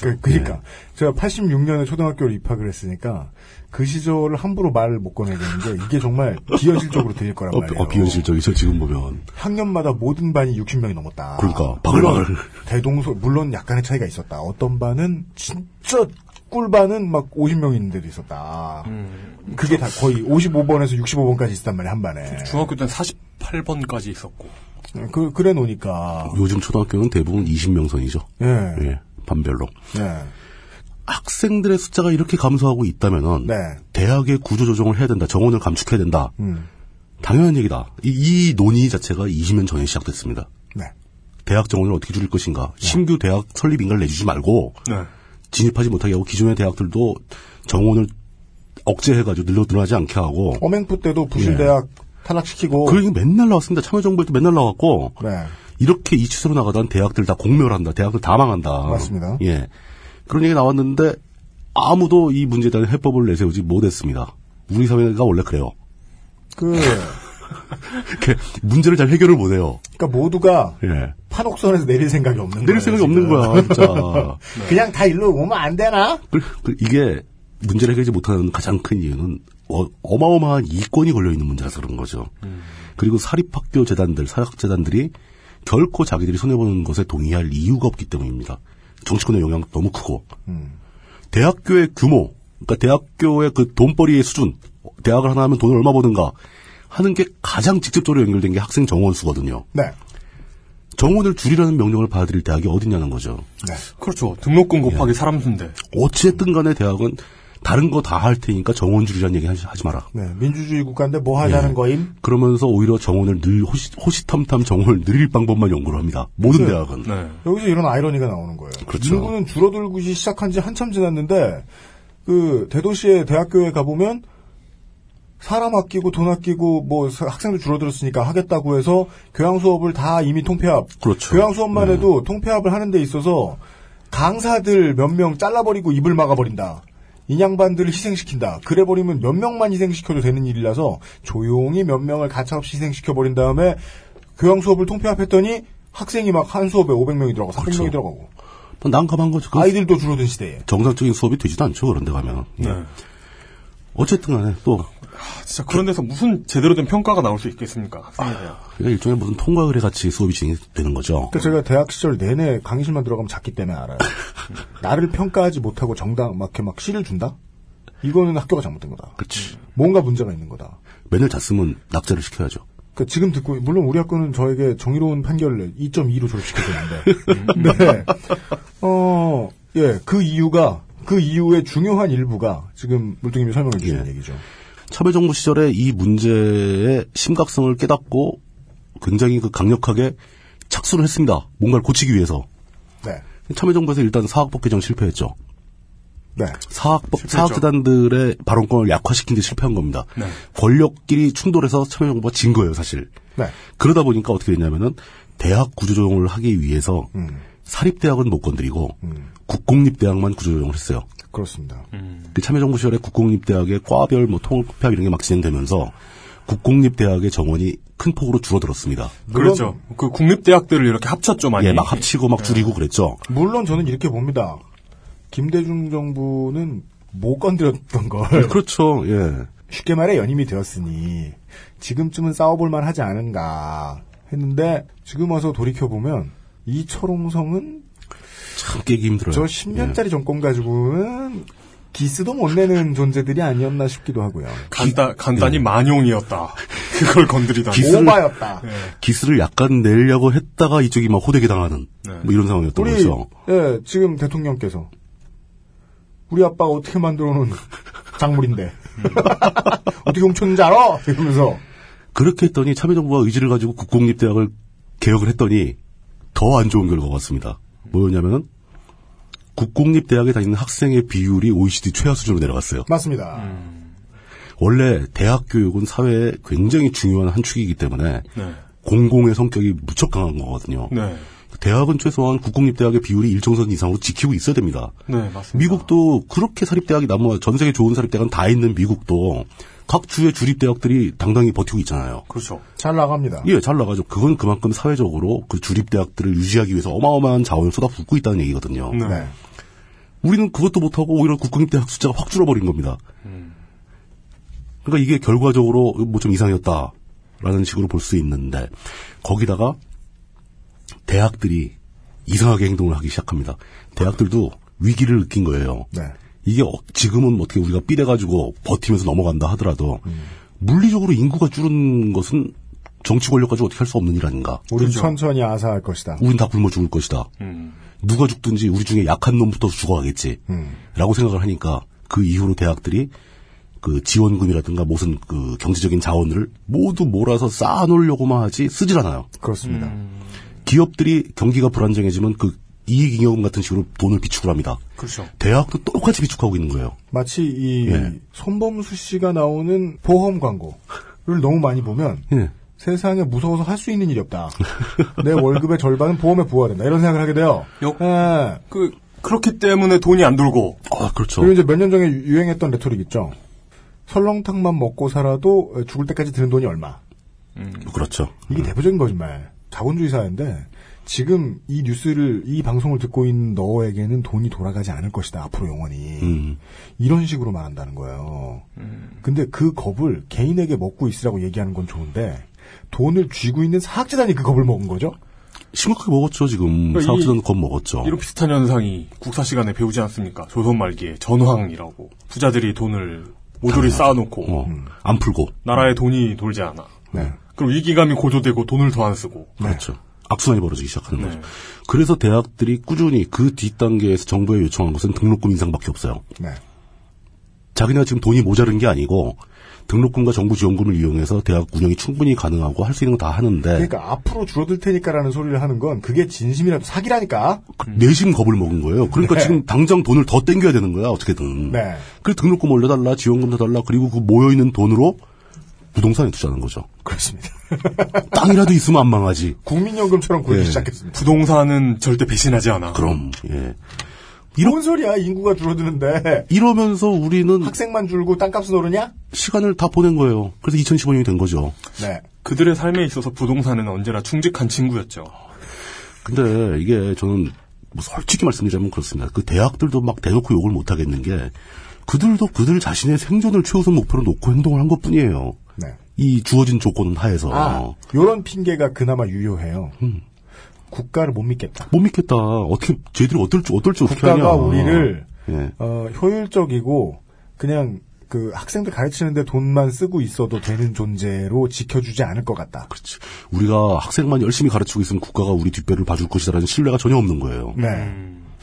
그,
예.
그러니까 제가 86년에 초등학교를 입학을 했으니까 그 시절을 함부로 말을 못 꺼내겠는데 이게 정말 비현실적으로 들릴 거란
어,
말이에요.
어, 비현실적이죠, 지금 보면.
학년마다 모든 반이 60명이 넘었다.
그러니까, 바글바글.
물론 대동소 물론 약간의 차이가 있었다. 어떤 반은 진짜 꿀반은 막 50명 있는 데도 있었다. 그게 다 거의 55번에서 65번까지 있었단 말이야, 한 반에.
중학교 때는 48번까지 있었고.
그, 그래 놓으니까.
요즘 초등학교는 대부분 20명 선이죠.
예.
예, 반별로.
예.
학생들의 숫자가 이렇게 감소하고 있다면은 대학의 구조 조정을 해야 된다. 정원을 감축해야 된다.
네. 음.
당연한 얘기다. 이, 이 논의 자체가 20년 전에 시작됐습니다.
네.
대학 정원을 어떻게 줄일 것인가. 신규 대학 설립 인가를 내주지 말고
네.
진입하지 못하게 하고 기존의 대학들도 정원을 억제해가지고 늘려 늘어나지 않게 하고
어맹부 때도 부실대학 탄압시키고
예. 그런 게 맨날 나왔습니다. 참여정부에도 맨날 나왔고
네.
이렇게 이 추세로 나가던 대학들 다 공멸한다. 대학들 다 망한다.
맞습니다.
예. 그런 얘기 나왔는데 아무도 이 문제에 대한 해법을 내세우지 못했습니다. 우리 사회가 원래 그래요.
그
이렇게 문제를 잘 해결을 못해요.
그러니까 모두가
예.
판옥선에서 내릴 생각이 없는 거예요,
내릴 생각이
지금.
없는 거야, 진짜. 네.
그냥 다 일로 오면 안 되나?
그- 그 이게 문제를 해결하지 못하는 가장 큰 이유는 어, 마어마한 이권이 걸려 있는 문제라서 그런 거죠. 그리고 사립학교 재단들, 사학재단들이 결코 자기들이 손해보는 것에 동의할 이유가 없기 때문입니다. 정치권의 영향 너무 크고
음.
대학교의 규모, 그러니까 대학교의 그 돈벌이의 수준, 어, 대학을 하나 하면 돈을 얼마 버는가 하는 게 가장 직접적으로 연결된 게 학생 정원 수거든요.
네.
정원을 줄이라는 명령을 받아들일 대학이 어디냐는 거죠.
네.
그렇죠. 등록금 곱하기
예.
사람 수인데.
어찌됐든 간에 대학은 다른 거 다 할 테니까 정원 줄이라는 얘기 하지, 하지 마라.
네, 민주주의 국가인데 뭐 하자는
예.
거임?
그러면서 오히려 정원을 늘 호시, 호시탐탐 정원을 늘릴 방법만 연구를 합니다. 모든
네.
대학은.
여기서 이런 아이러니가 나오는 거예요.
그렇죠.
인구는 줄어들기 시작한 지 한참 지났는데 그 대도시의 대학교에 가보면 사람 아끼고 돈 아끼고 뭐 사- 학생도 줄어들었으니까 하겠다고 해서 교양 수업을 다 이미 통폐합.
그렇죠.
교양 수업만 해도 통폐합을 하는 데 있어서 강사들 몇 명 잘라버리고 입을 막아버린다. 인양반들을 희생시킨다. 그래버리면 몇 명만 희생시켜도 되는 일이라서 조용히 몇 명을 가차없이 희생시켜버린 다음에 교양 수업을 통폐합했더니 학생이 막 한 수업에 500명이 들어가고 300명이
그렇죠.
들어가고
뭐 난감한 거죠. 그
아이들도 줄어든 시대에
정상적인 수업이 되지도 않죠. 그런데 가면. 예.
네.
어쨌든 간에 또
진짜 그런 데서 무슨 제대로 된 평가가 나올 수 있겠습니까? 학생에 대한.
그러니까 일종의 무슨 통과 의례 같이 수업이 진행되는 거죠.
그러니까 제가 대학 시절 내내 강의실만 들어가면 작기 때문에 알아요. 나를 평가하지 못하고 정당 막 이렇게 막 씨를 준다? 이거는 학교가 잘못된 거다.
그렇지.
뭔가 문제가 있는 거다.
맨날 잤으면 낙제를 시켜야죠.
그러니까 지금 듣고 물론 우리 학교는 저에게 정의로운 판결을 2.2로 졸업시켜줬는데, 네. 어, 예, 그 이유가 그 이유의 중요한 일부가 지금 물뚱님이 설명해
예.
주신 얘기죠.
참여정부 시절에 이 문제의 심각성을 깨닫고 굉장히 그 강력하게 착수를 했습니다. 뭔가를 고치기 위해서.
네.
참여정부에서 일단 사학법 개정 실패했죠.
네.
사학법, 사학재단들의 발언권을 약화시킨 데 실패한 겁니다.
네.
권력끼리 충돌해서 참여정부가 진 거예요, 사실.
네.
그러다 보니까 어떻게 됐냐면은 대학 구조조정을 하기 위해서
음.
사립대학은 못 건드리고 국공립대학만 구조조정을 했어요.
그렇습니다.
음,
그 참여정부 시절에 국공립대학의 과별 뭐 통합 이런 게 막 진행되면서 국공립대학의 정원이 큰 폭으로 줄어들었습니다.
그렇죠. 그 국립대학들을 이렇게 합쳤죠, 많이.
예, 막 합치고
네.
막 줄이고 그랬죠.
물론 저는 이렇게 봅니다. 김대중 정부는 못 건드렸던 걸
그렇죠. 예.
쉽게 말해 연임이 되었으니 지금쯤은 싸워볼 만하지 않은가 했는데 지금 와서 돌이켜 보면 이 초롱성은
참 깨기 힘들어요. 예.
저 10년짜리 정권 가지고는 기스도 못 내는 존재들이 아니었나 싶기도 하고요.
간단, 간단히 만용이었다. 그걸 건드리다.
예. 기술을-
오바였다.
기스를 약간 내려고 했다가 이쪽이 막 호되게 당하는 뭐 이런 상황이었던
네. 우리
거죠.
예, 지금 대통령께서 우리 아빠가 어떻게 만들어 놓은 작물인데 어떻게 훔쳤는지 알아? 이러면서
그렇게 했더니 참여정부가 의지를 가지고 국공립대학을 개혁을 했더니 더 안 좋은 결과가 왔습니다. 뭐였냐면은 국공립대학에 다니는 학생의 비율이 OECD 최하 수준으로 내려갔어요.
맞습니다.
원래 대학 교육은 사회의 굉장히 중요한 한 축이기 때문에
네.
공공의 성격이 무척 강한 거거든요.
네.
대학은 최소한 국공립대학의 비율이 일정선 이상으로 지키고 있어야 됩니다.
네, 맞습니다.
미국도 그렇게 사립대학이 나무 전 세계 좋은 사립대학은 다 있는 미국도 각 주의 주립대학들이 당당히 버티고 있잖아요.
그렇죠.
잘 나갑니다.
예, 잘 나가죠. 그건 그만큼 사회적으로 그 주립대학들을 유지하기 위해서 어마어마한 자원을 쏟아붓고 있다는 얘기거든요.
네.
우리는 그것도 못하고 오히려 국공립대학 숫자가 확 줄어버린 겁니다. 그러니까 이게 결과적으로 뭐 좀 이상이었다라는 식으로 볼 수 있는데 거기다가 대학들이 이상하게 행동을 하기 시작합니다. 대학들도 위기를 느낀 거예요.
네.
이게 어- 지금은 어떻게 우리가 삐대가지고 버티면서 넘어간다 하더라도 물리적으로 인구가 줄은 것은 정치 권력까지 어떻게 할 수 없는 일 아닌가.
우린 천천히 아사할 것이다.
우린 다 굶어 죽을 것이다.
음.
누가 죽든지 우리 중에 약한 놈부터 죽어가겠지.
음.
라고 생각을 하니까 그 이후로 대학들이 그 지원금이라든가 무슨 그 경제적인 자원을 모두 몰아서 쌓아놓으려고만 하지 쓰질 않아요.
그렇습니다.
기업들이 경기가 불안정해지면 그 이익잉여금 같은 식으로 돈을 비축을 합니다.
그렇죠.
대학도 똑같이 비축하고 있는 거예요.
마치 이
예.
손범수 씨가 나오는 보험 광고를 너무 많이 보면
예.
세상에 무서워서 할 수 있는 일이 없다. 내 월급의 절반은 보험에 부어야 된다. 이런 생각을 하게 돼요. 예.
그 그렇기 때문에 돈이 안 돌고.
아 그렇죠.
예.
그리고 이제 몇 년 전에 유행했던 레토릭 있죠. 설렁탕만 먹고 살아도 죽을 때까지 드는 돈이 얼마.
그렇죠.
이게 대표적인 거짓말. 자본주의 사회인데 지금 이 뉴스를 이 방송을 듣고 있는 너에게는 돈이 돌아가지 않을 것이다 앞으로 영원히
음.
이런 식으로 말한다는 거예요. 근데 그 겁을 개인에게 먹고 있으라고 얘기하는 건 좋은데 돈을 쥐고 있는 사학재단이 그 겁을 먹은 거죠.
심각하게 먹었죠 지금
그러니까 이-
사업자는 겁 먹었죠.
이런 비슷한 현상이 국사 시간에 배우지 않습니까? 조선 말기에 전황이라고 부자들이 돈을 모조리 쌓아놓고
어, 안 풀고
나라에 돈이 돌지 않아.
네.
음.
그럼 위기감이 고조되고 돈을 더 안 쓰고.
그렇죠. 악순환이
네.
벌어지기 시작하는 거죠. 그래서 대학들이 꾸준히 그 뒷단계에서 정부에 요청한 것은 등록금 인상밖에 없어요.
네.
자기네가 지금 돈이 모자른 게 아니고 등록금과 정부 지원금을 이용해서 대학 운영이 충분히 가능하고 할 수 있는 거 다 하는데
그러니까 앞으로 줄어들 테니까라는 소리를 하는 건 그게 진심이라도 사기라니까.
그 내심 겁을 먹은 거예요. 그러니까
네.
지금 당장 돈을 더 땡겨야 되는 거야 어떻게든.
네.
그래 등록금 올려달라 지원금 더 달라 그리고 그 모여있는 돈으로 부동산에 투자하는 거죠.
그렇습니다.
땅이라도 있으면 안 망하지.
국민연금처럼 굴기
예.
시작했습니다.
부동산은 절대 배신하지 않아.
그럼 예.
이런 소리야 인구가 줄어드는데
이러면서 우리는
학생만 줄고 땅값은 오르냐?
시간을 다 보낸 거예요. 그래서 2015년이 된 거죠.
네.
그들의 삶에 있어서 부동산은 언제나 충직한 친구였죠. 네.
근데 이게 저는 뭐 솔직히 말씀드리자면 그렇습니다. 그 대학들도 막 대놓고 욕을 못 하겠는 게 그들도 그들 자신의 생존을 최우선 목표로 놓고 행동을 한 것뿐이에요.
네.
이 주어진 음. 조건 하에서
아, 요런 핑계가 그나마 유효해요. 국가를 못 믿겠다.
못 믿겠다. 어떻게 쟤들이 어떨지 어떨지 어떻게 하냐.
국가가 우리를
예.
어, 효율적이고 그냥 그 학생들 가르치는데 돈만 쓰고 있어도 되는 존재로 지켜주지 않을 것 같다.
그렇지. 우리가 학생만 열심히 가르치고 있으면 국가가 우리 뒷배를 봐줄 것이라는 신뢰가 전혀 없는 거예요.
네.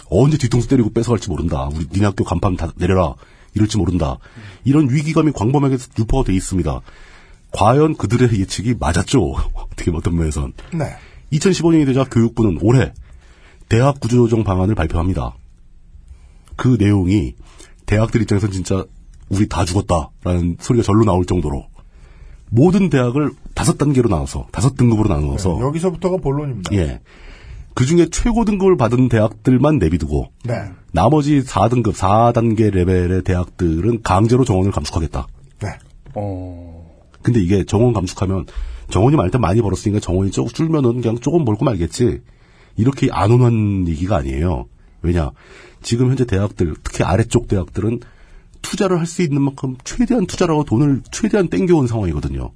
언제 뒤통수 때리고 뺏어갈지 모른다. 우리 니네 학교 간판 다 내려라. 이럴지 모른다. 이런 위기감이 광범하게 유포가 돼 있습니다. 과연 그들의 예측이 맞았죠. 어떻게 어떤 면에선.
네.
2015년이 되자 교육부는 올해 대학 구조조정 방안을 발표합니다. 그 내용이 대학들 입장에선 진짜 우리 다 죽었다라는 소리가 절로 나올 정도로 모든 대학을 다섯 단계로 나눠서 다섯 등급으로 나눠서
여기서부터가 본론입니다.
예. 그 중에 최고 등급을 받은 대학들만 내비두고
네.
나머지 4등급, 4단계 레벨의 대학들은 강제로 정원을 감축하겠다.
네.
근데 이게 정원 감축하면 정원이 많을 때 많이 벌었으니까 정원이 조금 줄면은 그냥 조금 벌고 말겠지. 이렇게 안온한 얘기가 아니에요. 왜냐. 지금 현재 대학들, 특히 아래쪽 대학들은 투자를 할 수 있는 만큼 최대한 투자라고 돈을 최대한 땡겨온 상황이거든요.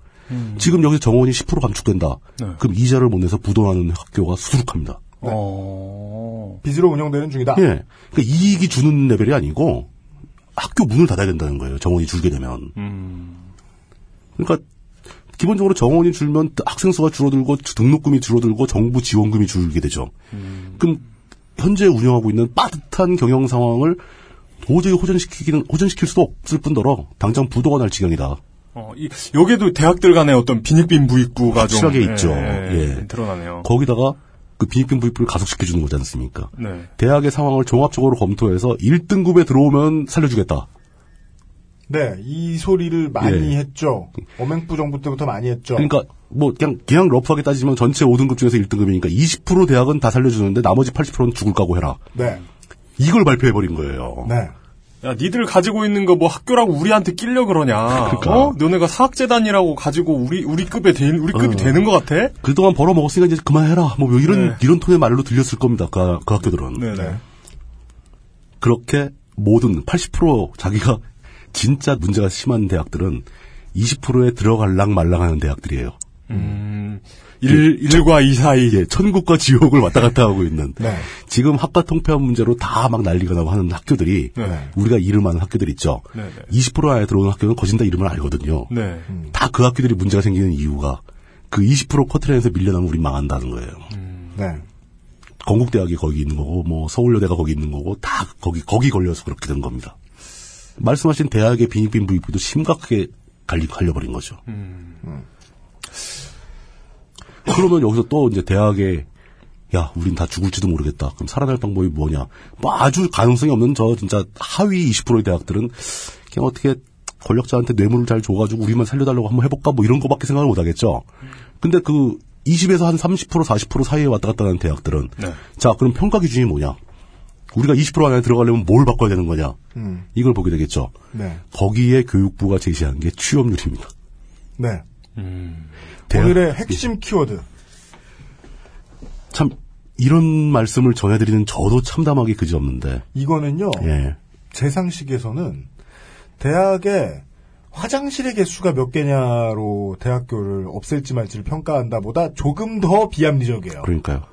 지금 여기서 정원이 10% 감축된다. 그럼 이자를 못 내서 부도나는 학교가 수두룩합니다. 어.
빚으로 운영되는 중이다.
예. 그러니까 이익이 주는 레벨이 아니고 학교 문을 닫아야 된다는 거예요. 정원이 줄게 되면. 그러니까 기본적으로 정원이 줄면 학생 수가 줄어들고 등록금이 줄어들고 정부 지원금이 줄게 되죠. 그럼 현재 운영하고 있는 빠듯한 경영 상황을 도저히 호전시키기는 호전시킬 수도 없을 뿐더러 당장 부도가 날 지경이다.
어, 이, 여기에도 대학들 간의 어떤 빈익빈 부익부가
확실하게
좀
있죠.
예,
예.
드러나네요.
거기다가 그 빈익빈 부익부를 가속시켜 주는 거지 않습니까?
네.
대학의 상황을 종합적으로 검토해서 1등급에 들어오면 살려주겠다.
네. 이 소리를 많이
예.
했죠. 어맹부 정부 때부터 많이 했죠.
그러니까 뭐 그냥 그냥 러프하게 따지면 전체 5등급 중에서 1등급이니까 20% 대학은 다 살려주는데 나머지 80%는 죽을 각오 해라.
네.
이걸 발표해버린 거예요.
네.
야, 니들 가지고 있는 거 뭐 학교라고 우리한테 끼려 그러냐.
그러니까.
어? 너네가 사학재단이라고 가지고 우리, 우리 급에, 되, 우리 급이
어.
되는 것 같아?
그동안 벌어먹었으니까 이제 그만해라. 뭐 이런 이런 톤의 말로 들렸을 겁니다. 그, 그 학교들은
네네.
그렇게 모든 80% 자기가 진짜 문제가 심한 대학들은 20%에 들어갈랑 말랑하는 대학들이에요.
음, 1, 과이 사이.
예, 천국과 지옥을 왔다 갔다 하고 있는.
네.
지금 학과 통폐합 문제로 다 막 난리가 나고 하는 학교들이
네.
우리가 이름 아는 학교들 있죠.
네네.
20% 안에 들어오는 학교는 거진 다 이름을 알거든요.
네.
다 그 학교들이 문제가 생기는 이유가 그 20% 커트라인에서 밀려나면 우리 망한다는 거예요.
음.
네.
건국대학이 거기 있는 거고, 뭐 서울여대가 거기 있는 거고, 다 거기 거기 걸려서 그렇게 된 겁니다. 말씀하신 대학의 빈익빈 부익부도 심각하게 갈리 갈려버린 거죠. 그러면 여기서 또 이제 대학에 야, 우린 다 죽을지도 모르겠다. 그럼 살아날 방법이 뭐냐? 뭐 아주 가능성이 없는 저 진짜 하위 20%의 대학들은 그냥 어떻게 권력자한테 뇌물을 잘 줘가지고 우리만 살려달라고 한번 해볼까? 뭐 이런 거밖에 생각을 못하겠죠. 근데 그 20에서 한 30% 40% 사이에 왔다 갔다 하는 대학들은 자, 그럼 평가 기준이 뭐냐? 우리가 20% 안에 들어가려면 뭘 바꿔야 되는 거냐?
음.
이걸 보게 되겠죠.
네.
거기에 교육부가 제시한 게 취업률입니다.
네.
대학- 예.
오늘의 핵심 키워드.
참 이런 말씀을 전해드리는 저도 참담하기 그지없는데
이거는요.
예.
제 상식에서는 대학의 화장실의 개수가 몇 개냐로 대학교를 없앨지 말지를 평가한다 보다 조금 더 비합리적이에요.
그러니까요.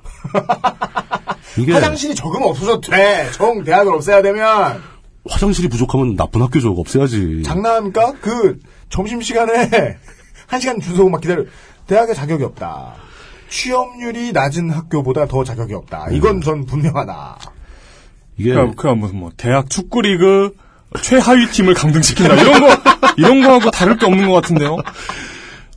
이게
화장실이 조금 없어도 돼. 정 대학을 없애야
음.
되면
화장실이 부족하면 나쁜 학교죠. 없애야지.
장난합니까? 그 점심시간에 한 시간 줄 서고 막 기다려. 대학에 자격이 없다. 취업률이 낮은 학교보다 더 자격이 없다.
음.
이건 전 분명하다.
이게
그냥, 그냥 무슨 뭐 대학 축구리그 최하위 팀을 강등시킨다 이런 거 이런 거하고 다를 게 없는 것 같은데요.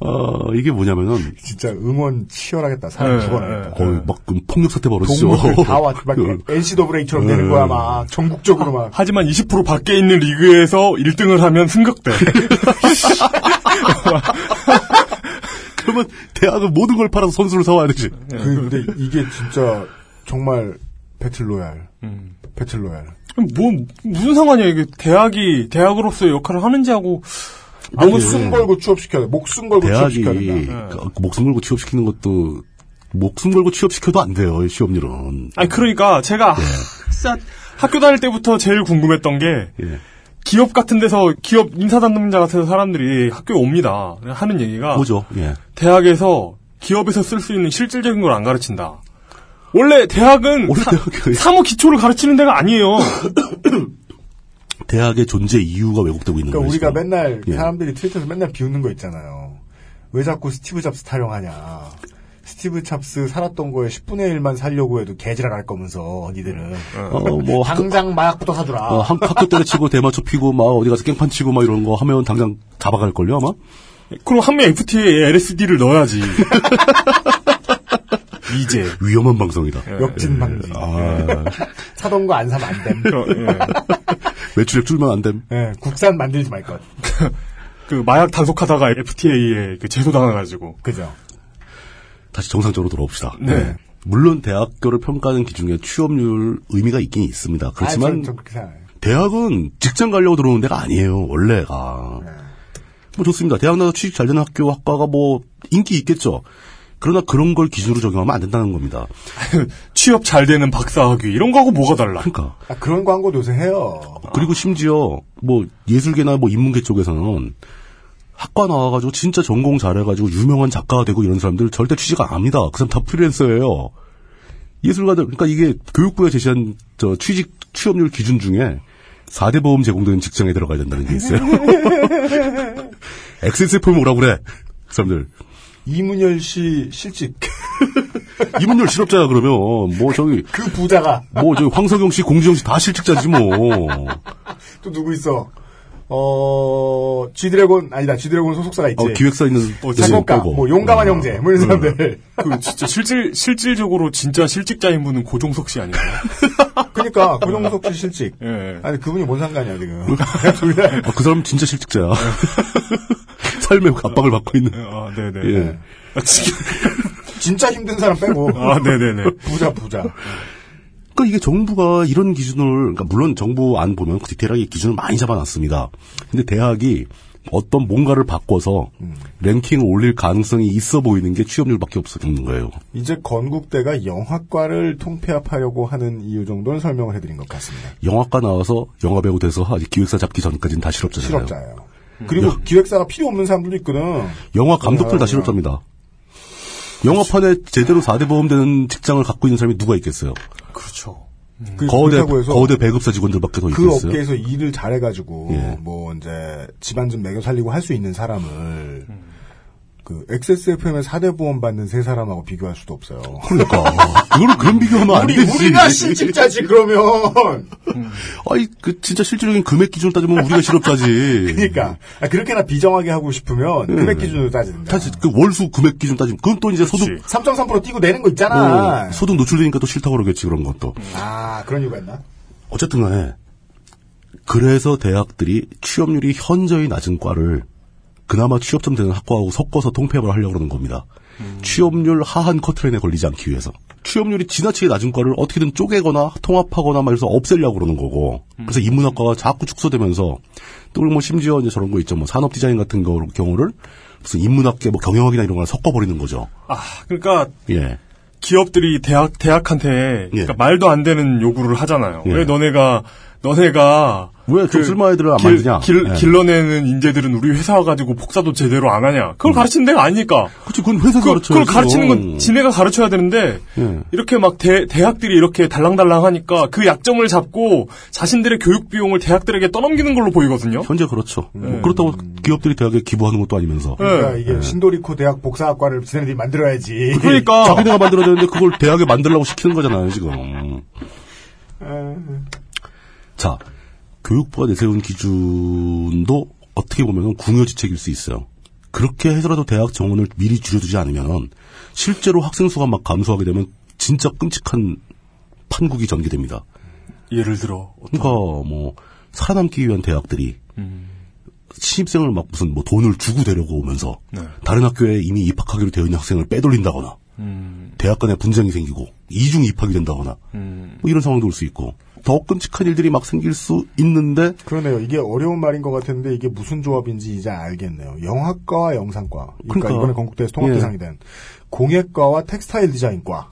어, 이게 뭐냐면은
진짜 응원 치열하겠다. 사람
네,
죽어나겠다.
거의 막 그 폭력 사태 벌어지죠. 그,
동물들 다 왔, 막 NCAA처럼 되는 거야, 막. 전국적으로 막.
하지만 20% 밖에 있는 리그에서 1등을 하면 승격돼.
그러면 대학은 모든 걸 팔아서 선수를 사와야 되지.
그, 근데 이게 진짜 정말 배틀로얄.
음.
배틀로얄.
그럼 뭐 무슨 상관이야 이게 대학이 대학으로서의 역할을 하는지하고 아무
목숨 걸고 취업시켜야 돼. 목숨 걸고
예. 대학이
취업시켜야 된다. 네.
그 목숨 걸고 취업시키는 것도 목숨 걸고 취업시켜도 안 돼요. 취업률은.
아니 그러니까 제가 진짜 학교 다닐 때부터 제일 궁금했던 게 기업 같은 데서 기업 인사 담당자 같은 사람들이 학교에 옵니다 하는 얘기가
오죠. 예.
대학에서 기업에서 쓸 수 있는 실질적인 걸 안 가르친다. 원래 대학은 사, 사무 기초를 가르치는 데가 아니에요.
대학의 존재 이유가 왜곡되고 있는
그러니까
거예요.
우리가
지금.
맨날
예.
사람들이 트위터에서 맨날 비웃는 거 있잖아요. 왜 자꾸 스티브 잡스 타령하냐. 스티브 잡스 살았던 거에 10분의 1만 살려고 해도 개지랄 할 거면서 니들은
어, 뭐 학교-
당장 마약부터 사주라.
어, 학, 학교 때려치고 대마초 피고 막 어디 가서 깽판 치고 막 이런 거 하면 당장 잡아갈 걸요 아마.
그럼 한 명 FTA에 LSD를 넣어야지. 이제
위험한 방송이다. 예.
역진 방지.
아,
사던 거 안 사면 안 됨.
어, 예.
매출액 줄면 안 됨.
예, 국산 만들지 말 것.
그 마약 단속하다가 FTA에 그 제소 당해가지고
그죠. 아,
다시 정상적으로 돌아옵시다.
네.
물론 대학교를 평가하는 기준에 취업률 의미가 있긴 있습니다.
아,
그렇지만
저는 좀 그렇게 생각해요.
대학은 직장 가려고 들어오는 데가 아니에요, 원래가.
예.
뭐 좋습니다. 대학 나서 취직 잘 되는 학교, 학과가 뭐 인기 있겠죠. 그러나 그런 걸 기준으로 적용하면 안 된다는 겁니다.
취업 잘 되는 박사학위 이런 거하고 뭐가 달라?
그러니까.
아, 그런 광고도 요새 해요.
그리고 심지어 뭐 예술계나 뭐 인문계 쪽에서는 학과 나와가지고 진짜 전공 잘해가지고 유명한 작가가 되고 이런 사람들 절대 취직 안 합니다. 그 사람 다 프리랜서예요. 예술가들 그러니까 이게 교육부에 제시한 저 취직 취업률 기준 중에 4대 보험 제공되는 직장에 들어가야 된다는 게 있어요. 엑세스 폼 오라 그래. 그 사람들
이문열 씨 실직.
이문열 실업자야 그러면 뭐 저기
그 부자가
뭐 저기 황석영 씨, 공지영 씨 다 실직자지 뭐.
또 누구 있어? 어, G드래곤, 아니다, G드래곤 소속사가 있지.
어, 기획사 있는
작곡가,
빼고.
뭐, 용감한
어.
형제, 뭐, 이런 사람들.
그 진짜 실질 실질적으로 진짜 실직자인 분은 고종석 씨 아닌가요?
그니까, 고정석 그러니까 씨 실직.
예.
아니, 그분이 뭔 상관이야, 지금.
아, 그 사람 진짜 실직자야. 삶의 압박을 받고 있는.
아, 네네.
예.
아, 지금-
진짜 힘든 사람 빼고.
아, 네네네.
부자, 부자.
그러니까 이게 정부가 이런 기준을, 그러니까 물론 정부 안 보면 그 디테일하게 기준을 많이 잡아놨습니다. 근데 대학이 어떤 뭔가를 바꿔서 랭킹을 올릴 가능성이 있어 보이는 게 취업률밖에 없는 거예요.
이제 건국대가 영화과를 통폐합하려고 하는 이유 정도는 설명을 해드린 것 같습니다.
영화과 나와서 영화배우 돼서 아직 기획사 잡기 전까지는 다 실업자잖아요.
실업자예요. 그리고 기획사가 필요 없는 사람들도 있거든.
영화 감독들
그냥-
다 실업자입니다. 영화판에 제대로 4대 보험되는 직장을 갖고 있는 사람이 누가 있겠어요?
그렇죠.
그-
거대,
그렇다고 해서
거대 배급사 직원들밖에 더
그
있겠어요?
업계에서 일을 잘해가지고
예.
뭐 이제 집안 좀 매겨 살리고 할 수 있는 사람을 그 XSFM의 4대 보험 받는 세 사람하고 비교할 수도 없어요.
그러니까. 그걸 그런 비교하면 안
우리,
되지.
우리가 실직자지 그러면.
아이 그 진짜 실질적인 금액 기준을 따지면 우리가 실업자지.
그러니까 아, 그렇게나 비정하게 하고 싶으면
네.
금액 기준으로 따진다.
사실 그 월수 금액 기준 따지면 그건 또 이제 소득
3.3% 뛰고 내는 거 있잖아.
어, 소득 노출되니까 또 싫다고 그러겠지 그런 것도.
아 그런 이유가 있나?
예. 어쨌든 간에 그래서 대학들이 취업률이 현저히 낮은 과를 그나마 취업점 되는 학과하고 섞어서 통폐합을 하려고 그러는 겁니다.
음.
취업률 하한 커트라인에 걸리지 않기 위해서. 취업률이 지나치게 낮은 과를 어떻게든 쪼개거나 통합하거나 막 해서 없애려고 그러는 거고.
음.
그래서 인문학과가 자꾸 축소되면서 또 뭐 심지어 이제 저런 거 있죠. 뭐 산업 디자인 같은 거, 경우를 무슨 인문학계 뭐 경영학이나 이런 거랑 섞어버리는 거죠.
아, 그러니까
예.
기업들이 대학 대학한테 그러니까 말도 안 되는 요구를 하잖아요.
예.
왜 너네가 너네가
왜좀 쓸모한 애들을 안 만드냐?
길,
예.
길러내는 인재들은 우리 회사 가지고 복사도 제대로 안 하냐? 그걸 가르치는 데가 아니니까.
그치, 음. 그건 회사가 가르쳐야지, 뭐.
그걸 가르치는 건
그건.
지네가 가르쳐야 되는데
음. 예.
이렇게 막 대, 대학들이 이렇게 달랑달랑 하니까 그 약점을 잡고 자신들의 교육 비용을 대학들에게 떠넘기는 걸로 보이거든요.
현재 그렇죠. 뭐 그렇다고 기업들이 대학에 기부하는 것도 아니면서.
그러니까
예.
이게 신도리코 대학 복사학과를 지네들이 만들어야지.
자기네가 만들어야 되는데 그걸 대학에 만들라고 시키는 거잖아요, 지금. 자, 교육부가 내세운 기준도 어떻게 보면 궁여지책일 수 있어요. 그렇게 해서라도 대학 정원을 미리 줄여두지 않으면 실제로 학생 수가 막 감소하게 되면 진짜 끔찍한 판국이 전개됩니다.
예를 들어
그러니까 뭐 살아남기 위한 대학들이 신입생을 막 무슨 뭐 돈을 주고 데려고 오면서
네.
다른 학교에 이미 입학하기로 되어 있는 학생을 빼돌린다거나
음.
대학 간에 분쟁이 생기고 이중 입학이 된다거나
음.
뭐 이런 상황도 올 수 있고 더 끔찍한 일들이 막 생길 수 있는데
그러네요. 이게 어려운 말인 것 같은데 이게 무슨 조합인지 이제 알겠네요. 영화과와 영상과, 그러니까,
그러니까.
이번에 건국대에서 통합대상이
예.
된 공예과와 텍스타일 디자인과,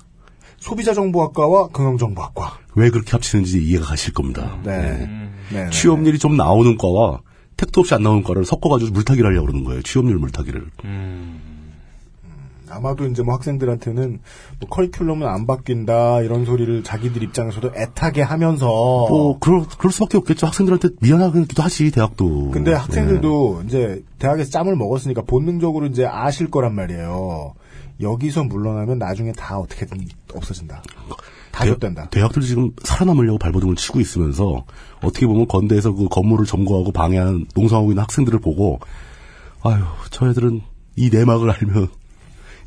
소비자정보학과와 금융정보학과.
왜 그렇게 합치는지 이해가 가실 겁니다.
네. 네.
취업률이 좀 나오는 과와 택도 없이 안 나오는 과를 섞어가지고 물타기를 하려고 그러는 거예요. 취업률 물타기를.
음. 아마도 이제 뭐 학생들한테는 뭐 커리큘럼은 안 바뀐다 이런 소리를 자기들 입장에서도 애타게 하면서
뭐 그럴, 그럴 수밖에 없겠죠. 학생들한테 미안하기도 하지 대학도.
근데
예.
학생들도 이제 대학에서 짬을 먹었으니까 본능적으로 이제 아실 거란 말이에요. 여기서 물러나면 나중에 다 어떻게든 없어진다. 다 줬된다.
대학들 지금 살아남으려고 발버둥을 치고 있으면서 어떻게 보면 건대에서 그 건물을 점거하고 방해하는 농성하고 있는 학생들을 보고 아유 저 애들은 이 내막을 알면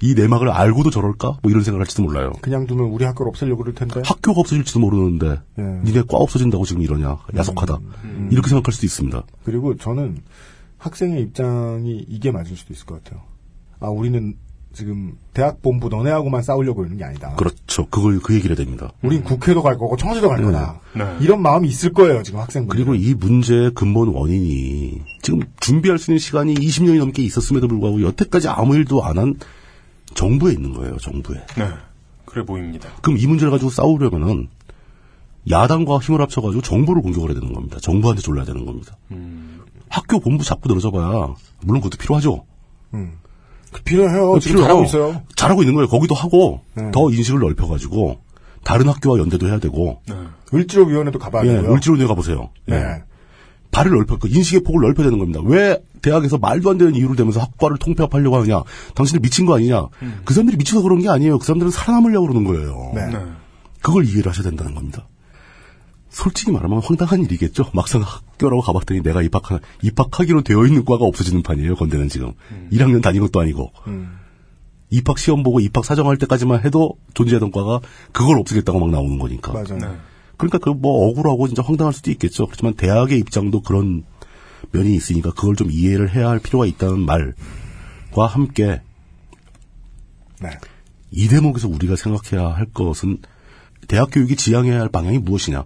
이 내막을 알고도 저럴까 뭐 이런 생각을 할지도 몰라요.
그냥 두면 우리 학교를 없애려고 그럴 텐데.
학교가 없어질지도 모르는데
예.
니네 과 없어진다고 지금 이러냐 야속하다
음,
이렇게 생각할 수도 있습니다.
그리고 저는 학생의 입장이 이게 맞을 수도 있을 것 같아요. 아, 우리는 지금 대학 본부 너네하고만 싸우려고 그러는 게 아니다.
그렇죠. 그걸 그 얘기를 해야 됩니다.
우린 국회도 갈 거고 청와대도 갈
네.
거다. 이런 마음이 있을 거예요, 지금 학생들.
그리고 이 문제의 근본 원인이 지금 준비할 수 있는 시간이 20년이 넘게 있었음에도 불구하고 여태까지 아무 일도 안 한 정부에 있는 거예요, 정부에.
네. 그래 보입니다.
그럼 이 문제를 가지고 싸우려면은 야당과 힘을 합쳐가지고 정부를 공격을 해야 되는 겁니다. 정부한테 졸라야 되는 겁니다.
음.
학교 본부 잡고 늘어져봐야 물론 그것도 필요하죠.
그 필요해요. 지금
필요해요.
잘하고 있어요. 네.
잘하고 있는 거예요. 거기도 하고 더 인식을 넓혀가지고 다른 학교와 연대도 해야 되고
을지로위원회도 가봐야
예,
되고요.
을지로에 가보세요.
네.
예. 발을 넓혀, 그 인식의 폭을 넓혀야 되는 겁니다. 왜 대학에서 말도 안 되는 이유를 대면서 학과를 통폐합하려고 하느냐? 당신들 미친 거 아니냐?
음.
그 사람들이 미쳐서 그런 게 아니에요. 그 사람들은 살아남으려고 그러는 거예요.
네.
그걸 이해를 하셔야 된다는 겁니다. 솔직히 말하면 황당한 일이겠죠. 막상 학교라고 가봤더니 내가 입학하, 입학하기로 되어 있는 과가 없어지는 판이에요. 건대는 지금. 1학년 다닌 것도 아니고. 입학 시험 보고 입학 사정할 때까지만 해도 존재하던 과가 그걸 없애겠다고 막 나오는 거니까.
맞아요.
그러니까 그 뭐 억울하고 진짜 황당할 수도 있겠죠. 그렇지만 대학의 입장도 그런 면이 있으니까 그걸 좀 이해를 해야 할 필요가 있다는 말과 함께
네.
이 대목에서 우리가 생각해야 할 것은 대학 교육이 지향해야 할 방향이 무엇이냐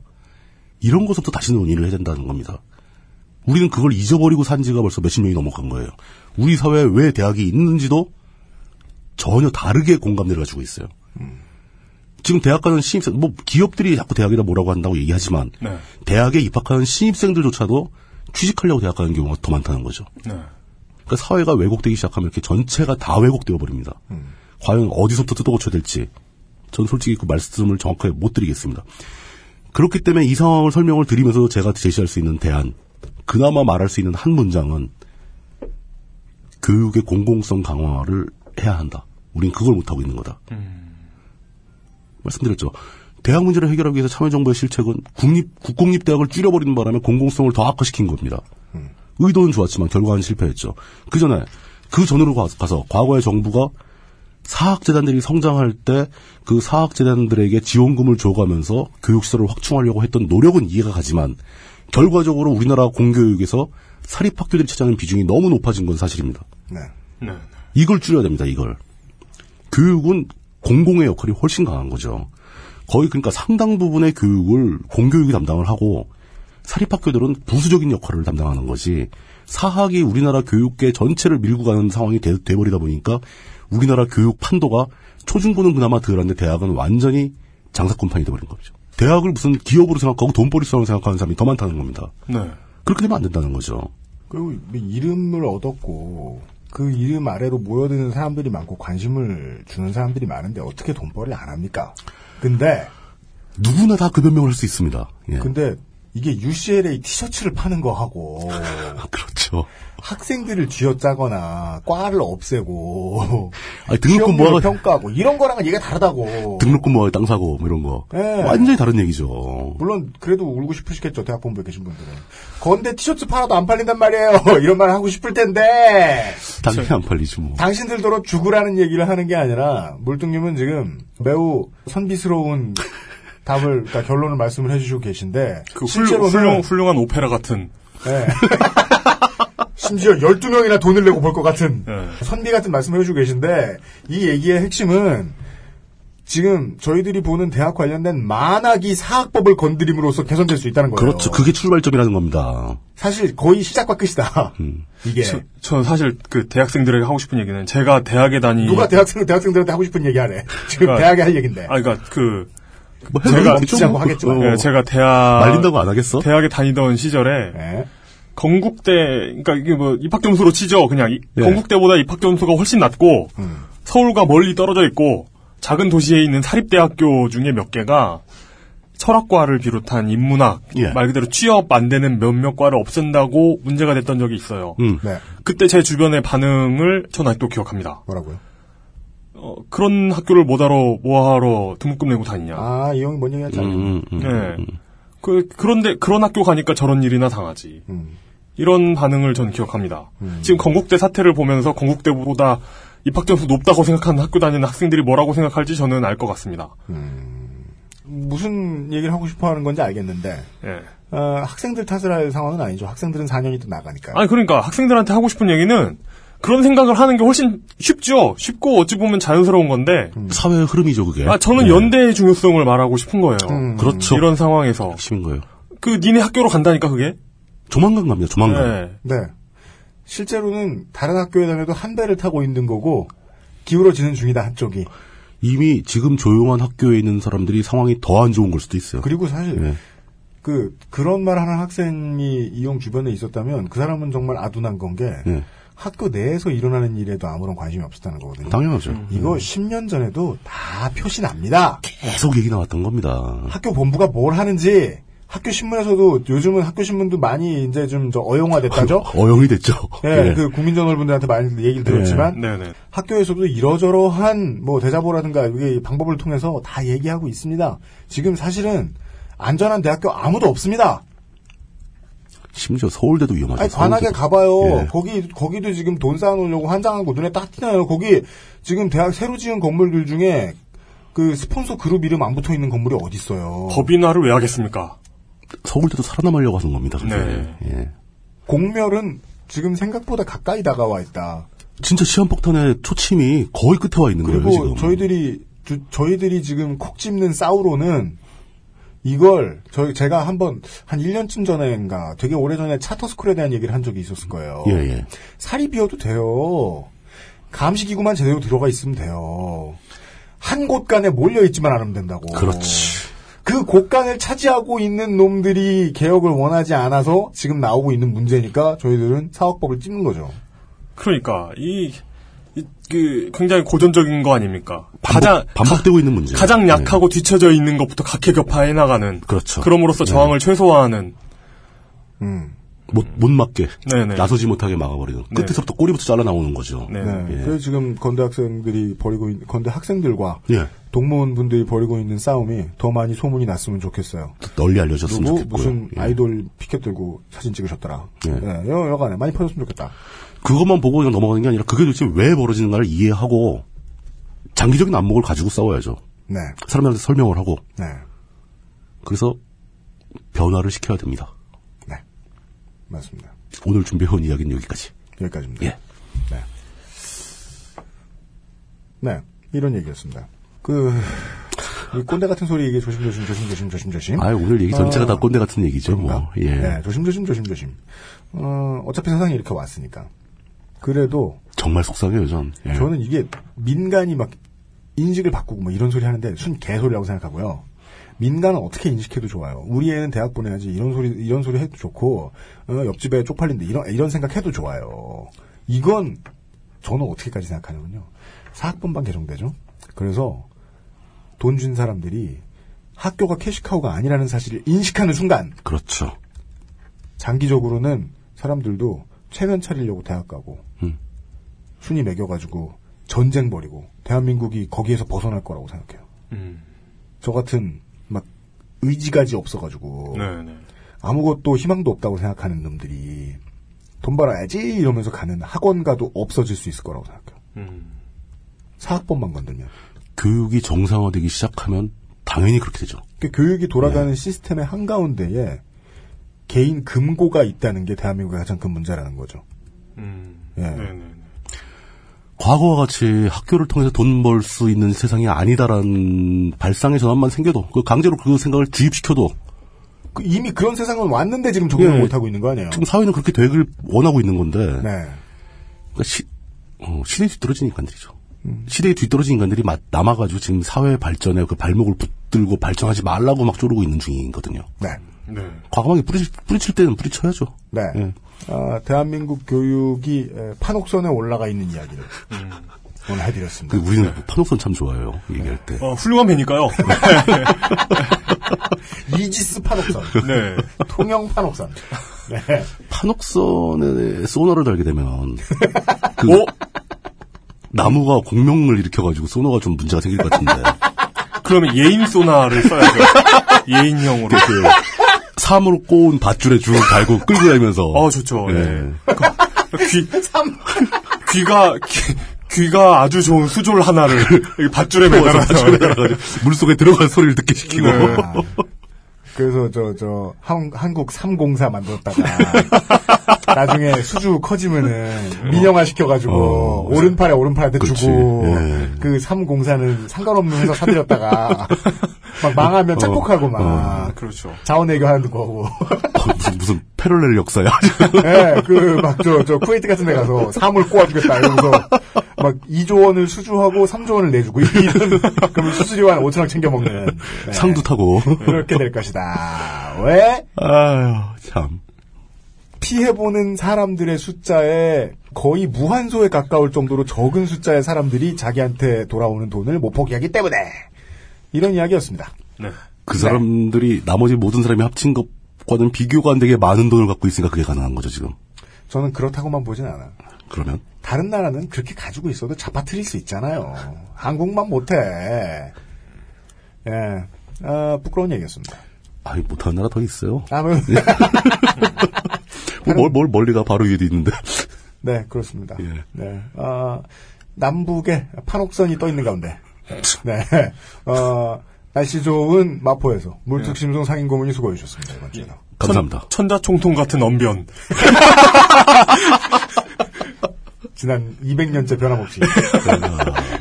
이런 것부터 다시 논의를 해야 된다는 겁니다. 우리는 그걸 잊어버리고 산 지가 벌써 몇십 년이 넘어간 거예요. 우리 사회에 왜 대학이 있는지도 전혀 다르게 공감대를 가지고 있어요. 지금 대학 가는 신입생, 뭐 기업들이 자꾸 대학에다 뭐라고 한다고 얘기하지만
네.
대학에 입학하는 신입생들조차도 취직하려고 대학 가는 경우가 더 많다는 거죠.
네.
그러니까 사회가 왜곡되기 시작하면 이렇게 전체가 다 왜곡되어 버립니다.
음.
과연 어디서부터 뜯어고쳐야 될지 전 솔직히 그 말씀을 정확하게 못 드리겠습니다. 그렇기 때문에 이 상황을 설명을 드리면서 제가 제시할 수 있는 대안, 그나마 말할 수 있는 한 문장은 교육의 공공성 강화를 해야 한다. 우린 그걸 못하고 있는 거다. 말씀드렸죠. 대학 문제를 해결하기 위해서 참여정부의 실책은 국립, 국공립대학을 줄여버리는 바람에 공공성을 더 악화시킨 겁니다. 의도는 좋았지만 결과는 실패했죠. 그 전에, 그 전으로 가- 가서 과거의 정부가 사학재단들이 성장할 때 그 사학재단들에게 지원금을 줘가면서 교육시설을 확충하려고 했던 노력은 이해가 가지만 결과적으로 우리나라 공교육에서 사립학교들이 차지하는 비중이 너무 높아진 건 사실입니다.
네.
네.
이걸 줄여야 됩니다, 이걸. 교육은 공공의 역할이 훨씬 강한 거죠. 거의 그러니까 상당 부분의 교육을 공교육이 담당을 하고 사립학교들은 부수적인 역할을 담당하는 거지 사학이 우리나라 교육계 전체를 밀고 가는 상황이 되, 버리다 보니까 우리나라 교육 판도가 초중고는 그나마 덜한데 대학은 완전히 장사꾼판이 돼버린 거죠. 대학을 무슨 기업으로 생각하고 돈벌이 수단으로 생각하는 사람이 더 많다는 겁니다.
네.
그렇게 되면 안 된다는 거죠.
그리고 뭐 이 이름을 얻었고 그 이름 아래로 모여드는 사람들이 많고 관심을 주는 사람들이 많은데 어떻게 돈벌이 안 합니까? 근데
누구나 다 그 변명을 할 수 있습니다. 예.
근데 이게 UCLA 티셔츠를 파는 거하고
그렇죠.
학생들을 쥐어짜거나 과를 없애고
아니, 등록금
시험률을
모아가-
평가하고 이런 거랑은 얘가 다르다고
등록금 모아야 땅 사고 뭐 이런 거
예.
완전히 다른 얘기죠.
물론 그래도 울고 싶으시겠죠 대학 본부에 계신 분들은 건대 티셔츠 팔아도 안 팔린단 말이에요 이런 말 하고 싶을 텐데
당연히 안 팔리지 뭐.
당신들도로 죽으라는 얘기를 하는 게 아니라 물뚱님은 지금 매우 선비스러운 답을 그러니까 결론을 말씀을 해주시고 계신데
그 훌륭,
실제로는
훌륭, 훌륭한 오페라 같은.
예. 심지어 12명이나 돈을 내고 볼 것 같은 선비 같은 말씀을 해주고 계신데 이 얘기의 핵심은 지금 저희들이 보는 대학 관련된 만학이 사학법을 건드림으로써 개선될 수 있다는 거예요.
그렇죠. 그게 출발점이라는 겁니다.
사실 거의 시작과 끝이다. 이게
저, 저는 사실 그 대학생들에게 하고 싶은 얘기는 제가 대학에 다니
누가 대학생 대학생들한테 하고 싶은 얘기하래. 지금
그러니까-
대학에 할 얘긴데.
아, 그러니까 그
뭐 해도
제가
멈추지
않고 하겠지만.
예, 제가 대학
어, 뭐 말린다고 안 하겠어?
대학에 다니던 시절에
네.
건국대 그러니까 이게 뭐 입학 점수로 치죠. 그냥 이-
예.
건국대보다 입학 점수가 훨씬 낮고
음.
서울과 멀리 떨어져 있고 작은 도시에 있는 사립대학교 중에 몇 개가 철학과를 비롯한 인문학 말 그대로 취업 안 되는 몇몇 과를 없앤다고 문제가 됐던 적이 있어요.
네.
그때 제 주변의 반응을 전 아직도 기억합니다.
뭐라고요?
어, 그런 학교를 뭐하러 뭐하러 등록금 내고 다니냐.
아, 이 형이 뭔 얘기
음,
하지 않냐.
예. 그, 그런데 그런 학교 가니까 저런 일이나 당하지.
음.
이런 반응을 전 기억합니다. 지금 건국대 사태를 보면서 건국대보다 입학 점수 높다고 생각하는 학교 다니는 학생들이 뭐라고 생각할지 저는 알 것 같습니다.
무슨 얘기를 하고 싶어 하는 건지 알겠는데
예.
어, 학생들 탓을 할 상황은 아니죠. 학생들은 4년이 또 나가니까.
아니 그러니까 학생들한테 하고 싶은 얘기는 그런 생각을 하는 게 훨씬 쉽죠. 쉽고 어찌 보면 자연스러운 건데.
사회의 흐름이죠 그게.
아 저는
예.
연대의 중요성을 말하고 싶은 거예요.
그렇죠.
이런 상황에서
핵심인 거예요.
그 니네 학교로 간다니까 그게.
조만간 갑니다. 조만간.
네. 실제로는 다른 학교에 다녀도 한 배를 타고 있는 거고 기울어지는 중이다 한쪽이.
이미 지금 조용한 학교에 있는 사람들이 상황이 더 안 좋은 걸 수도 있어요.
그리고 사실
예.
그 그런 말 하는 학생이 이용 주변에 있었다면 그 사람은 정말 아둔한 건 게
예.
학교 내에서 일어나는 일에도 아무런 관심이 없었다는 거거든요.
당연하죠.
이거 10년 전에도 다 표시 납니다.
계속 얘기 나왔던 겁니다.
학교 본부가 뭘 하는지 학교 신문에서도 요즘은 학교 신문도 많이 이제 좀 저 어용화됐다죠.
어영이 됐죠.
예,
예.
그 국민전월분들한테 많이 얘기를 들었지만
네네.
학교에서도 이러저러한 뭐 대자보라든가 이게 방법을 통해서 다 얘기하고 있습니다. 지금 사실은 안전한 대학교 아무도 없습니다.
심지어 서울대도 위험하죠.
아니 관악에
서울대도.
가봐요.
예.
거기 거기도 지금 돈 쌓아놓으려고 환장하고 눈에 딱 띄나요. 거기 지금 대학 새로 지은 건물들 중에 그 스폰서 그룹 이름 안 붙어 있는 건물이 어디 있어요?
법인화를 왜 하겠습니까?
서울대도 살아남으려고 하는 겁니다. 그게.
네.
예.
공멸은 지금 생각보다 가까이 다가와 있다.
진짜 시한폭탄의 초침이 거의 끝에 와 있는 거예요
그리고
지금.
저희들이 주- 저희들이 지금 콕 집는 싸우로는 이걸 저희 제가 한번 한 1년쯤 전에인가 되게 오래전에 차터스쿨에 대한 얘기를 한 적이 있었을 거예요.
예, 예.
살이 비어도 돼요. 감시기구만 제대로 들어가 있으면 돼요. 한 곳간에 몰려 있지만 않으면 된다고.
그렇지.
그 곳간을 차지하고 있는 놈들이 개혁을 원하지 않아서 지금 나오고 있는 문제니까 저희들은 사업법을 찝는 거죠.
그러니까 이, 이- 그 굉장히 고전적인 거 아닙니까? 가장
반복되고 네. 있는 문제. 예.
가장 약하고 뒤처져 있는 것부터 각해격파해 나가는
그렇죠.
그럼으로써 저항을 최소화하는
음.
못, 못 맞게
네네.
나서지 못하게 막아버리는 끝에서부터 꼬리부터 잘라 나오는 거죠.
네.
예.
그래서 지금 건대 학생들이 벌이고 있는 건대 학생들과
예.
동문 분들이 벌이고 있는 싸움이 더 많이 소문이 났으면 좋겠어요.
더 널리 알려졌으면
그리고
좋겠고요.
무슨
예.
아이돌 피켓 들고 사진 찍으셨더라.
예.
네, 여- 여간에 많이 퍼졌으면 좋겠다.
그것만 보고 그냥 넘어가는 게 아니라 그게 도대체 왜 벌어지는가를 이해하고 장기적인 안목을 가지고 싸워야죠.
네.
사람들한테 설명을 하고
네.
그래서 변화를 시켜야 됩니다.
네. 맞습니다.
오늘 준비해온 이야기는 여기까지.
여기까지입니다.
예.
네. 네. 이런 얘기였습니다. 그, 이 꼰대 같은 소리 얘기 조심조심 조심조심 조심조심.
아유, 오늘 얘기 전체가 다 꼰대 같은 얘기죠, 뭐. 예.
어. 네, 조심조심 조심조심. 어, 어차피 세상이 이렇게 왔으니까. 그래도
정말 속상해요, 전. 예.
저는 이게 민간이 막 인식을 바꾸고 뭐 이런 소리 하는데 순 개소리라고 생각하고요. 민간은 어떻게 인식해도 좋아요. 우리 애는 대학 보내야지 이런 소리 이런 소리 해도 좋고 어, 옆집에 쪽팔린데 이런 이런 생각해도 좋아요. 이건 저는 어떻게까지 생각하냐면요. 사학번방 개정되죠. 그래서 돈 준 사람들이 학교가 캐시카우가 아니라는 사실을 인식하는 순간
그렇죠.
장기적으로는 사람들도 체면 차리려고 대학 가고
음.
순위 매겨가지고 전쟁 벌이고 대한민국이 거기에서 벗어날 거라고 생각해요. 저 같은 막 의지가지 없어가지고
네.
네.
아무것도 희망도 없다고 생각하는 놈들이 돈 벌어야지 이러면서 가는 학원가도 없어질 수 있을 거라고 생각해요. 사학번만 건들면
교육이 정상화되기 시작하면 당연히 그렇게 되죠.
그 교육이 돌아가는 시스템의 한가운데에 개인 금고가 있다는 게 대한민국의 가장 큰 문제라는 거죠. 예.
네.
과거와 같이 학교를 통해서 돈 벌 수 있는 세상이 아니다라는 발상의 전환만 생겨도 그 강제로 그 생각을 주입시켜도
그 이미 그런 세상은 왔는데 지금 적응을
예.
못하고 있는 거 아니에요?
지금 사회는 그렇게 되길 원하고 있는 건데
네.
그러니까 시, 어, 시대에 뒤떨어진 인간들이죠. 시대에 뒤떨어진 인간들이 마- 남아가지고 지금 사회 발전에 그 발목을 붙들고 발전하지 말라고 막 조르고 있는 중이거든요.
네.
과감하게 뿌리, 뿌리칠 때는 뿌리쳐야죠.
네. 아, 대한민국 교육이 에, 판옥선에 올라가 있는 이야기를 오늘 해드렸습니다.
그 우리는 판옥선 참 좋아해요. 얘기할 때.
어, 훌륭한 배니까요.
그
이지스 판옥선.
네.
통영 판옥선. 네.
판옥선에 소너를 달게 되면
어?
그 나무가 공명을 일으켜가지고 소너가 좀 문제가 생길 것 같은데
그러면 예인 소나를 써야죠. 예인형으로.
이렇게 그 삼으로 꼬운 밧줄에 줄 달고 끌고 다니면서
어, 좋죠.
예.
네. 귀, 귀가, 귀, 가 아주 좋은 수졸 하나를 여기 밧줄에 매달아서.
네, 밧줄에 매달아가지고 물속에 들어간 소리를 듣게 시키고 그
네.
그래서 저, 저, 한, 한국 304 만들었다가 나중에 수주 커지면은 민영화 시켜가지고 오른팔에 오른팔한테
어, 네. 그렇지.
주고
예.
그 304는 상관없는 회사 사들였다가 막 망하면
어,
착복하고 막
그렇죠.
자원외교 하는 거고
무슨, 무슨 패럴렐 역사야
네.
예, 그, 막, 저, 저, 쿠웨이트 같은 데 가서 사물 꼬아주겠다, 이러면서, 막, 2조 원을 수주하고 3조 원을 내주고, 이런, 그러면 수수료 한 5천 원 챙겨먹는. 네,
상도 타고
그렇게 될 것이다. 왜?
아유 참
피해보는 사람들의 숫자에 거의 무한소에 가까울 정도로 적은 숫자의 사람들이 자기한테 돌아오는 돈을 못 포기하기 때문에. 이런 이야기였습니다.
그
네.
사람들이 나머지 모든 사람이 합친 것과는 비교가 안 되게 많은 돈을 갖고 있으니까 그게 가능한 거죠 지금
저는 그렇다고만 보진 않아요.
그러면
다른 나라는 그렇게 가지고 있어도 잡아트릴 수 있잖아요. 한국만 못해. 예, 아, 부끄러운 얘기였습니다.
아이 못하는 나라 더 있어요
아무,
뭐, 뭘, 뭘 멀리가 바로 위에도 있는데
네, 그렇습니다.
예.
네, 아, 남북에 판옥선이 떠 있는 가운데, 네, 어, 날씨 좋은 마포에서 물특심송 상인고문이 수고해 주셨습니다 이번 주에도.
감사합니다.
천자총통 같은 언변.
지난 200년째 변함없이.
네, 아.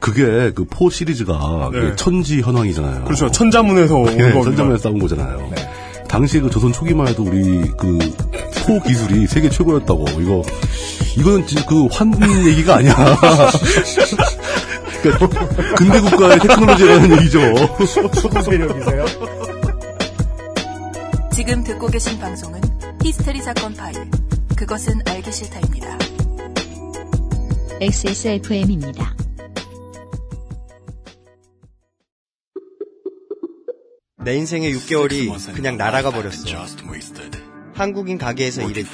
그게 그 포 시리즈가
네.
그 천지 현황이잖아요.
그렇죠. 천자문에서 온 네.
예,
겁니다.
천자문에 싸운 거잖아요. 당시 그 조선 초기만 해도 우리 그 포 기술이 세계 최고였다고 이거 이거는 진짜 그환 얘기가 아니야. 그러니까 근대 국가의 테크놀로지라는 얘기죠.
초등 세력이세요?
지금 듣고 계신 방송은 히스테리 사건 파일. 그것은 알기 싫다입니다.
XSFM입니다.
내 인생의 6개월이 그냥 날아가 버렸어. 한국인 가게에서 일했지.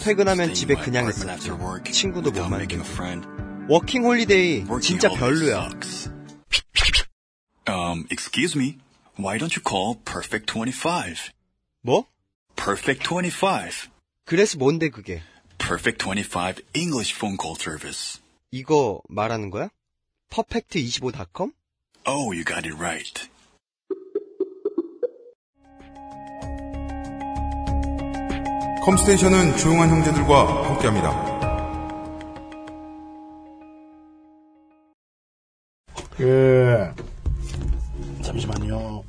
퇴근하면 집에 그냥 있었지. 친구도 못 만들고. 워킹 홀리데이 진짜 별로야.
Um, excuse me. Why don't you call Perfect 25?
뭐?
Perfect 25.
그래서 뭔데 그게?
Perfect 25 English phone call service.
이거 말하는 거야? 퍼펙트25.com?
Oh, you got it right.
컴스테이션은 조용한 형제들과 함께합니다.
예.
잠시만요.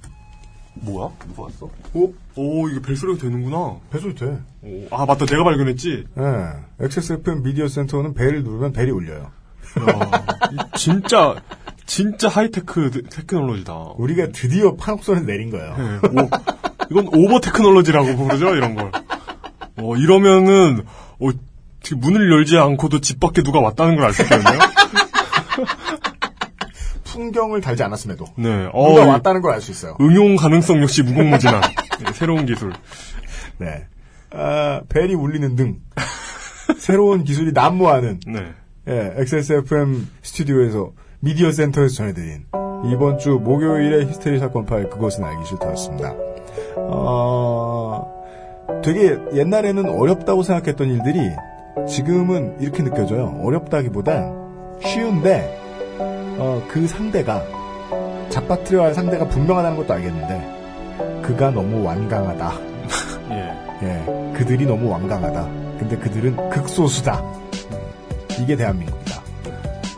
뭐야? 누가 왔어?
오, 오 이거 벨소리가 되는구나.
벨소리 돼.
오, 아 맞다, 내가 발견했지.
예. XSFM 미디어 센터는 벨을 누르면 벨이 울려요.
진짜 진짜 하이테크 테- 테크놀로지다.
우리가 드디어 판옥선을 내린 거예요.
오, 이건 오버 테크놀로지라고 부르죠 이런 걸. 어 이러면은 어, 어떻게 문을 열지 않고도 집 밖에 누가 왔다는 걸 알 수 있겠네요.
풍경을 달지 않았음에도
네. 어,
누가
이-
왔다는 걸 알 수 있어요.
응용 가능성 역시 무궁무진한 네, 새로운 기술.
네. 아, 벨이 울리는 등 새로운 기술이 난무하는
네.
예, XSFM 스튜디오에서 미디어 센터에서 전해드린 이번 주 목요일의 히스테리 사건 파일 그것은 알기 싫다였습니다. 어, 되게 옛날에는 어렵다고 생각했던 일들이 지금은 이렇게 느껴져요. 어렵다기보다 쉬운데 어, 그 상대가 잡아트려야 할 상대가 분명하다는 것도 알겠는데 그가 너무 완강하다.
예.
예, 그들이 너무 완강하다. 근데 그들은 극소수다. 이게 대한민국이다.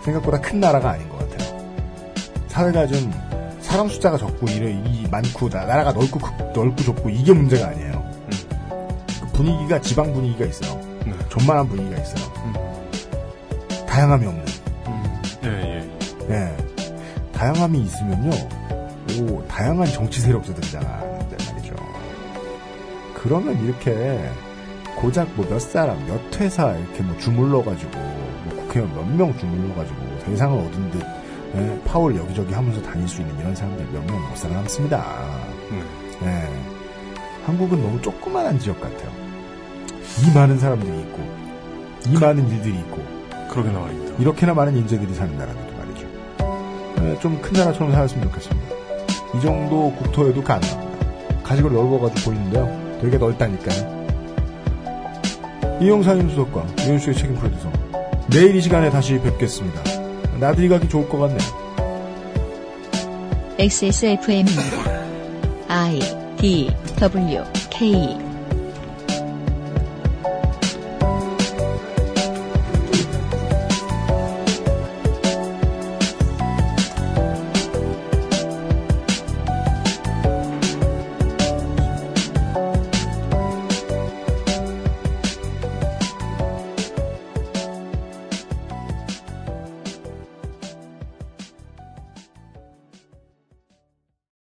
생각보다 큰 나라가 아닌 것 같아요. 사회가 좀 사람 숫자가 적고 이래 이 많고 나, 라가 넓고 크- 넓고 좁고 이게 문제가 아니에요. 그 분위기가 지방 분위기가 있어요. 존만한 분위기가 있어요.
음,
다양함이 없는.
예, 예.
예. 다양함이 있으면요, 오, 다양한 정치 세력들이 등장하는데 말이죠. 그러면 이렇게, 고작 뭐 몇 사람, 몇 회사 이렇게 뭐 주물러가지고, 뭐 국회의원 몇 명 주물러가지고, 대상을 얻은 듯, 예, 파월 여기저기 하면서 다닐 수 있는 이런 사람들 몇 명 못 살아남습니다. 예. 한국은 너무 조그만한 지역 같아요. 이 많은 사람들이 있고, 이 많은 일들이 있고,
그러게 나와입니다.
이렇게나 많은 인재들이 사는 나라도 말이죠. 네, 좀 큰 나라처럼 살았으면 좋겠습니다. 이 정도 국토에도 가능합니다. 가지고 넓어가지고 보이는데요. 되게 넓다니까요. 이용상임 수석과 유현수의 책임 프로듀서. 내일 이 시간에 다시 뵙겠습니다. 나들이 가기 좋을 것 같네요.
XSFM입니다. I D W K